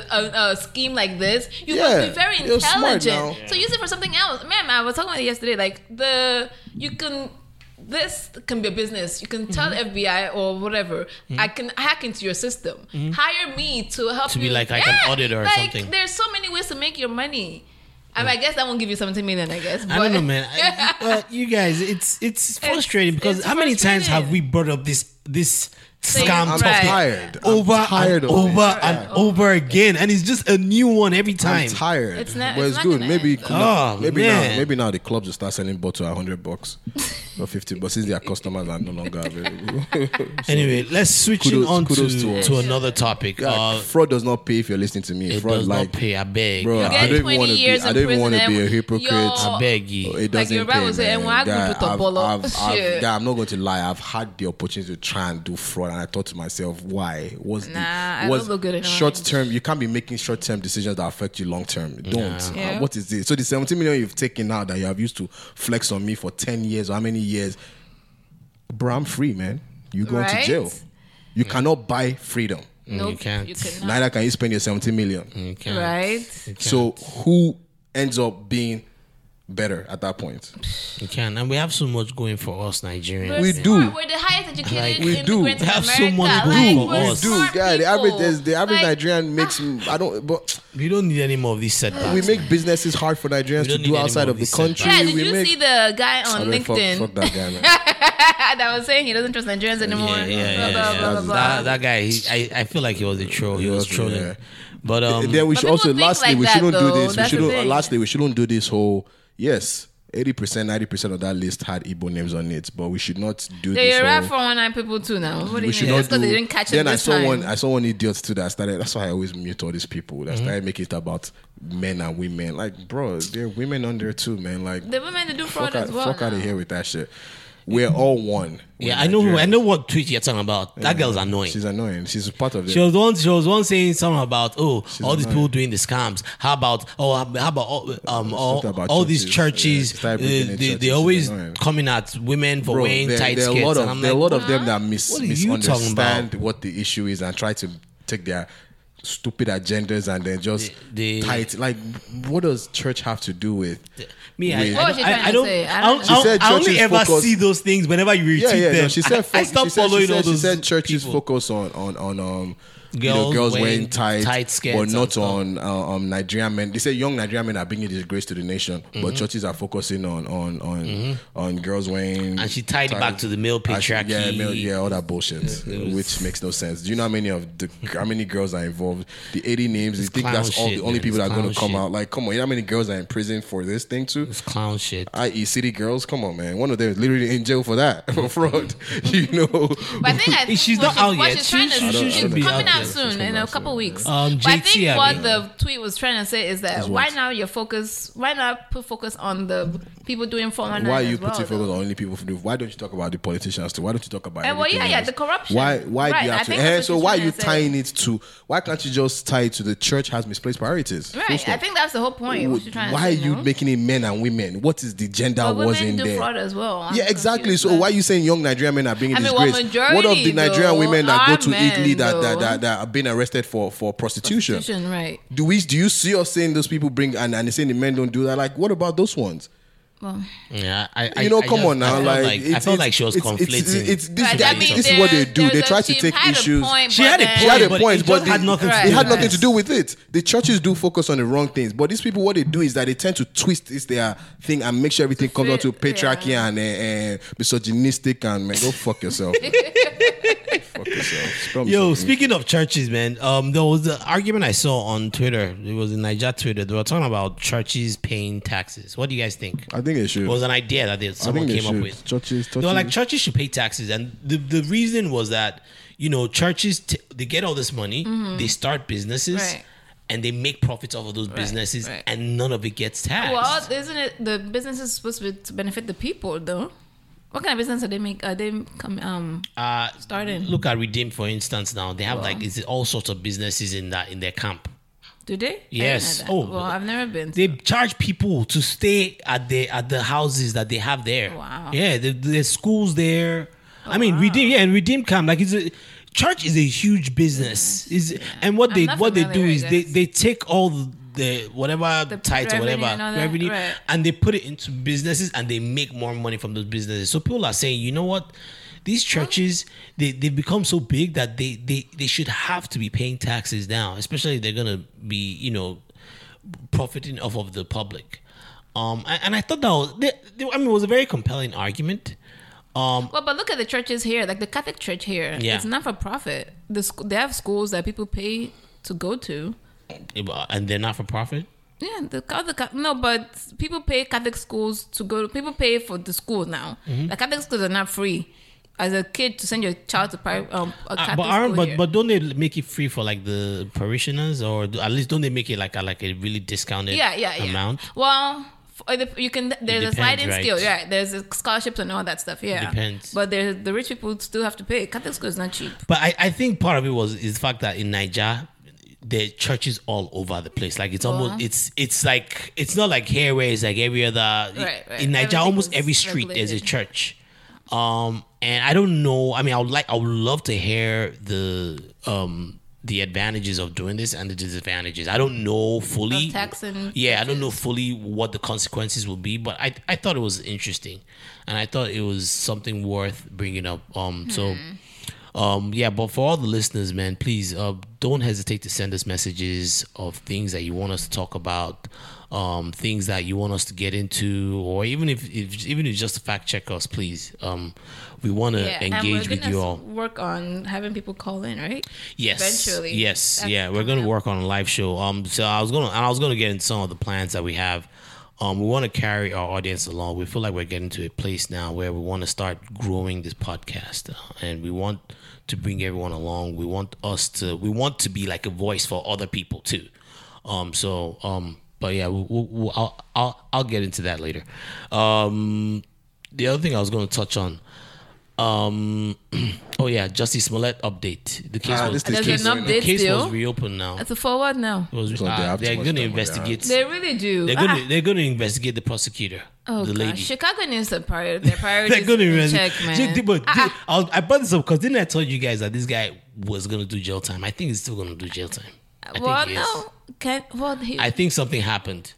S4: a, a scheme like this, you
S3: Yeah,
S4: must be very
S3: you're smart
S4: intelligent.
S3: now.
S4: So use it for something else, man. I was talking about it yesterday. Like the you can. This can be a business. You can tell
S3: Mm-hmm.
S4: FBI or whatever.
S3: Mhm.
S4: I can hack into your system.
S3: Mhm.
S4: Hire me to help
S3: To be
S4: you.
S3: like- like an auditor or
S4: like,
S3: something.
S4: There's so many ways to make your money. I, mean, I guess that won't give you 17 million. I guess.
S3: I
S4: but-
S3: don't know, man. I,
S4: <laughs>
S3: well, you guys, it's it's frustrating because
S4: it's
S3: how many times have we brought up this this
S4: Thing,
S3: scam
S4: I'm
S3: topic
S5: tired. I'm
S3: over
S5: tired
S3: and
S5: of
S3: over
S5: it.
S3: and over again, and it's just a new one every time.
S5: I'm tired.
S4: It's not-
S5: but
S4: it's
S5: it's,
S4: not
S5: good.
S4: gonna
S5: Maybe
S3: end. Oh,
S5: maybe
S3: man.
S5: now maybe now the clubs will start selling bottle at
S4: <laughs>
S5: hundred bucks or fifty bucks since their customers are no longer available. So,
S3: Anyway,
S5: <laughs>
S3: let's switch
S5: kudos-
S3: it on
S5: kudos
S3: to,
S5: us.
S3: to, another topic.
S5: Yeah,
S3: Uh,
S5: fraud does not pay if you're listening to me.
S3: It
S5: fraud
S3: does not
S5: like,
S3: pay, I beg.
S5: Bro,
S3: You
S5: I
S3: get
S5: don't even
S4: 20
S5: want to be.
S4: years
S5: I
S4: in
S5: don't even want to
S4: prison,
S5: be a
S4: then
S5: hypocrite.
S4: your- I
S3: beg you.
S5: It
S4: Like
S5: doesn't
S4: your
S5: pay,
S4: Bible say,
S5: man.
S4: "Enwa
S5: Guy,
S4: agbubu
S5: I've-
S4: topolo."
S5: I've-
S4: <laughs>
S5: I've-
S4: Shit.
S5: guy, I'm not going to lie. I've had the opportunity to trying to do fraud. And I thought to myself, why? What's
S4: Nah, I
S5: the what's
S4: don't look good in
S5: short term? You can't be making short term decisions that affect you long term. Don't.
S4: Nah. Yeah.
S5: Uh, What is this? So the 17 million you've taken out that you have used to flex on me for 10 years or how many years? Bro, I'm free, man. You going
S4: Right?
S5: to jail. You cannot buy freedom.
S3: Mm,
S4: Nope, you can't. you cannot.
S5: Neither can you spend your 17 million.
S4: Right?
S5: So who ends up being better at that point?
S3: You can, and we have so much going for us Nigerians.
S5: We
S3: man.
S5: do.
S4: We're the highest educated
S5: we do.
S4: immigrants in
S3: Have
S4: America.
S3: so much
S4: like,
S3: going for
S4: we're
S3: us.
S4: smart
S5: Yeah, the average
S4: people.
S5: there's- the average
S4: Like,
S5: Nigerian makes I don't but
S3: we don't need any more of these setbacks.
S5: We make businesses hard for Nigerians to do outside of the country.
S4: Yeah, did
S5: we
S4: you
S5: make,
S4: see the guy
S5: I
S4: on
S5: mean, fuck-
S4: LinkedIn
S5: fuck that guy,
S4: <laughs>
S5: man.
S4: that was saying he doesn't trust Nigerians anymore?
S3: Yeah, yeah, yeah.
S4: blah, blah,
S3: yeah.
S4: blah, blah, blah.
S3: That, that guy, he, I, I feel like he was a troll. He was trolling. But um,
S5: then we should also lastly
S4: like
S5: we
S4: that,
S5: shouldn't
S4: though.
S5: do this. We
S4: That's the
S5: shouldn't
S4: thing.
S5: lastly we shouldn't do this whole yes. 80%, 90% of that list had Igbo names on it, but we should not do
S4: They
S5: this.
S4: are
S5: whole-
S4: 419 people too now. What do
S5: we
S4: you
S5: should
S4: mean? That's
S5: not do.
S4: because they didn't catch it
S5: then I
S4: this
S5: saw
S4: time.
S5: one. I saw one idiot too that started. That's why I always mute all these people that
S4: Mhm.
S5: started making it about men and women. Like, bro, there are women on there too, man. Like,
S4: The women, they do fraud
S5: fuck out,
S4: as well
S5: fuck out
S4: now.
S5: of here with that shit. We're all one.
S3: yeah, I know. Who, I know what tweet you're talking about. That girl's annoying.
S5: She's annoying. She's part of it.
S3: She was once she was once saying something about oh all these people doing the scams. How about oh how about all, um all,
S5: about
S3: all these
S5: churches.
S3: churches?
S5: Yeah, she started
S3: uh,
S5: bringing in
S3: they
S5: churches.
S3: they
S5: She's
S3: always
S5: annoying.
S3: coming at women for wearing
S5: there,
S3: tight
S5: there are a
S3: skirts.
S5: lot
S3: and
S5: of
S3: I'm
S5: there are a
S3: like,
S5: lot of them that mis-
S3: what are you talking about?
S5: misunderstand what the issue is and try to take their stupid agendas and then just tight. Like, what does church have to do with?
S3: Me, I,
S5: with-
S3: I, don't- I, I don't. I don't.
S5: She
S3: I,
S5: said
S3: I only
S5: churches
S3: ever
S5: focus-
S3: see those things whenever you retweet
S5: yeah, yeah.
S3: them.
S5: No, she said.
S3: <laughs> I, I
S5: fo-
S3: stopped
S5: she said,
S3: following
S5: she said,
S3: all those.
S5: She said churches focus on on on um.
S3: Girls
S5: you know, girls
S3: wearing
S5: wearing tight,
S3: tight skirts
S5: but
S3: and
S5: not on uh, um, Nigerian men. They say young Nigerian men are bringing disgrace to the nation, but
S3: Mhm.
S5: churches are focusing on on on
S3: Mhm.
S5: on girls wearing.
S3: And she tied it
S5: tight-
S3: back to the male
S5: I should-
S3: patriarchy.
S5: Yeah, male, yeah, all that bullshit, which makes no sense. Do you know how many of the how many girls are involved? The eighty names. You think
S3: clown
S5: that's all
S3: shit,
S5: the only
S3: man.
S5: people
S3: It's
S5: that are going to come
S3: clown shit.
S5: out? Like, come on, you know how many girls are in prison for this thing too? It's
S3: clown shit.
S5: I.e., city girls. Come on, man. One of them is literally in jail for that <laughs> for fraud. you know.
S4: But I think I think
S3: <laughs> She's
S4: what
S3: not out
S4: what
S3: yet.
S4: She's, trying
S3: She-
S4: to,
S3: she- she
S4: she's
S3: should be
S4: coming out
S3: out yet.
S4: soon in a couple weeks.
S3: Um,
S4: but I
S3: JT,
S4: think
S3: I
S4: what
S3: mean.
S4: the tweet was trying to say is that
S5: Is
S4: why
S5: what?
S4: now your focus, why not put focus on the people doing 419
S5: Why are you
S4: as well,
S5: putting
S4: though?
S5: focus on only people from the? Why don't you talk about the politicians too? Why don't you talk about?
S4: Eh, well, yeah,
S5: everything
S4: yeah,
S5: else?
S4: the corruption.
S5: Why? Why
S4: Right,
S5: do you
S4: I
S5: have to?
S4: think that's
S5: Eh,
S4: what
S5: so
S4: she's
S5: why are
S4: trying
S5: you
S4: to say.
S5: tying it to? Why can't you just tie it to the church has misplaced priorities? Full
S4: Right, I
S5: stop.
S4: think that's the whole point. What she's trying
S5: why are
S4: to say,
S5: you
S4: no?
S5: making it men and women? What is the gender
S4: But
S5: wars
S4: women
S5: in
S4: do
S5: there?
S4: fraud as well. I'm
S5: yeah, exactly. So why are you saying young Nigerian men are being
S4: I mean, well,
S5: disgraced? what of
S4: majority,
S5: the Nigerian
S4: though,
S5: women that
S4: are
S5: go to
S4: men,
S5: Italy that,
S4: though.
S5: that, that, that are being arrested for, for prostitution?
S4: Prostitution, right.
S5: Do we do you see us saying those people bring and, and saying the men don't do that? Like what about those ones?
S4: Well,
S3: Yeah, I, I
S5: you know,
S3: I
S5: come
S3: just-
S5: on now,
S3: I felt
S5: like,
S3: I felt like she was
S5: it's,
S3: conflating.
S5: It's, it's, it's- this,
S4: Right,
S5: is,
S4: I
S5: what-
S4: mean,
S5: this is what they
S4: there-
S5: do. They
S4: there's
S5: try
S4: a-
S5: to
S4: she
S5: take
S4: had a
S5: issues.
S4: point, She had a but
S5: She had
S4: then-
S5: a
S4: point,
S5: point,
S4: but it
S5: but
S4: just had
S5: the-
S4: nothing to
S5: it
S4: do
S5: had
S4: with
S5: nothing to
S4: it.
S5: do with it. The churches do focus on the wrong things, but these people, what they do is that they tend to twist this their thing and make sure everything comes out to patriarchy and, uh, and misogynistic and man, go fuck yourself. fuck yourself. Scrum
S3: Yo,
S5: yourself.
S3: speaking of churches, man, um, there was an argument I saw on Twitter. It was in Niger Twitter. They were talking about churches paying taxes. What do you guys think?
S5: I think they should.
S3: It was an idea that they, <laughs> someone
S5: I think
S3: came
S5: they
S3: up
S5: should.
S3: with.
S5: Churches,
S3: They were like,
S5: churches-
S3: churches should pay taxes, and the the reason was that you know churches t- they get all this money,
S4: Mhm.
S3: they start businesses,
S4: Right.
S3: and they make profits off of those businesses, and none of it gets taxed.
S4: Well, isn't it the business is supposed to, be to benefit the people though? What kind of business are they make? Are they come um
S3: uh,
S4: starting?
S3: Look at Redeem for instance. Now they have
S4: Wow.
S3: like it's all sorts of businesses in that in their camp.
S4: Do they? I didn't know
S3: Yes.
S4: that.
S3: Oh.
S4: well, I've never been.
S3: They charge people to stay at the at the houses that they have there.
S4: Wow.
S3: Yeah, the, the schools there. I mean, redeem. Yeah, and redeem camp like it's a church is a huge business. Is and what
S4: I'm
S3: they
S4: not
S3: what they do
S4: familiar,
S3: is
S4: I
S3: they
S4: guess.
S3: they take all the whatever title
S4: revenue
S3: whatever
S4: and all that,
S3: revenue
S4: right.
S3: and they put it into businesses and they make more money from those businesses. So people are saying, you know what? These churches, they, they've become so big that they, they, they should have to be paying taxes now, especially if they're going to be, you know, profiting off of the public. Um, and, and I thought that was, they, they- I mean, it was a very compelling argument. Um,
S4: Well, but look at the churches here, like the Catholic Church here.
S3: Yeah.
S4: It's not for profit. The sc- they have schools that people pay to go to.
S3: and they're not for profit.
S4: Yeah, the Catholic no, but people pay Catholic schools to go. to People pay for the school now.
S3: Mhm.
S4: The Catholic schools are not free. As a kid, to send your child to pri- um, a
S3: Uh,
S4: Catholic
S3: but aren't,
S4: school
S3: but
S4: here.
S3: but don't they make it free for like the parishioners or do, at least don't they make it like a, like a really discounted
S4: yeah, yeah, yeah.
S3: amount?
S4: Well, f- or the, you can there's a
S3: depends,
S4: sliding
S3: right?
S4: scale, yeah. There's the scholarships and all that stuff, yeah.
S3: Depends.
S4: But there's the rich people still have to pay. Catholic school is not cheap.
S3: But I, I think part of it was is the fact that in Nigeria, there are churches all over the place. Like it's almost
S4: Uh-huh.
S3: it's it's like it's not like here where it's like every other
S4: Right, right.
S3: in Nigeria
S4: Everything
S3: almost
S4: is
S3: every street there's a
S4: regulated.
S3: church. Um and I don't know. I mean I would like I would love to hear the um the advantages of doing this and the disadvantages. I don't know fully.
S4: Of tax and-
S3: yeah, I don't know fully what the consequences will be, but I I thought it was interesting, and I thought it was something worth bringing up. Um, so
S4: Hmm.
S3: um, yeah, but for all the listeners, man, please uh, don't hesitate to send us messages of things that you want us to talk about, um, things that you want us to get into, or even if, if even if it's just to fact check us, please. Um, we want to
S4: yeah, and we're
S3: engage with
S4: gonna
S3: you
S4: s-
S3: all.
S4: Work on having people call in, right?
S3: Yes.
S4: Eventually.
S3: Yes.
S4: That's-
S3: yeah, we're gonna work on a live show. Um, so I was gonna and I was gonna get into some of the plans that we have. Um, we want to carry our audience along. We feel like we're getting to a place now where we want to start growing this podcast, uh, and we want to bring everyone along. We want us to. We want to be like a voice for other people too. Um, so um, but yeah, we'll, we'll, we'll, I'll, I'll I'll get into that later. Um, the other thing I was gonna touch on. Um, <clears throat> oh yeah, Justice Smollett update. The case
S4: Ah,
S3: was
S4: this is There's
S3: case,
S4: case an
S3: the
S4: update
S3: case
S4: still?
S3: was reopened now.
S4: It's a forward now.
S3: It was,
S5: So they
S3: uh,
S5: have too
S3: they're
S5: much
S3: going to
S5: time on their
S3: investigate.
S4: hands. They really do.
S3: They're going to
S4: Ah.
S3: they're going to investigate the prosecutor,
S4: Oh
S3: the
S4: gosh,
S3: lady.
S4: Chicago needs to prior their priorities.
S3: <laughs> They're going to
S4: in
S3: investigate.
S4: check, man. Ah,
S3: Ju- But thi- I, was- I brought this up because didn't I tell you guys that this guy was going to do jail time? I think he's still going to do jail time. I
S4: well,
S3: think he is.
S4: no, can well he,
S3: I think something happened,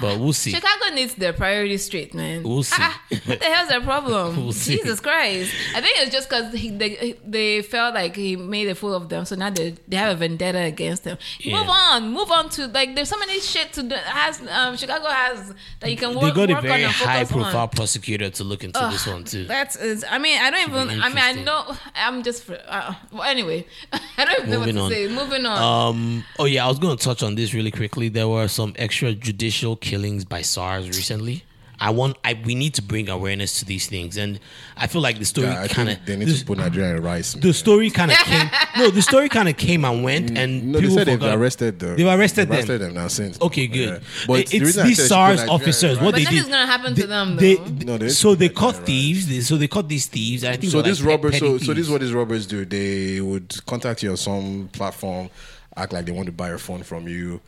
S3: but we'll see.
S4: Chicago needs their priorities straight, man.
S3: We'll see.
S4: Ah, what the hell's their problem?
S3: <laughs> We'll see.
S4: Jesus Christ! I think it's just because they they felt like he made a fool of them, so now they they have a vendetta against him.
S3: Yeah.
S4: Move on, move on to like there's so many shit to do. Has um, Chicago has that you can
S3: they
S4: work,
S3: got a
S4: work
S3: very
S4: on and focus
S3: high profile
S4: on.
S3: prosecutor to look into
S4: Ugh,
S3: this one too.
S4: That's is. I mean, I don't
S3: Should be
S4: even. I mean, I
S3: interesting.
S4: know. I'm just. fr- Uh, well, anyway, <laughs> I don't even
S3: Moving
S4: know
S3: on.
S4: what to say. Moving on.
S3: Um, oh yeah, I was going to touch on this really quickly. There were some extrajudicial killings by SARS recently. I want. I we need to bring awareness to these things, and I feel like the story
S5: Yeah, I
S3: kind of
S5: think they need to put Nigerian rice.
S3: the story kind of came. No, the story kind of came and went, and
S5: Mm, No, they
S3: people
S5: said they've
S3: forgot.
S5: arrested the.
S3: They've arrested them.
S5: Arrested them now since.
S3: Okay, good.
S5: But
S3: It-
S5: the
S3: it's
S5: reason I
S3: these
S5: said she put
S3: SARS
S5: Nigerian
S3: officers.
S5: rice-
S3: What
S4: but
S3: they
S4: nothing's
S3: did.
S4: gonna happen to them though.
S3: They,
S5: No, they-
S3: so they caught thieves. They, so they caught these thieves. and I think
S5: So
S3: they were
S5: these
S3: like pe-
S5: robbers,
S3: petty
S5: so, so this
S3: thieves.
S5: is what these robbers do. They would contact you on some platform, act like they want to buy a phone from you,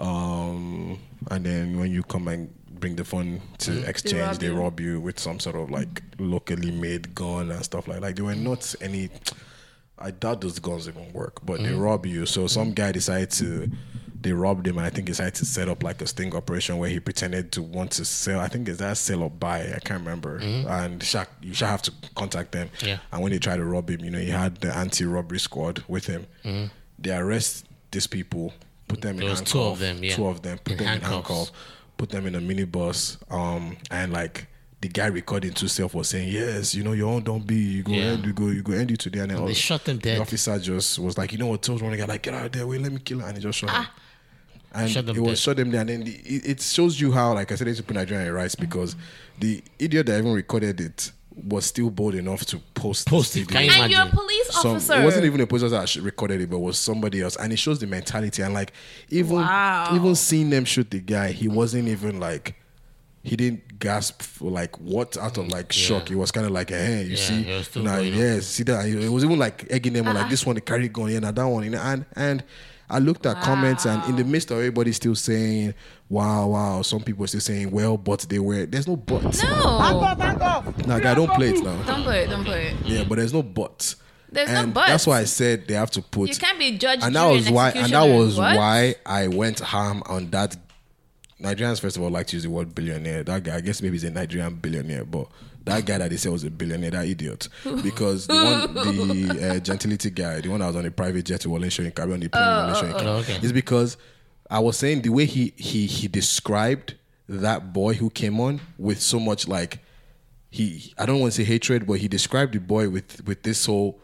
S5: um, and then when you come and bring the phone to exchange,
S4: Mm-hmm. rob
S5: they
S4: you.
S5: rob you with some sort of like locally made gun and stuff like. Like they were not any. I doubt those guns even work, but
S4: Mm-hmm.
S5: they rob you. So some guy decided to, they robbed him, and I think decided to set up like a sting operation where he pretended to want to sell. I think is that sell or buy? I can't remember.
S4: Mm-hmm.
S5: And Shaq, you shall have to contact them.
S3: Yeah.
S5: And when they tried to rob him, you know, he had the anti-robbery squad with him. They arrest these people, put them
S3: There
S5: in
S3: was
S5: handcuffs.
S3: two of them, yeah.
S5: Two of them, put
S3: In
S5: them in
S3: handcuffs.
S5: handcuffs put them in a minibus, um, and like the guy recording to himself was saying, "Yes, you know, your own don't be. You go
S3: Yeah.
S5: end, you go, you go end you today." And then
S3: they
S5: all-
S3: shot them dead.
S5: The officer just was like, "You know what?" Told one guy like, "Get out of there, wait, let me kill her," and he just shot him. And
S3: Shot them
S5: it was
S3: dead.
S5: shot them there, and then the, it, it shows you how, like I said, it's put Nigerian rights because the idiot that even recorded it was still bold enough to post
S3: Post
S5: this
S3: it,
S5: video.
S3: can you
S4: and you're a
S3: imagine?
S4: police
S5: Some-
S4: officer.
S5: it wasn't even a police officer that sh- recorded it, but it was somebody else, and it shows the mentality. And like, even
S4: Wow.
S5: even seeing them shoot the guy, he wasn't even like, he didn't gasp for like what out of like shock. It was kind of like, hey, you
S3: Yeah, he was
S5: see,
S3: still
S5: now
S3: going on.
S5: yes, see that. It was even like egging them on,
S4: Uh-huh.
S5: like this one to carry gun, yeah, now that one, you know, and and. I looked at comments, and in the midst of everybody still saying, "Wow, wow," some people still saying, "Well, but they were." There's no but.
S4: no,
S5: Nah, guy, don't play it now.
S4: don't play it. Don't play it.
S5: Yeah, but there's no but.
S4: There's no
S5: And
S4: but.
S5: That's why I said they have to put.
S4: You can't be judged.
S5: and that
S4: jury,
S5: was why. And that
S4: executioner.
S5: was
S4: What?
S5: why I went ham on that. Nigerians, first of all, like to use the word billionaire. That guy, I guess maybe he's a Nigerian billionaire, but that guy that they said was a billionaire, that
S4: <laughs>
S5: idiot, because the one, the uh, gentility guy, the one that was on a private jet to Wallenshaw in Caribbean, the plane
S4: Oh,
S5: in Wallenshaw in Caribbean,
S3: okay.
S5: is because I was saying the way he he he described that boy who came on with so much like he I don't want to say hatred, but he described the boy with with this whole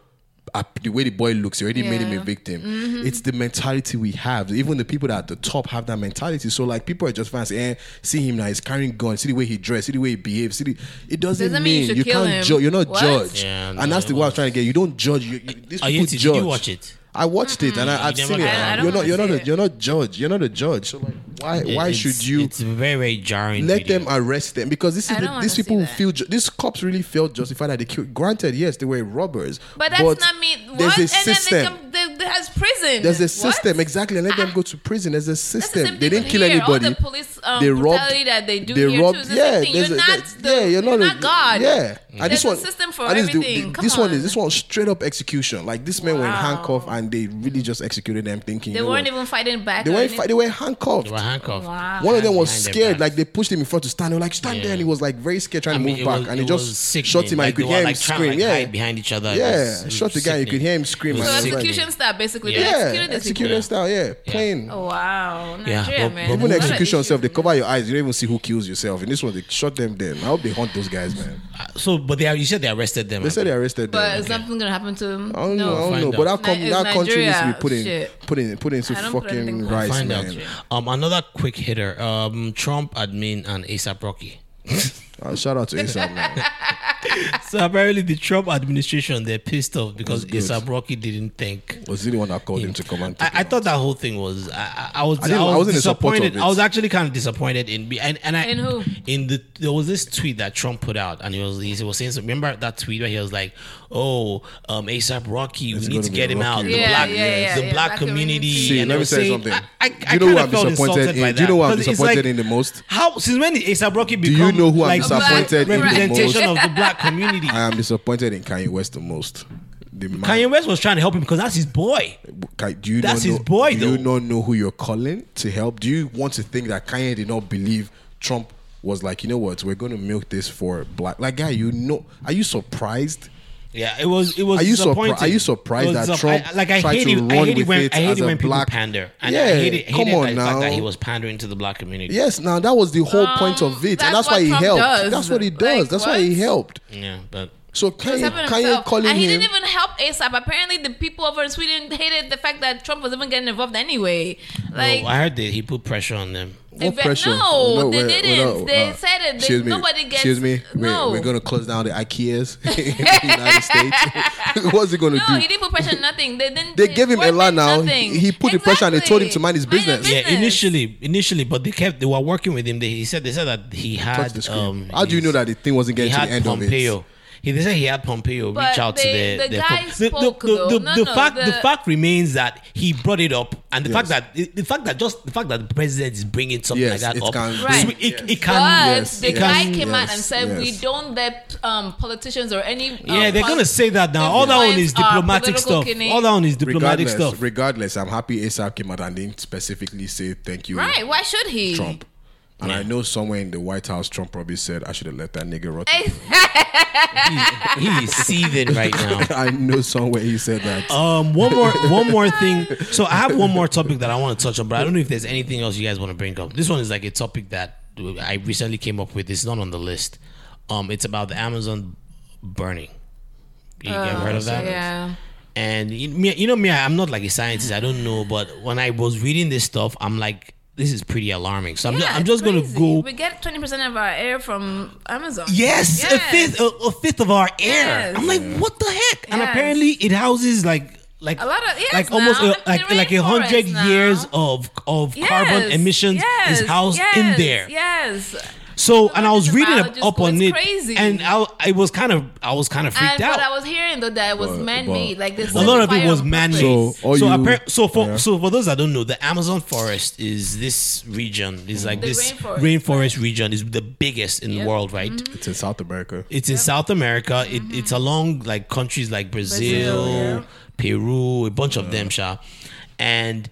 S5: ap- the way the boy looks. He already made him a
S4: Yeah. Mm-hmm.
S5: victim. It's the mentality we have. Even the people that are at the top have that mentality. So like people are just fans. Eh, see him now. He's carrying guns. See the way he dressed. See the way he behaves. See the, it doesn't,
S4: Doesn't mean you
S5: mean,
S4: should
S5: you
S4: kill
S5: can't
S4: him.
S5: judge. You're not
S4: What?
S5: judged.
S3: Yeah,
S5: and
S3: no,
S5: that's the
S3: it
S5: way I was trying to get. You don't judge. You, you, these
S3: Oh,
S5: people
S3: Yeti,
S5: judge.
S3: did you watch it? Mm-hmm.
S5: I watched it and
S3: You
S5: I, I've
S3: never
S5: seen it.
S3: got it. I don't
S5: you're not, you're not,
S3: wanna
S5: a, you're not judge. You're not a judge. So like, why,
S3: It-
S5: why
S3: it's-
S5: should you?
S3: It's very, very jarring.
S5: Let them arrest them because this
S4: I
S5: is
S4: don't
S5: the,
S4: wanna
S5: these
S4: see
S5: people who
S4: that.
S5: feel ju- these cops really felt justified that they killed. Granted, yes, they were robbers,
S4: But that's not me. What?
S5: There's a
S4: and
S5: system.
S4: then they come. They, they has prison.
S5: There's a
S4: What? Ah.
S5: system exactly, and let them go to prison. There's a system.
S4: same
S5: they
S4: thing
S5: didn't kill
S4: here. All the
S5: anybody.
S4: police, um,
S5: they robbed.
S4: brutality that they do
S5: they
S4: here, too,
S5: robbed.
S4: is the same
S5: yeah,
S4: thing.
S5: there's
S4: You're
S5: a-
S4: not
S5: the- yeah, you're not,
S4: you're
S5: a,
S4: not God.
S5: Yeah, and this
S4: There's a
S5: one,
S4: system for
S5: and this, the-
S4: everything. Come
S5: this one
S4: on.
S5: is this one straight up execution. Like these men were in
S4: Wow.
S5: handcuffs, and they really just executed them, thinking
S4: They
S5: you know
S4: weren't
S5: what?
S4: even fighting back.
S5: They
S4: or
S5: weren't. Fi-
S4: anything.
S5: they were handcuffed.
S3: They were handcuffed. Wow.
S5: One of them was
S3: Behind their
S5: scared. Like they pushed him in front to stand. They were like, stand there, and he was like very scared, trying
S3: I mean,
S5: to
S3: it
S5: move back,
S3: was-
S5: and he
S3: it was
S5: just
S3: sickening.
S5: shot him. and
S3: Like,
S5: you
S3: they
S5: could
S3: were,
S5: hear him
S3: like, trying to,
S5: scream.
S3: like,
S5: yeah,
S3: hide behind each other. It
S5: Yeah,
S3: was- it was
S5: shot the guy. You could
S3: sickening.
S5: hear him scream.
S3: It
S5: and
S3: was
S5: I was like-
S4: execution style, basically. They
S5: Yeah,
S4: executed these
S5: execution
S4: people.
S5: style. Yeah, plain.
S4: Oh wow,
S5: Yeah,
S4: Nigeria
S5: but-
S4: man.
S5: but
S4: What
S5: even
S4: a
S5: execution
S4: issue.
S5: itself, they cover your eyes. You don't even see who kills yourself. In this one, they shot them dead. I hope they hunt those guys, man.
S3: So, but they are- you said they arrested them.
S5: They said they arrested
S4: But
S5: them.
S4: is something gonna happen to him?
S5: I don't know. I
S3: Find
S5: don't know. But
S3: out.
S5: that, com-
S4: Ni- is
S5: that country needs to be
S4: Nigeria-
S5: put in,
S4: shit.
S5: put in, put into
S4: I don't put anything
S5: fucking
S4: past
S5: rice,
S3: Find
S5: man.
S3: out. Um, another quick hitter. Um, Trump admin and
S5: <laughs>
S3: ASAP Rocky.
S5: Uh, shout out to ASAP, man.
S3: <laughs> so apparently, the Trump administration they're pissed off because
S5: That's good.
S3: ASAP Rocky didn't think.
S5: Was he the one that called him to come and?
S3: I, I thought that whole thing was. I- I, I was.
S5: I
S3: I,
S5: didn't- I
S3: was
S5: wasn't in support of
S3: disappointed.
S5: it.
S3: I was actually kind of disappointed in me. And, and I
S4: In who?
S3: In the there was this tweet that Trump put out, and he was he was saying. So remember that tweet where he was like, "Oh, um, ASAP Rocky, we need
S5: gonna
S3: to
S5: be
S3: get him
S5: Rocky,
S3: out. The
S5: Yeah,
S3: black,
S4: yeah, yeah,
S3: the
S4: yeah,
S3: black,
S4: black
S3: community."
S5: See,
S3: and
S5: let
S3: they
S5: me
S3: were
S5: tell you
S3: saying,
S5: something.
S3: I, I, I
S5: you know who
S3: kinda
S5: I'm
S3: felt
S5: disappointed
S3: insulted by
S5: in? Do you know who
S3: that,
S5: I'm
S3: 'cause it's
S5: disappointed
S3: like,
S5: in the most?
S3: How since when did ASAP Rocky
S5: Do
S3: become?
S5: you know who I'm
S3: like,
S5: disappointed in the
S3: representation
S5: most?
S3: of the black community?
S5: I am disappointed in Kanye West the most. The man,
S3: Kanye West was trying to help him because that's his boy.
S5: Ki- do you
S3: that's
S5: not know,
S3: his boy,
S5: Do you not know who you're calling to help? Do you want to think that Kanye did not believe Trump was like, you know what, we're going to milk this for black? Like, guy, you know, are you surprised?
S3: Yeah, it was. It was.
S5: Are you
S3: disappointing.
S5: surpri- are you surprised
S3: It was
S5: that
S3: disapp-
S5: Trump
S3: I, like I
S5: tried
S3: hate
S5: to
S3: it. I
S5: run
S3: hate it
S5: with
S3: when
S5: it
S3: I hate
S5: as
S3: it
S5: a
S3: when people
S5: black-
S3: pander. And I
S5: Yeah,
S3: hate it.
S5: come
S3: Hated
S5: on
S3: the fact that
S5: now.
S3: he was pandering to the black community.
S5: Yes, now that was the whole point of it, and
S4: Um, that's
S5: that's why
S4: what
S5: he
S4: Trump
S5: helped.
S4: does.
S5: That's what he does.
S4: Like,
S5: that's why he
S4: what?
S5: helped.
S3: Yeah, but
S5: So
S4: It was
S5: Kanye,
S4: happening
S5: Kanye
S4: himself.
S5: calling
S4: and he
S5: him.
S4: didn't even help ASAP. Apparently, the people over in Sweden hated the fact that Trump was even getting involved anyway. Like, <laughs>
S5: <laughs>
S3: oh, I heard that he put pressure on them.
S4: They
S5: What
S4: ve-
S5: pressure?
S4: no, they
S5: we're- we're
S4: didn't. They said it. They-
S5: uh, excuse me.
S4: nobody gets- <laughs>
S5: Excuse me. We're,
S4: no.
S5: we're going to close down the
S4: <laughs>
S5: IKEAs in the United States. <laughs> What's he going to
S4: no,
S5: do?
S4: he didn't put pressure on nothing. They didn't.
S5: They gave him
S4: weren't
S5: a lot now.
S4: nothing.
S5: He, he put the pressure and they told him to mind his
S4: Mind your
S5: business.
S3: Yeah, initially, initially, but they kept they were working with him. They, he said they said that he
S5: Touch
S3: had.
S5: the screen.
S3: Um,
S5: How do you know that the thing wasn't
S3: he
S5: getting to
S3: had
S5: the end
S3: Pompeo.
S5: of it?
S3: He, they said he had Pompeo
S4: But
S3: reach out
S4: they-
S3: to their,
S4: the
S3: their
S4: guy
S3: fo-
S4: spoke,
S3: the, the,
S4: though.
S3: the,
S4: No,
S3: the
S4: no,
S3: fact the,
S4: the-
S3: fact remains that he brought it up, and the fact
S5: Yes.
S3: that the fact that just the fact that the president is bringing something
S5: Yes,
S3: like that
S5: it
S3: up,
S5: can-
S3: so
S4: Right.
S3: it,
S4: But
S3: it, can.
S4: the
S3: it
S4: guy
S3: can-
S4: came out and
S5: yes,
S4: said, "We
S5: yes.
S4: don't let um, politicians or any." um,
S3: yeah, they're gonna
S4: pol-
S3: say that now. All that one is
S4: influence our
S3: diplomatic
S4: political
S3: stuff.
S4: kidney.
S3: All that one is diplomatic
S5: regardless,
S3: stuff.
S5: Regardless, I'm happy ASAP came out and didn't specifically say thank you,
S4: Right? Why should he?
S5: Trump. And I know somewhere in the White House, Trump probably said, I should have let that nigga rot.
S3: He is seething right now.
S5: <laughs> I know somewhere he said that.
S3: Um,
S5: <laughs>
S3: one more, one more thing. So I have one more topic that I want to touch on, but I don't know if there's anything else you guys want to bring up. This one is like a topic that I recently came up with. It's not on the list. Um, it's about the Amazon burning. You ever heard of that?
S4: Oh, uh, Yeah.
S3: And you, me- you know me, I'm not like a scientist. I don't know, but when I was reading this stuff, I'm like, this is pretty alarming. So I'm
S4: Yeah,
S3: just, I'm
S4: it's
S3: just gonna
S4: crazy.
S3: go.
S4: We get twenty percent of our air from Amazon.
S3: Yes, a
S4: Yes.
S3: fifth, a, a fifth of our air.
S4: Yes.
S3: I'm like, what the heck? And
S4: Yes.
S3: apparently, it houses like, like
S4: A lot of- yes,
S3: like almost
S4: now,
S3: uh,
S4: the
S3: like like a hundred
S4: rainforest now.
S3: years of of
S4: Yes,
S3: carbon emissions
S4: yes,
S3: is housed in
S4: yes,
S3: there.
S4: Yes.
S3: So, and I was
S4: the
S3: reading
S4: biologists
S3: up
S4: go,
S3: on
S4: "It's
S3: it,
S4: crazy."
S3: and I, I was kind of I was kind of freaked
S4: And
S3: out.
S4: what I was hearing though that it was
S5: But-
S4: man made.
S5: but-
S4: Like this.
S3: a lot of it was man-made. So,
S5: So, all you-
S3: appar- so for
S5: yeah.
S3: so for those that don't know, the Amazon forest is this region.
S5: Mm-hmm.
S3: Is like
S4: The
S3: this
S4: rainforest. Mm-hmm.
S3: rainforest region is the biggest in the world, right?
S5: It's in South America.
S3: It's in South America. It, It's along like countries like Brazil, Peru, a bunch of them, sha. And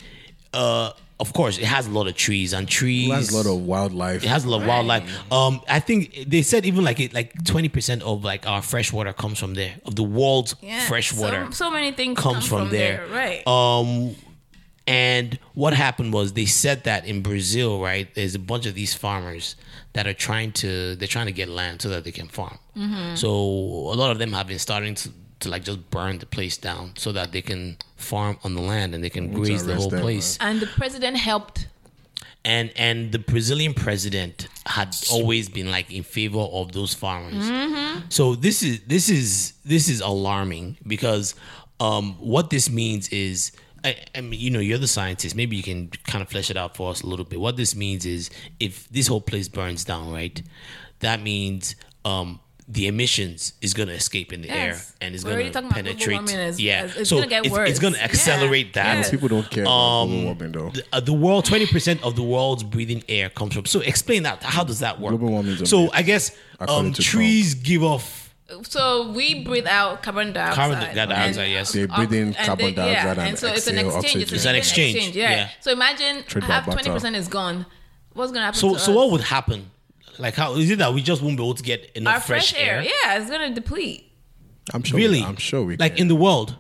S3: uh, of course, it has a lot of trees and trees.
S5: It has a lot of wildlife.
S3: It has a lot of wildlife. Um, I think they said even like it, like twenty percent of like our fresh water comes from there. Of the world's
S4: Yeah,
S3: fresh water
S4: So, so many things
S3: comes from, there.
S4: Right.
S3: Um, and what happened was they said that in Brazil, right, there's a bunch of these farmers that are trying to they're trying to get land so that they can farm.
S4: Mm.
S3: So a lot of them have been starting to, to like just burn the place down so that they can farm on the land and they can graze the
S5: arrest
S3: whole
S5: them,
S3: place.
S4: and the president helped.
S3: And and the Brazilian president had always been like in favor
S4: Mm-hmm.
S3: Mm-hmm. of those farmers. So this is this is this is alarming because Um, what this means is, I, I mean, you know, you're the scientist. Maybe you can kind of flesh it out for us a little bit. What this means is, if this whole place burns down, right, that means um, the emissions is going to escape in the
S4: Yes.
S3: air and it's
S4: We're
S3: going
S4: already
S3: to
S4: talking about global
S3: penetrate.
S4: warming is-
S3: yeah,
S4: is- it's
S3: so
S4: gonna get
S3: it's,
S4: worse.
S3: It's going to
S4: Yeah.
S3: accelerate that.
S4: Yeah.
S5: People don't care about global warming, though.
S3: The, uh, the world, twenty percent of the world's breathing air comes from. So explain that. How does that work?
S5: Global warming is a
S3: So
S5: myth,
S3: I guess
S5: according
S3: um,
S5: to
S3: trees give off
S4: So we breathe out carbon dioxide. Um,
S3: carbon dioxide.
S4: and-
S3: yes,
S5: They breathe in carbon
S4: they- yeah,
S5: dioxide and,
S4: and so it's an
S5: exhale
S4: exchange.
S5: oxygen.
S4: It's an exchange. yeah. So imagine
S3: Trade
S4: half
S3: by
S4: twenty
S3: butter.
S4: percent is gone. What's gonna happen?
S3: So,
S4: to
S3: so
S4: us?
S3: what would happen? Like, how is it that we just won't be able to get enough
S4: Our fresh, air. Yeah, it's gonna deplete.
S5: I'm sure.
S3: Really?
S5: I'm sure we.
S3: Like in the world.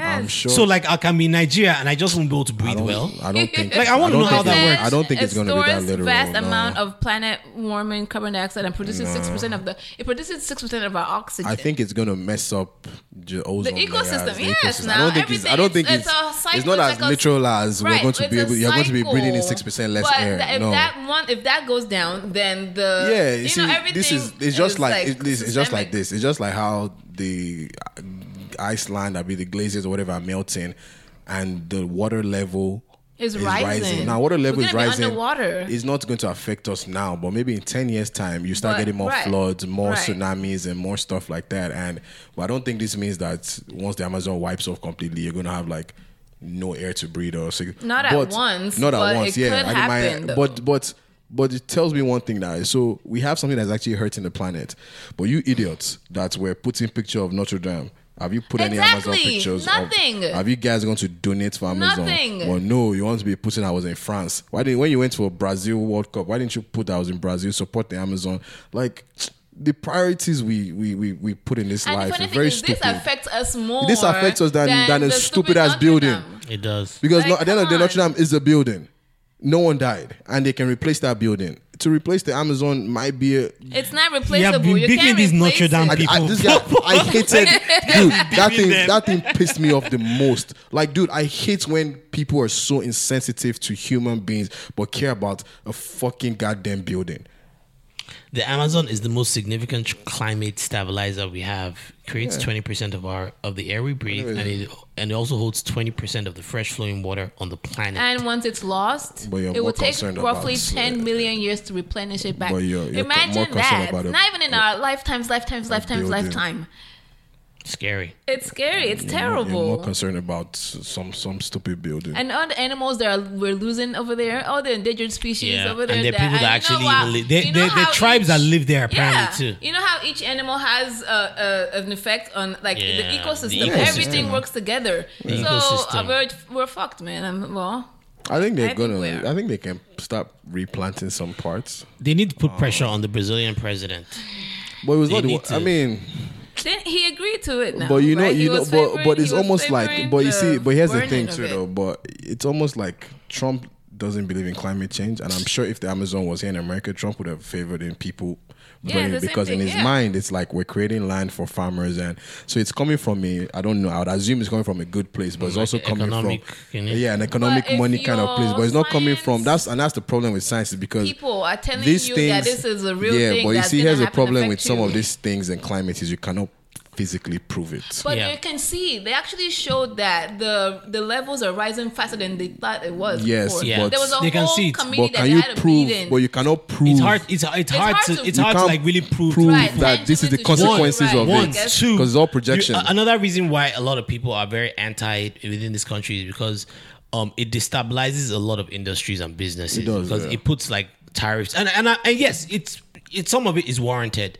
S4: Yes.
S3: So, like, I can be in Nigeria and I just won't be able to breathe well.
S5: I
S4: <laughs>
S5: don't think.
S3: Like, I want to know how that
S5: think-
S3: works.
S5: I don't think
S4: it
S5: it's going to be that
S4: stores
S5: literal.
S4: vast
S5: no.
S4: amount of planet warming carbon dioxide and produces
S5: No.
S4: six percent of the. It produces six percent of our oxygen.
S5: I think it's gonna mess up the ozone layer,
S4: ecosystem,
S5: the
S4: yes,
S5: ecosystem. I
S4: now
S5: don't think it's. I
S4: everything
S5: don't
S4: is-
S5: think
S4: it's
S5: it's.
S4: a cycle,
S5: It's not
S4: it's
S5: as
S4: like a-
S5: literal as we're
S4: Right,
S5: going to
S4: it's
S5: be
S4: a
S5: able. You're going to be
S4: cycle.
S5: breathing in six percent less
S4: but
S5: air.
S4: that- if
S5: no.
S4: that one, if that goes down, then the
S5: yeah, you
S4: you
S5: see,
S4: know everything.
S5: this is it's just
S4: is
S5: like, it- this- it's just like this. It's just like how the uh, Iceland, I be the glaciers or whatever, are melting, and the water level
S4: It's rising.
S5: Now, water
S4: We're
S5: level is
S4: gonna be
S5: rising.
S4: underwater.
S5: It's not going to affect us now, but maybe in ten years' time, you start
S4: But-
S5: getting more
S4: right,
S5: floods, more
S4: right.
S5: tsunamis, and more stuff like that. And but I don't think this means that once the Amazon wipes off completely, you're going to have like no air to breathe or so.
S4: Not at once,
S5: Not at
S4: but
S5: once.
S4: it
S5: yeah,
S4: could
S5: I mean,
S4: happen,
S5: my,
S4: though.
S5: but but but it tells me one thing now. So we have something that's actually hurting the planet. But you idiots that were putting picture of Notre Dame. Have you put any Amazon
S4: Exactly.
S5: pictures? of-
S4: Nothing.
S5: have you guys going to donate for Amazon?
S4: Nothing.
S5: Well, no, you want to be putting I was in France. Why didn't when you went for Brazil World Cup? Why didn't you put I was in Brazil? Support the Amazon. Like the priorities we we we, we put in this
S4: And the
S5: life
S4: funny
S5: are
S4: thing
S5: very
S4: is,
S5: stupid.
S4: this affects us more.
S5: This affects us than than, a
S4: the
S5: stupid ass
S4: Notre
S5: building.
S4: Dame.
S3: It does
S5: Because no, at the end of the day, Notre Dame is a building. No one died, and they can replace that building. To replace the Amazon might be a.
S4: It's not replaceable. you
S5: <laughs>
S4: can't replace it.
S5: I, I, this guy,
S4: <laughs>
S5: I
S3: <laughs>
S5: hated, dude. That thing,
S3: them.
S5: that thing pissed me off the most. Like, dude, I hate when people are so insensitive to human beings, but care about a fucking goddamn building.
S3: The Amazon is the most significant climate stabilizer we have. Creates
S5: Yeah.
S3: twenty percent of our of the air we breathe, and
S5: Anyways.
S3: it and it also holds twenty percent of the fresh flowing water on the planet.
S4: And once it's lost,
S3: But you're
S4: it
S3: more
S4: will take
S3: concerned
S4: roughly
S3: about, uh,
S4: 10 million years to replenish it back.
S3: But you're- you're
S4: Imagine
S3: more concerned
S4: that.
S3: about a-
S4: Not even in our lifetimes, lifetimes, lifetimes,
S5: building.
S4: lifetime.
S3: Scary.
S4: It's scary. It's
S5: You're more- You're more
S4: terrible.
S5: concerned about s- some some stupid building.
S4: And all the animals that are, we're losing over there, all the endangered species
S3: Yeah,
S4: over there.
S3: and there are people
S4: and
S3: that
S4: you know
S3: actually
S4: what?
S3: even live. They,
S4: You
S3: they,
S4: know
S3: they're
S4: how
S3: tribes that live there apparently
S4: Yeah.
S3: too.
S4: You know how each animal has a, a, an effect on like the
S3: Yeah,
S4: ecosystem.
S3: the ecosystem.
S4: Everything works together. so
S5: The ecosystem.
S4: Uh, we're, we're fucked, man. I'm, well,
S5: I think
S4: I
S5: they're
S4: think
S5: gonna.
S4: we are.
S5: I think they can stop replanting some parts. Oh.
S3: They need to put pressure on the Brazilian president.
S5: But it was
S3: They
S5: not. The,
S3: need
S5: one- I
S3: to-
S5: mean,
S4: then he agreed to it now.
S5: but you know,
S4: right? He
S5: you know,
S4: was
S5: but but
S4: favoring-
S5: it's
S4: he was
S5: almost like.
S4: favoring
S5: But you
S4: the
S5: see, but here's the thing
S4: burning of
S5: too,
S4: it.
S5: though. But it's almost like Trump doesn't believe in climate change, and I'm sure if the Amazon was here in America, Trump would have favored in people.
S13: Yeah,
S5: burning
S13: the same
S5: because in
S13: thing,
S5: his
S13: yeah.
S5: mind, it's like we're creating land for farmers, and so it's coming from a. I don't know. I would assume it's coming from a good place, but it's also coming
S3: economic,
S5: from yeah, an economic
S4: But if
S5: money kind of place. But it's not coming from that's and that's the problem with science is because
S4: people are telling
S5: these
S4: you
S5: things,
S4: that this is a real
S5: yeah,
S4: thing.
S5: but you
S4: that's
S5: see,
S4: gonna
S5: here's the
S4: happen,
S5: problem
S4: affect
S5: with some
S4: you.
S5: of these things and climate is you cannot physically prove it.
S4: But you can see they actually showed that the the levels are rising faster than they thought it was.
S5: yes,
S4: before.
S5: but
S4: there was a whole community that
S5: But can you
S4: had a
S5: prove?
S4: meeting.
S5: But you cannot prove.
S3: It's hard. It's, it's, hard,
S4: hard
S3: to.
S4: to-
S3: It's
S5: You
S3: hard to
S5: can't
S3: like really prove,
S5: prove that this is the consequences of
S3: One,
S5: it.
S3: two.
S5: Because it's all projection.
S3: You- uh, a- another reason why a lot of people are very anti within this country is because um, it destabilizes a lot of industries and businesses
S5: It does,
S3: because
S5: yeah.
S3: it puts like tariffs and and, I, and yes, it's it's some of it is warranted.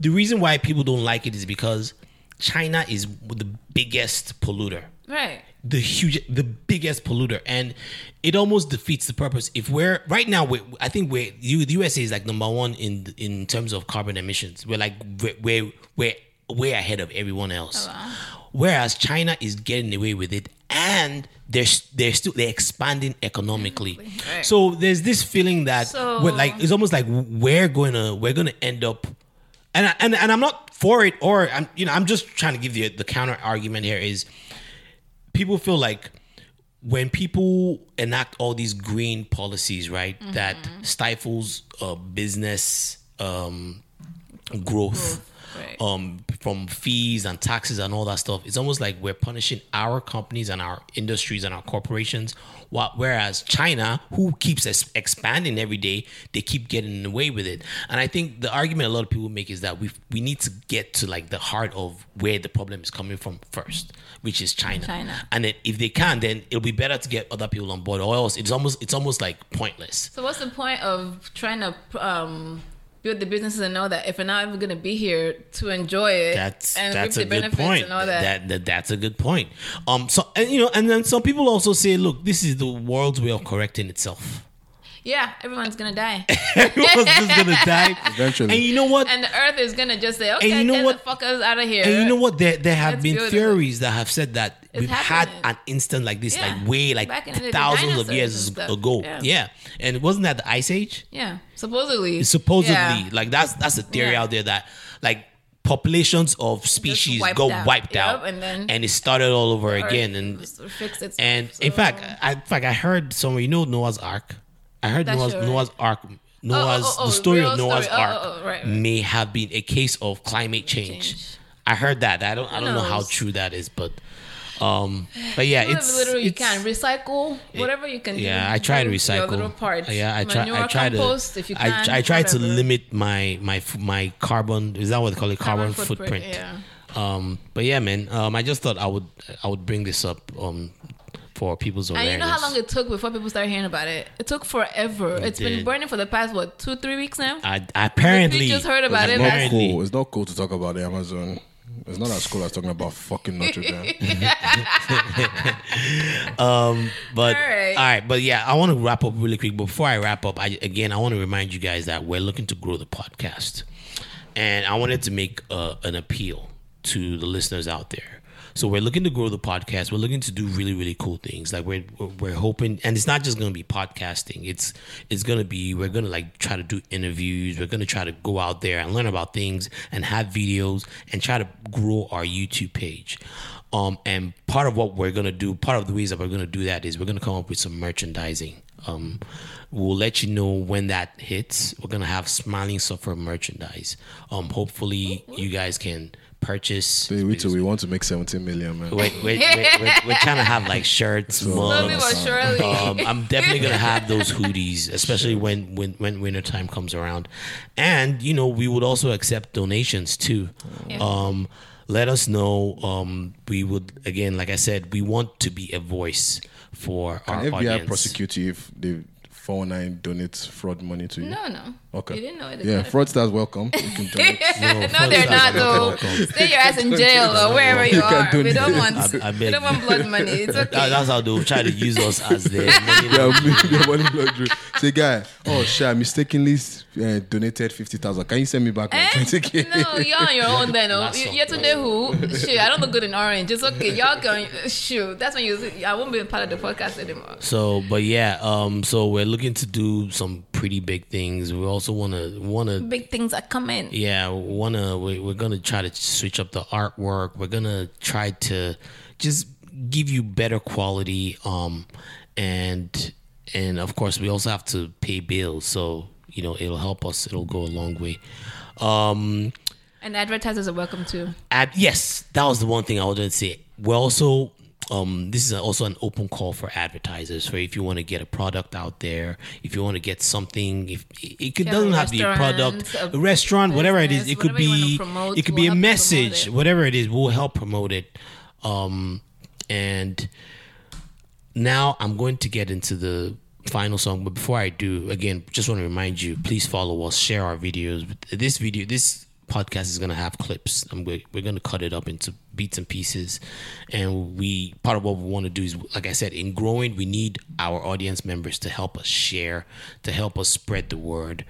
S3: The reason why people don't like it is because China is the biggest polluter
S4: right.
S3: the huge the biggest polluter and it almost defeats the purpose if we're right now we i think we're you the usa is like number one in in terms of carbon emissions we're like we're we're, we're way ahead of everyone else whereas china is getting away with it and they're they're still they're expanding economically
S13: Right.
S3: so there's this feeling that
S13: So-
S3: we're like it's almost like we're gonna we're gonna end up and I, and, and i'm not for it or i'm you know i'm just trying to give the the counter argument here is people feel like when people enact all these green policies, right, that stifles uh, business um, growth
S4: Right.
S3: um, from fees and taxes and all that stuff. It's almost like we're punishing our companies and our industries and our corporations. While, whereas China, who keeps ex- expanding every day, they keep getting away with it. And I think the argument a lot of people make is that we we need to get to like the heart of where the problem is coming from first, which is China.
S4: China.
S3: And then if they can, then it'll be better to get other people on board, or else it's almost it's almost like pointless.
S4: So what's the point of trying to um, build the businesses and all that if we're not even going to be here to enjoy it?
S3: That's
S4: Eh, and
S3: that's a
S4: reap the
S3: good
S4: benefits
S3: point.
S4: And all that.
S3: That, that that's a good point. Um, so and you know, and then some people also say, look, this is the world's way of correcting itself. <laughs>
S4: Yeah, everyone's gonna die.
S3: Everyone's just
S4: <laughs>
S3: gonna die
S5: eventually.
S3: <laughs> And you know what?
S4: And the Earth is gonna just say, "Okay,
S3: you know
S4: get the
S3: what?
S4: fuckers out of here."
S3: And you know what? There there have
S4: Let's
S3: been
S4: build it.
S3: theories that have said that
S4: It's
S3: we've
S4: happening.
S3: had an instant like this,
S4: Yeah.
S3: like way like
S4: Back in the day, the
S3: thousands of
S4: dinosaurs
S3: years
S4: and stuff.
S3: ago.
S4: Yeah.
S3: Yeah. and wasn't that the Ice Age?
S4: Yeah, supposedly.
S3: Supposedly,
S4: Yeah.
S3: like that's that's a theory
S4: Yeah.
S3: out there that like populations of species
S4: wiped
S3: go
S4: out.
S3: wiped
S4: Yep,
S3: out,
S4: and then-
S3: it started all over
S4: Earth
S3: again, and
S4: just fixed itself,
S3: And in
S4: so-
S3: fact, I, in fact, I heard somewhere. You know Noah's Ark. I heard
S4: That's
S3: Noah's
S4: right.
S3: Noah's Ark. Noah's
S4: oh, oh,
S3: the story
S4: real
S3: of Noah's
S4: story. Oh,
S3: Ark
S4: oh, oh, right, right.
S3: may have been a case of climate change. I heard that. I don't. I
S4: Who
S3: don't know how
S4: knows?
S3: true that is, but, um, but yeah,
S4: Whatever
S3: it's
S4: little you
S3: it's-
S4: can recycle, whatever you can.
S3: yeah,
S4: do,
S3: I try
S4: do
S3: to
S4: Your
S3: recycle.
S4: little parts.
S3: Yeah, I try.
S4: Manure,
S3: I try to.
S4: compost, if you
S3: I-
S4: can,
S3: I, try to
S4: whatever.
S3: limit my my f- my carbon. Is that what they call it? Carbon,
S4: Carbon footprint,
S3: footprint. Um, but yeah, man. Um, I just thought I would I would bring this up um for people's
S4: And
S3: awareness.
S4: you know how long it took before people started hearing about it? It took forever.
S3: It
S4: It has been
S3: did.
S4: burning for the past what two, three weeks now.
S3: I, I uh, apparently
S4: We just heard about
S5: it's
S4: it.
S5: Not
S4: last-
S5: cool. It's not cool to talk about the Amazon. It's not as cool as talking about fucking
S4: <laughs>
S5: Notre Dame.
S3: um, but all
S4: All
S3: right.
S4: right.
S3: but yeah, I want to wrap up really quick. Before I wrap up, I again I want to remind you guys that we're looking to grow the podcast, and I wanted to make uh, an appeal to the listeners out there. So we're looking to grow the podcast. We're looking to do really really cool things. Like we're we're hoping, and it's not just going to be podcasting. It's it's going to be we're going to like try to do interviews. We're going to try to go out there and learn about things and have videos and try to grow our YouTube page. Um, and part of what we're gonna do, part of the ways that we're gonna do that is we're gonna come up with some merchandising. Um, we'll let you know when that hits. We're gonna have smiling software merchandise. Um, hopefully you guys can purchase.
S5: Dude, we too. We want to make 17 million, man.
S3: Wait, wait, wait, wait, we're trying to have
S5: <laughs>
S3: like shirts,
S4: Slowly
S3: mugs.
S4: but surely.
S3: Um, I'm definitely gonna have those hoodies, especially when when when winter time comes around. And you know, we would also accept donations too.
S4: Yeah.
S3: Um, let us know. Um, we would again, like I said, we want to be a voice for
S5: Can
S3: our
S5: FBI
S3: audience.
S5: prosecute you if they 419 donates fraud money to you?
S4: No, no.
S5: Okay.
S4: You didn't know it.
S5: Yeah, fraudsters welcome. You can donate.
S4: <laughs> <laughs> no, they're not though. Stay your <laughs> ass in jail or wherever you,
S5: You can
S4: are. We
S5: donate.
S4: don't want.
S3: I- I
S4: we
S3: beg
S4: don't want blood money. It's
S3: <laughs> That-
S4: okay.
S3: that's how they'll try to use us as
S5: <laughs>
S3: their money.
S5: Yeah, the money laundering. Say, guy, oh shit, I mistakenly uh, donated fifty thousand. Can you send me back my twenty k?
S4: Eh? <laughs> No, you're on your own then. Oh.
S5: Last
S4: You,
S5: song,
S4: you're today who?
S3: <laughs>
S4: Shoot, I don't look good in orange. It's okay. Y'all can shoot. That's when you. I won't be a part of the podcast anymore.
S3: So, but yeah, um, so we're looking to do some pretty big things. We also wanna wanna
S4: Big things are coming.
S3: Yeah, we wanna we, we're gonna try to switch up the artwork. We're gonna try to just give you better quality. Um, and and of course we also have to pay bills, so you know it'll help us. It'll go a long way. Um,
S4: And advertisers are welcome too.
S3: ad, yes, that was the one thing I wanted to say. We're also um, this is also an open call for advertisers for if you want to get a product out there, if you want to get something, if it, it could,
S13: Yeah,
S3: doesn't have to be a product,
S13: restaurants,
S3: a restaurant, whatever it is,
S13: business,
S3: it could
S13: whatever you wanna
S3: be
S13: promote,
S3: it could
S13: we'll
S3: be a
S13: help you promote
S3: message,
S13: it.
S3: whatever it is, we'll help promote it. Um, and now I'm going to get into the final song, but before I do, again, just want to remind you: please follow us, share our videos. This video, this podcast is going to have clips. I'm go- we're going to cut it up into beats and pieces, and we part of what we want to do is, like I said, in growing, we need our audience members to help us share, to help us spread the word.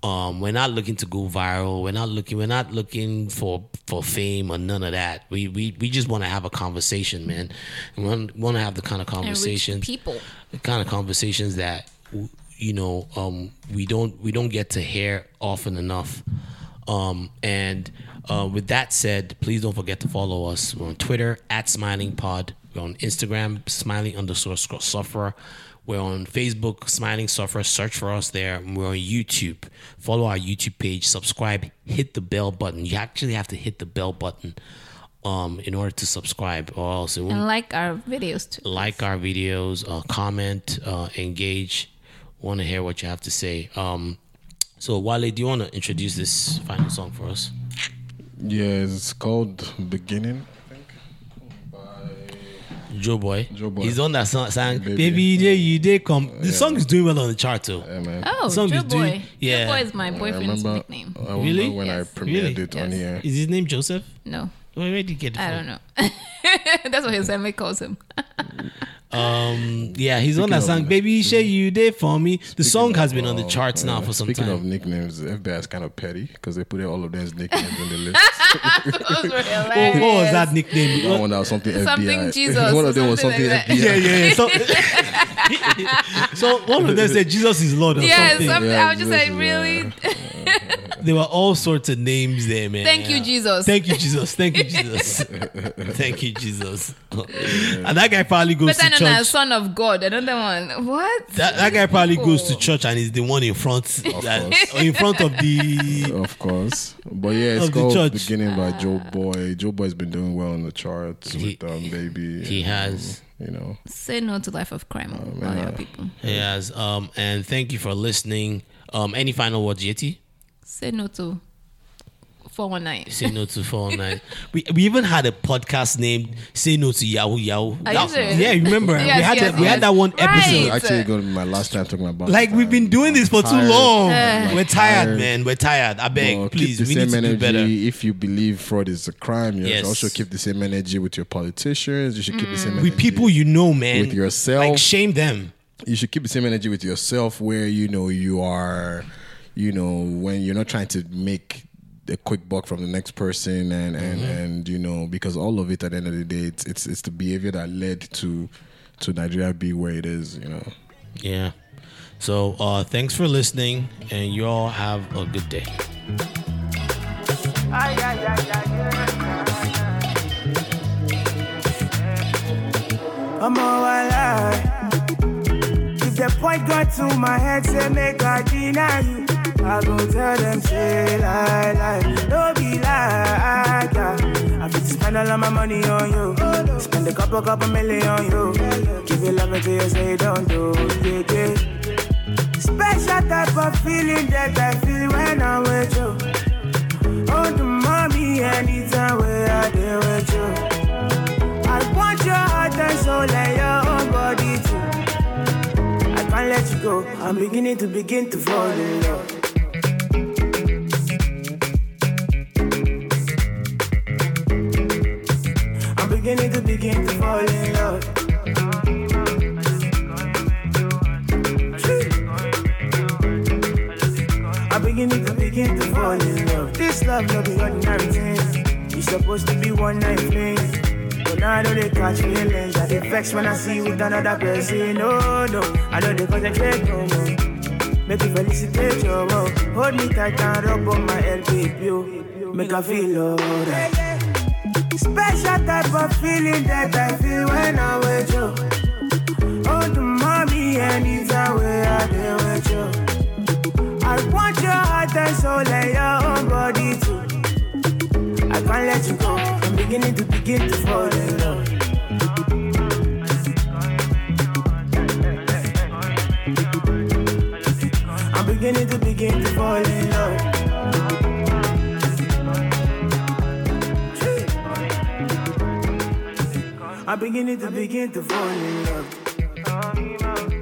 S3: Um, we're not looking to go viral. We're not looking. We're not looking for for fame or none of that. We we, we just want to have a conversation, man. We want to have the kind of
S4: And reach
S3: conversations,
S4: people.
S3: the kind of conversations that w- you know um, we don't we don't get to hear often enough. Um, and uh, with that said, please don't forget to follow us. We're on Twitter at Smiling Pod. We're on Instagram Smiling underscore sc- Sufferer. We're on Facebook, Smiling Sufferer. Search for us there. We're on YouTube. Follow our YouTube page. Subscribe. Hit the bell button. You actually have to hit the bell button um, in order to subscribe, or else it won't
S4: And like our videos too.
S3: like our videos, uh, comment, uh, engage. Want to hear what you have to say. Um, so, Wale, do you want to introduce this final song for us?
S5: Yeah, it's called Beginning.
S3: Joe Boy.
S5: Joe Boy.
S3: He's the one that sang, sang
S5: Baby.
S3: Baby, Day, You Day Come.
S5: Uh,
S3: The song is doing well on the chart, too.
S5: Yeah, man.
S4: Oh,
S3: song
S4: Joe
S3: is doing-
S4: Boy.
S3: yeah.
S4: Joe Boy is my boyfriend's
S5: remember-
S4: nickname.
S5: I remember
S3: Really?
S5: when
S4: Yes.
S5: I premiered
S3: Really?
S5: it on here.
S3: Is his name Joseph?
S4: No, <laughs>
S3: Where, where did you get it
S4: I
S3: from?
S4: don't know. That's what his family calls him.
S3: Um, yeah, he's the one that
S5: Speaking of-
S3: sang Baby Day, You Day For Me. The song has been on the
S5: Oh,
S3: charts now
S5: yeah.
S3: for some
S5: Speaking
S3: time.
S5: of nicknames, FBI is kind of petty because they put all of those nicknames in the list.
S4: <laughs> Those were
S3: Oh,
S4: hilarious.
S3: what was that nickname?
S5: That one that was something FBI. <laughs>
S4: Something Jesus
S5: one
S4: or
S5: of them was
S4: something
S5: something
S4: like that.
S5: FBI.
S3: yeah, yeah, yeah. So,
S4: <laughs>
S3: so one of them said Jesus is Lord or
S4: Yeah,
S3: Oh, something.
S4: something.
S5: Yeah,
S4: I was just like,
S5: this is,
S4: really?
S3: There were all sorts of names there, man.
S4: Thank you, Jesus.
S3: Thank you, Jesus. Thank
S4: <laughs>
S3: you, Jesus. Thank you, Jesus. and that guy probably goes
S4: Better
S3: to
S4: known as
S3: church.
S4: son of God. Another one. What?
S3: That, that guy probably goes
S4: Oh.
S3: to church and is the one in front, that- in front of the.
S5: Of course, but yeah, it's
S3: Of the
S5: called
S3: church.
S5: "Beginning" by Joe Boy. Joe Boy's been doing well on the charts with um, Baby.
S3: Ah. He has,
S5: you know,
S4: Say no to life of crime,
S5: Oh,
S4: all your people.
S3: he has. Um, and thank you for listening. Um, any final words, Yeti?
S4: Say no to 419.
S3: Say no to 409. we, we even had a podcast named "Say No to Yahoo Yahoo."
S4: Are you
S3: That-
S4: serious?
S3: yeah, you remember we
S4: Yes,
S3: had
S4: yes,
S3: that, we
S4: yes.
S3: had that one
S4: Right.
S3: episode.
S5: This is actually going to be my last time talking about.
S3: Like we've been doing this for too
S5: tired.
S3: long.
S4: Yeah.
S3: We're tired,
S5: tired.
S3: man. We're tired. I beg,
S5: Well,
S3: please.
S5: keep the
S3: We need
S5: same
S3: to do
S5: energy.
S3: better.
S5: If you believe fraud is a crime, you
S3: Yes. Mm.
S5: should also keep the same energy with your politicians. You should keep the same energy
S3: With people you know, man.
S5: with yourself.
S3: Like shame them.
S5: you should keep the same energy with yourself where you know you are you know when you're not trying to make a quick buck from the next person and and
S3: Mm-hmm.
S5: and you know because all of it at the end of the day it's it's, it's the behavior that led to to Nigeria be where it is you know
S3: Yeah. So uh thanks for listening and you all have a good day.
S13: I'm all alive. If the point got to my head, say make I deny you. I go tell them say lie lie, no be lie. yeah. I fit spend all of my money on you, spend a couple couple million on you. Give you love until you say you don't do, yeah yeah. Special type of feeling that I feel when I'm with you. Oh, the mommy, anytime where I deal with you. I want your heart and soul and your own body too. I can't let you go. I'm beginning to begin to fall in love. I'm beginning to begin to fall in love. I'm beginning to begin to fall in love. This love no be ordinary thing. It's supposed to be one night thing. But now I know they catch feelings I they vex when I see you with another person No, no, I know they concentrate no more Make you felicitate your world Hold me tight and rub on my head, babe, you Make I feel alright Special type of feeling that I feel when I'm with you Oh, the mommy, anytime where I deal with you I want your heart and soul and your own body too I can't let you go. I'm beginning to begin to fall in love. I'm beginning to begin to fall in love. I'm beginning to begin to fall in love.